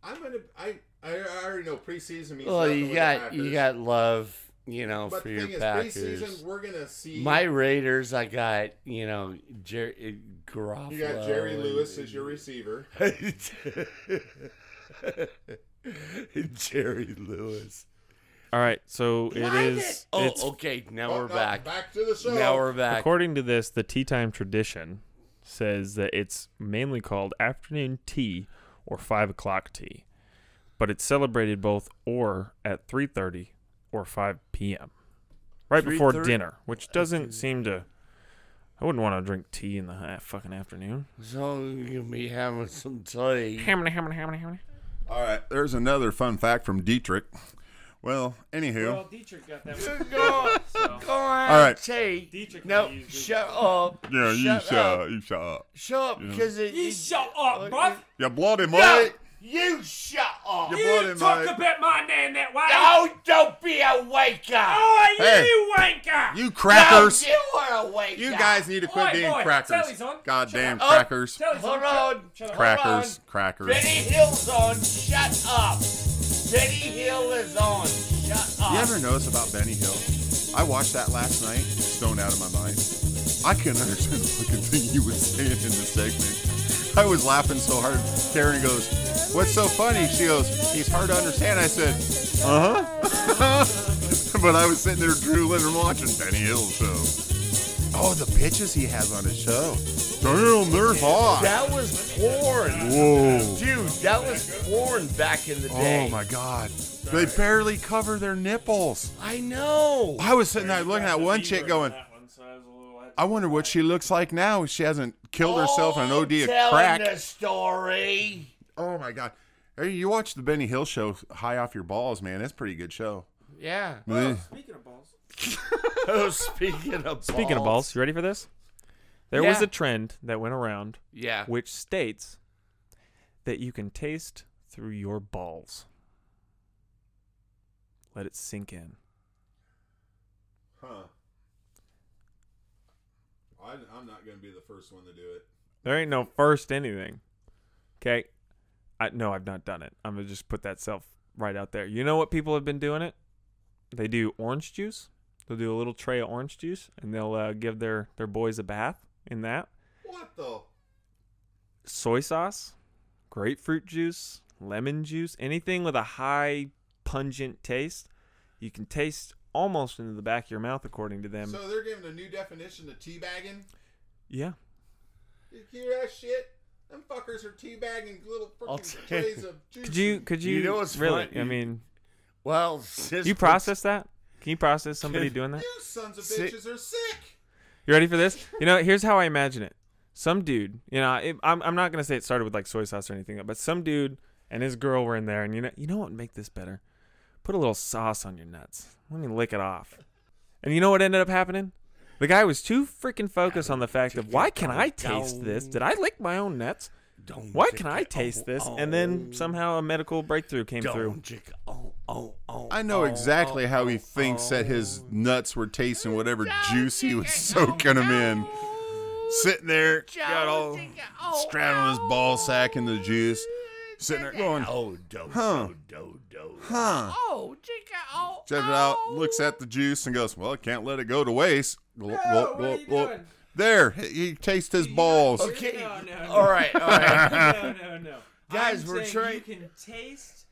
Speaker 3: I'm gonna, I, I already know preseason means.
Speaker 2: Well,
Speaker 3: nothing
Speaker 2: you
Speaker 3: with the
Speaker 2: got
Speaker 3: Packers.
Speaker 2: you got love, you know,
Speaker 3: But
Speaker 2: for
Speaker 3: the
Speaker 2: your
Speaker 3: thing is,
Speaker 2: Packers.
Speaker 3: preseason we're gonna see.
Speaker 2: My Raiders, I got you know Jerry Garoppolo.
Speaker 3: you got Jerry
Speaker 2: and-
Speaker 3: Lewis as your receiver.
Speaker 2: Jerry Lewis.
Speaker 5: All right, so it is.
Speaker 2: Oh,
Speaker 5: it's
Speaker 2: okay. Now
Speaker 3: Oh,
Speaker 2: we're
Speaker 3: no,
Speaker 2: back.
Speaker 3: Back to the show.
Speaker 2: Now we're back.
Speaker 5: According to this, the tea time tradition says that it's mainly called afternoon tea or five o'clock tea, but it's celebrated both or at three thirty or five p.m. right before
Speaker 2: 3:30?
Speaker 5: dinner, which doesn't seem to. I wouldn't want to drink tea in the ha- fucking afternoon.
Speaker 2: So you gonna be having some tea.
Speaker 5: Hammer, hammer, hammer, hammer.
Speaker 3: All right, there's another fun fact from Dietrich. Well, anywho,
Speaker 8: Well, Dietrich got that one.
Speaker 2: Go, go on,
Speaker 3: All right.
Speaker 2: tea.
Speaker 8: Dietrich
Speaker 2: no,
Speaker 8: used it.
Speaker 2: shut up.
Speaker 3: yeah, you
Speaker 2: shut
Speaker 3: shut,
Speaker 2: up.
Speaker 3: you shut up,
Speaker 2: Shut up, because it.
Speaker 8: You
Speaker 2: it-
Speaker 8: shut up, bruv.
Speaker 3: you bloody
Speaker 2: No,
Speaker 3: mate.
Speaker 2: you shut up.
Speaker 3: You
Speaker 8: You
Speaker 3: bloody
Speaker 8: talk
Speaker 3: mate.
Speaker 8: about my name that way.
Speaker 2: No, don't be a wake up.
Speaker 8: Oh,
Speaker 3: Hey.
Speaker 8: you wanker!
Speaker 3: You crackers.
Speaker 2: No, you are a wake
Speaker 3: You
Speaker 2: up.
Speaker 3: guys need to quit
Speaker 8: Oi,
Speaker 3: being
Speaker 8: boy,
Speaker 3: crackers.
Speaker 8: telly's on.
Speaker 3: Goddamn
Speaker 2: Shut up. Oh,
Speaker 3: crackers.
Speaker 8: Tell us
Speaker 2: Hold
Speaker 8: something.
Speaker 2: on.
Speaker 8: Shut up.
Speaker 3: Crackers. Crackers.
Speaker 2: Benny Hill's on. Shut up. Benny Hill is on. Shut up.
Speaker 3: You ever notice about Benny Hill? I watched that last night, stoned out of my mind. I couldn't understand the fucking thing he was saying in the segment. I was laughing so hard. Karen goes, What's so funny? She goes, He's hard to understand. I said, Uh huh. but I was sitting there drooling and watching Benny Hill's show. Oh, the bitches he has on his show. Damn, they're hot.
Speaker 2: That was porn.
Speaker 3: Whoa.
Speaker 2: Dude, that was porn back in the day.
Speaker 3: Oh my god. They barely cover their nipples.
Speaker 2: I know.
Speaker 3: I was sitting there looking at one chick going,
Speaker 8: That one, so I was a little- I
Speaker 3: I wonder what she looks like now. She hasn't killed herself in an OD of
Speaker 2: Telling
Speaker 3: crack.
Speaker 2: the story.
Speaker 3: Oh my god. Hey, you watch the Benny Hill show High Off Your Balls, man. That's a pretty good show.
Speaker 2: Yeah.
Speaker 3: Well,
Speaker 8: speaking of balls.
Speaker 2: Oh, speaking of balls.
Speaker 5: Speaking of balls, you ready for this? There was
Speaker 2: Yeah.
Speaker 5: a trend that went around
Speaker 2: Yeah.
Speaker 5: which states that you can taste through your balls. Let it sink in.
Speaker 8: Huh. I, I'm not going to be the first one to do it.
Speaker 5: There ain't no first anything. Okay? I no, I've not done it. I'm gonna just put that self right out there. You know what people have been doing it? They do orange juice. They'll do a little tray of orange juice and they'll uh, give their their boys a bath in that.
Speaker 8: What the?
Speaker 5: Soy sauce, grapefruit juice, lemon juice, anything with a high pungent taste, you can taste almost into the back of your mouth according to them.
Speaker 8: So they're giving a new definition to teabagging?
Speaker 5: yeah.
Speaker 8: You hear that shit? Them fuckers are teabagging little
Speaker 2: I'll
Speaker 8: freaking
Speaker 2: tell
Speaker 8: trays of juice.
Speaker 5: Could you could you,
Speaker 2: You know what's
Speaker 5: really
Speaker 2: funny?
Speaker 5: I mean
Speaker 2: Well, sis-
Speaker 5: you process that? Can you process somebody doing that?
Speaker 8: You sons of
Speaker 2: Sick.
Speaker 8: bitches are sick.
Speaker 5: You ready for this? You know, here's how I imagine it. Some dude, you know, it, I'm, I'm not gonna say it started with like soy sauce or anything, but some dude and his girl were in there, and you know, you know what would make this better? Put a little sauce on your nuts. Let me lick it off. And you know what ended up happening? The guy was too freaking focused on the fact of why can I taste this? Did I lick my own nuts?
Speaker 2: Don't
Speaker 5: Why
Speaker 2: you
Speaker 5: can I
Speaker 2: get-
Speaker 5: taste
Speaker 2: oh,
Speaker 5: this? And then somehow a medical breakthrough came through.
Speaker 2: Don't you- oh, oh, oh,
Speaker 3: I know
Speaker 2: oh,
Speaker 3: exactly
Speaker 2: oh,
Speaker 3: how he
Speaker 2: oh,
Speaker 3: thinks
Speaker 2: oh.
Speaker 3: that his nuts were tasting whatever juice he was soaking them in. Sitting there, got all
Speaker 2: Oh,
Speaker 3: straddling his ball sack in the juice, sitting there going,
Speaker 2: Oh, do,
Speaker 3: Huh.
Speaker 2: do, do, do. Oh,
Speaker 3: huh? Checks it out, looks at the juice, and goes, "Well, I can't let it go to waste." Gulp, gulp,
Speaker 8: what are
Speaker 3: gulp,
Speaker 8: you
Speaker 3: gulp.
Speaker 8: doing?
Speaker 3: There, he he tastes his balls.
Speaker 2: Okay.
Speaker 5: No, no, no.
Speaker 2: All right. All right.
Speaker 5: no, no, no.
Speaker 2: Guys, I'm we're saying trying- you
Speaker 5: can taste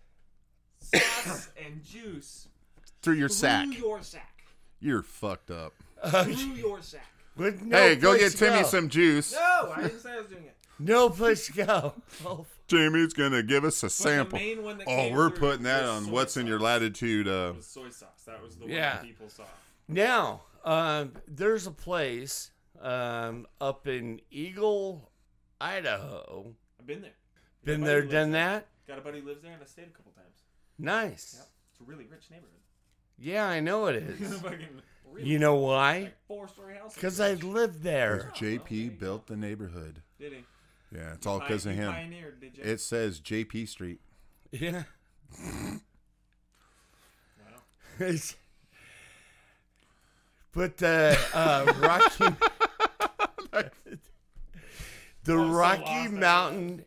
Speaker 5: sauce and juice
Speaker 3: through your sack.
Speaker 5: your sack.
Speaker 3: You're fucked up.
Speaker 2: Okay.
Speaker 5: your sack.
Speaker 2: With no
Speaker 3: hey, go
Speaker 2: place
Speaker 3: get
Speaker 2: to
Speaker 3: Timmy
Speaker 2: go.
Speaker 3: some juice.
Speaker 5: No, I didn't say I was doing it.
Speaker 2: No place to go. Oh,
Speaker 3: Timmy's gonna give us a sample.
Speaker 5: main one that
Speaker 3: Oh,
Speaker 5: came
Speaker 3: we're
Speaker 5: through
Speaker 3: putting that
Speaker 5: was
Speaker 3: on
Speaker 5: soy
Speaker 3: what's in your latitude. Uh,
Speaker 5: Soy sauce. That was the
Speaker 2: one Yeah.
Speaker 5: people saw.
Speaker 2: Now, um, there's a place um, up in Eagle, Idaho.
Speaker 5: I've been there.
Speaker 2: Been there, done that.
Speaker 5: Got a buddy who lives there, and I stayed a couple times.
Speaker 2: Nice.
Speaker 5: It's a really rich neighborhood.
Speaker 2: Yeah, I know it is.
Speaker 5: Fucking really
Speaker 2: You know why?
Speaker 5: four story house.
Speaker 2: Because I lived there.
Speaker 3: JP built the neighborhood.
Speaker 5: Did he?
Speaker 3: Yeah, it's all because of
Speaker 5: You
Speaker 3: him.
Speaker 5: Pioneered, did you?
Speaker 3: It says JP Street.
Speaker 2: Yeah. It's- but the uh, Rocky, the
Speaker 5: Oh, so
Speaker 2: Rocky
Speaker 5: lost.
Speaker 2: Mountain,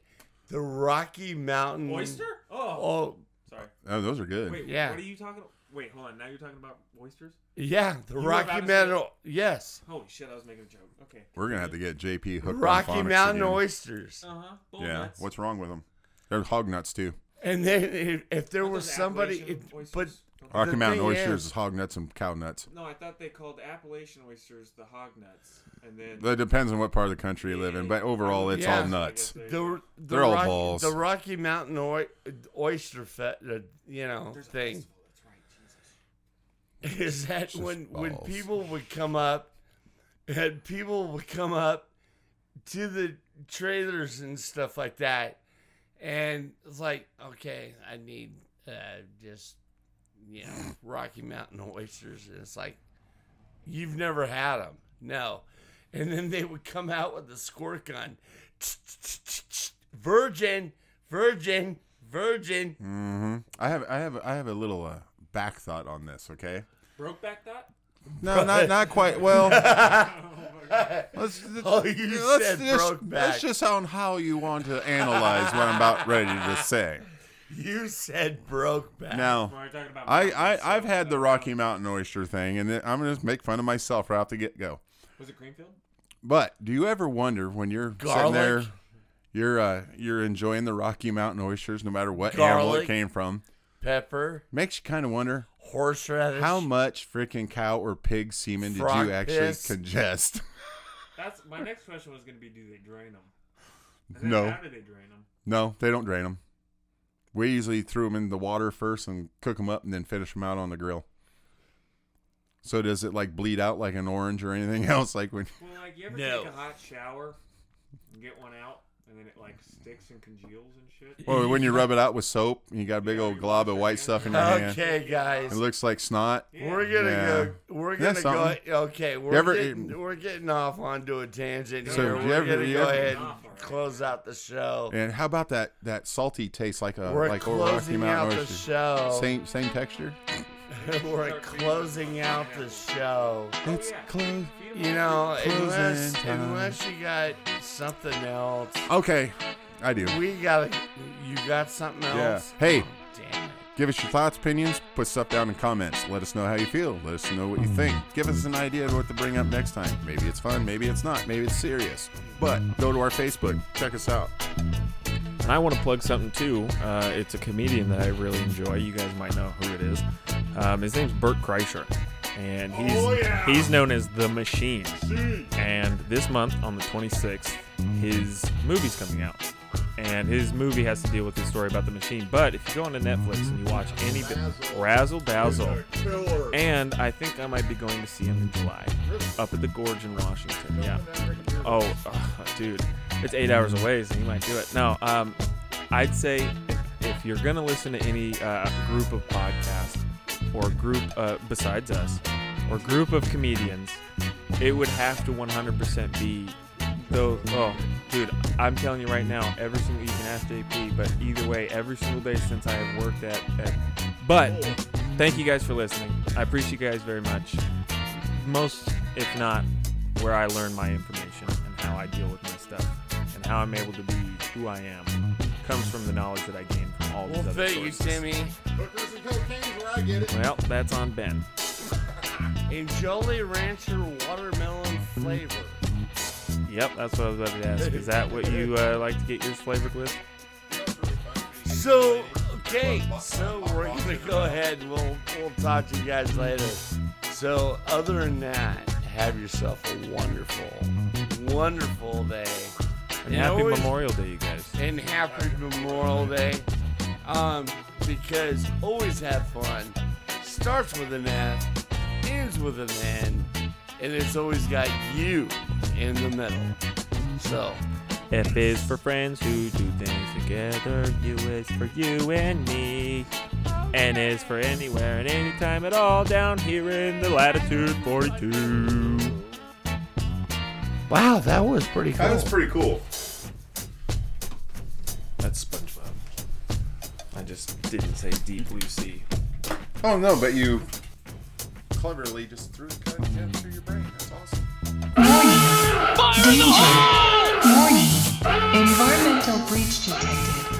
Speaker 2: the Rocky Mountain
Speaker 5: oyster? Oh,
Speaker 2: Oh,
Speaker 5: sorry.
Speaker 3: Oh, those are good.
Speaker 5: Wait,
Speaker 2: Yeah.
Speaker 5: what are you talking? Wait, hold on. Now you're talking about oysters?
Speaker 2: yeah, the
Speaker 5: were about
Speaker 2: Rocky
Speaker 5: to
Speaker 2: Mountain. Yes,
Speaker 5: Holy shit! I was making a joke. Okay.
Speaker 3: We're gonna have to get JP hooked.
Speaker 2: Rocky
Speaker 3: on phonics
Speaker 2: Mountain
Speaker 3: again.
Speaker 2: oysters.
Speaker 5: Uh huh.
Speaker 3: Yeah, what's wrong with them? They're hog nuts too.
Speaker 2: And then if, if there was somebody, if, but
Speaker 3: Rocky
Speaker 2: The
Speaker 3: Mountain
Speaker 2: thing
Speaker 3: oysters
Speaker 2: is-
Speaker 3: is, hog nuts and cow nuts.
Speaker 5: No, I thought they called Appalachian oysters the hog nuts, and then
Speaker 3: That depends on what part of the country you live in, but overall, it's
Speaker 2: Yeah.
Speaker 3: all nuts.
Speaker 2: the, the
Speaker 3: They're all
Speaker 2: Rocky,
Speaker 3: balls.
Speaker 2: The Rocky Mountain oy- oyster, fe- uh, you know, thing. is that when when
Speaker 3: balls.
Speaker 2: people would come up and people would come up to the trailers and stuff like that and it's like okay i need uh, just you know rocky mountain oysters and it's like you've never had them no and then they would come out with a squirt gun virgin virgin virgin
Speaker 3: I have, I have, I have a little uh, back thought on this. Okay.
Speaker 5: broke back Oh that.
Speaker 3: No, not not quite. Well, let's
Speaker 2: Oh, you
Speaker 3: let's
Speaker 2: said
Speaker 3: just,
Speaker 2: broke back.
Speaker 3: That's just on how you want to analyze what I'm about ready to say.
Speaker 2: you said broke back
Speaker 3: Now,
Speaker 5: We're talking about.
Speaker 3: I, I I've had the Rocky Mountain oyster thing, and I'm gonna just make fun of myself right off the get go.
Speaker 5: Was it Greenfield?
Speaker 3: But do you ever wonder when you're sitting
Speaker 2: Garlic.
Speaker 3: there, you're uh, you're enjoying the Rocky Mountain oysters, no matter what animal
Speaker 2: Garlic.
Speaker 3: it came from,
Speaker 2: pepper
Speaker 3: makes you kind of wonder
Speaker 2: horseradish
Speaker 3: how much freaking cow or pig semen did
Speaker 2: Frog
Speaker 3: you actually
Speaker 2: piss.
Speaker 3: congest?
Speaker 5: That's my next question was going to be: Do they drain them?
Speaker 3: No.
Speaker 5: How do they drain them?
Speaker 3: No, they don't drain them. We usually threw them in the water first and cook them up, and then finish them out on the grill. So does it like bleed out like an orange or anything else? Like when
Speaker 16: Well, like you ever
Speaker 2: No.
Speaker 16: take a hot shower, and get one out, and then it like sticks and congeals and shit.
Speaker 3: well, when you rub it out with soap, and you got a big old glob of white stuff in your hand.
Speaker 2: Okay, guys.
Speaker 3: It looks like snot.
Speaker 2: We're gonna
Speaker 3: Yeah.
Speaker 2: go. We're gonna
Speaker 3: That's
Speaker 2: go.
Speaker 3: something.
Speaker 2: Okay, we're
Speaker 3: You ever-
Speaker 2: getting, we're getting off onto a tangent
Speaker 3: So,
Speaker 2: here.
Speaker 3: do
Speaker 2: We're
Speaker 3: you ever-
Speaker 2: gonna
Speaker 3: you
Speaker 2: go
Speaker 3: ever-
Speaker 2: ahead and close out the show.
Speaker 3: And how about that that salty taste like a
Speaker 2: We're
Speaker 3: like a Rocky
Speaker 2: closing out
Speaker 3: Mountain
Speaker 2: the
Speaker 3: oyster?
Speaker 2: show.
Speaker 3: Same same texture.
Speaker 2: we're closing out the show.
Speaker 3: It's close.
Speaker 2: You know,
Speaker 3: Closing
Speaker 2: unless
Speaker 3: time.
Speaker 2: unless you got something else,
Speaker 3: Okay, I do.
Speaker 2: we gotta. You got something
Speaker 3: Yeah.
Speaker 2: else? Oh,
Speaker 3: Hey,
Speaker 2: Damn it.
Speaker 3: give us your thoughts, opinions. Put stuff down in comments. Let us know how you feel. Let us know what you think. Give us an idea of what to bring up next time. Maybe it's fun. Maybe it's not. Maybe it's serious. But go to our Facebook. Check us out.
Speaker 5: And I want to plug something too. Uh, it's a comedian that I really enjoy. You guys might know who it is. Um, his name's Bert Kreischer, and he's he's known as the Machine. And this month on the 26th, his movie's coming out, and his movie has to deal with this story about the machine. But if you go onto Netflix and you watch any bit, Razzle Dazzle, and I think I might be going to see him in July, up at the Gorge in Washington. Yeah. Oh, ugh, dude, it's eight hours away, so you might do it. No, um, I'd say if, if you're gonna listen to any uh, group of podcasts or group uh, besides us or group of comedians, it would have to 100% be though. Oh, dude, I'm telling you right now, every single you can ask JP, but either way, every single day since I have worked at. at but thank you guys for listening. I appreciate you guys very much most, if not, where I learn my information and how I deal with my stuff and how I'm able to be who I am comes from the knowledge that I gain from all
Speaker 2: Well,
Speaker 5: these other
Speaker 2: thank you,
Speaker 5: sources.
Speaker 2: Timmy,
Speaker 8: Hookers and cocaine's where I get it.
Speaker 5: Well, that's on Ben.
Speaker 2: and Jolly Rancher watermelon flavor.
Speaker 5: Yep, that's what I was about to ask. Is that what you uh, like to get yours flavored with?
Speaker 2: So okay, so we're gonna go ahead. and We'll we'll talk to you guys later. So other than that, have yourself a wonderful, wonderful day.
Speaker 5: And happy Memorial Day, you guys.
Speaker 2: and happy Memorial Day. Um, because always have fun. Starts with an F, ends with an N, and it's always got you in the middle. So,
Speaker 5: F is for friends who do things together. U is for you and me. N is for anywhere and anytime at all down here in the latitude 42.
Speaker 2: wow, that was pretty cool.
Speaker 8: That was pretty cool.
Speaker 5: That's SpongeBob. I just didn't say Deep Blue Sea.
Speaker 3: Oh no, but you cleverly just threw the cut jam through your brain. That's awesome.
Speaker 15: Danger. Warning. Environmental breach detected.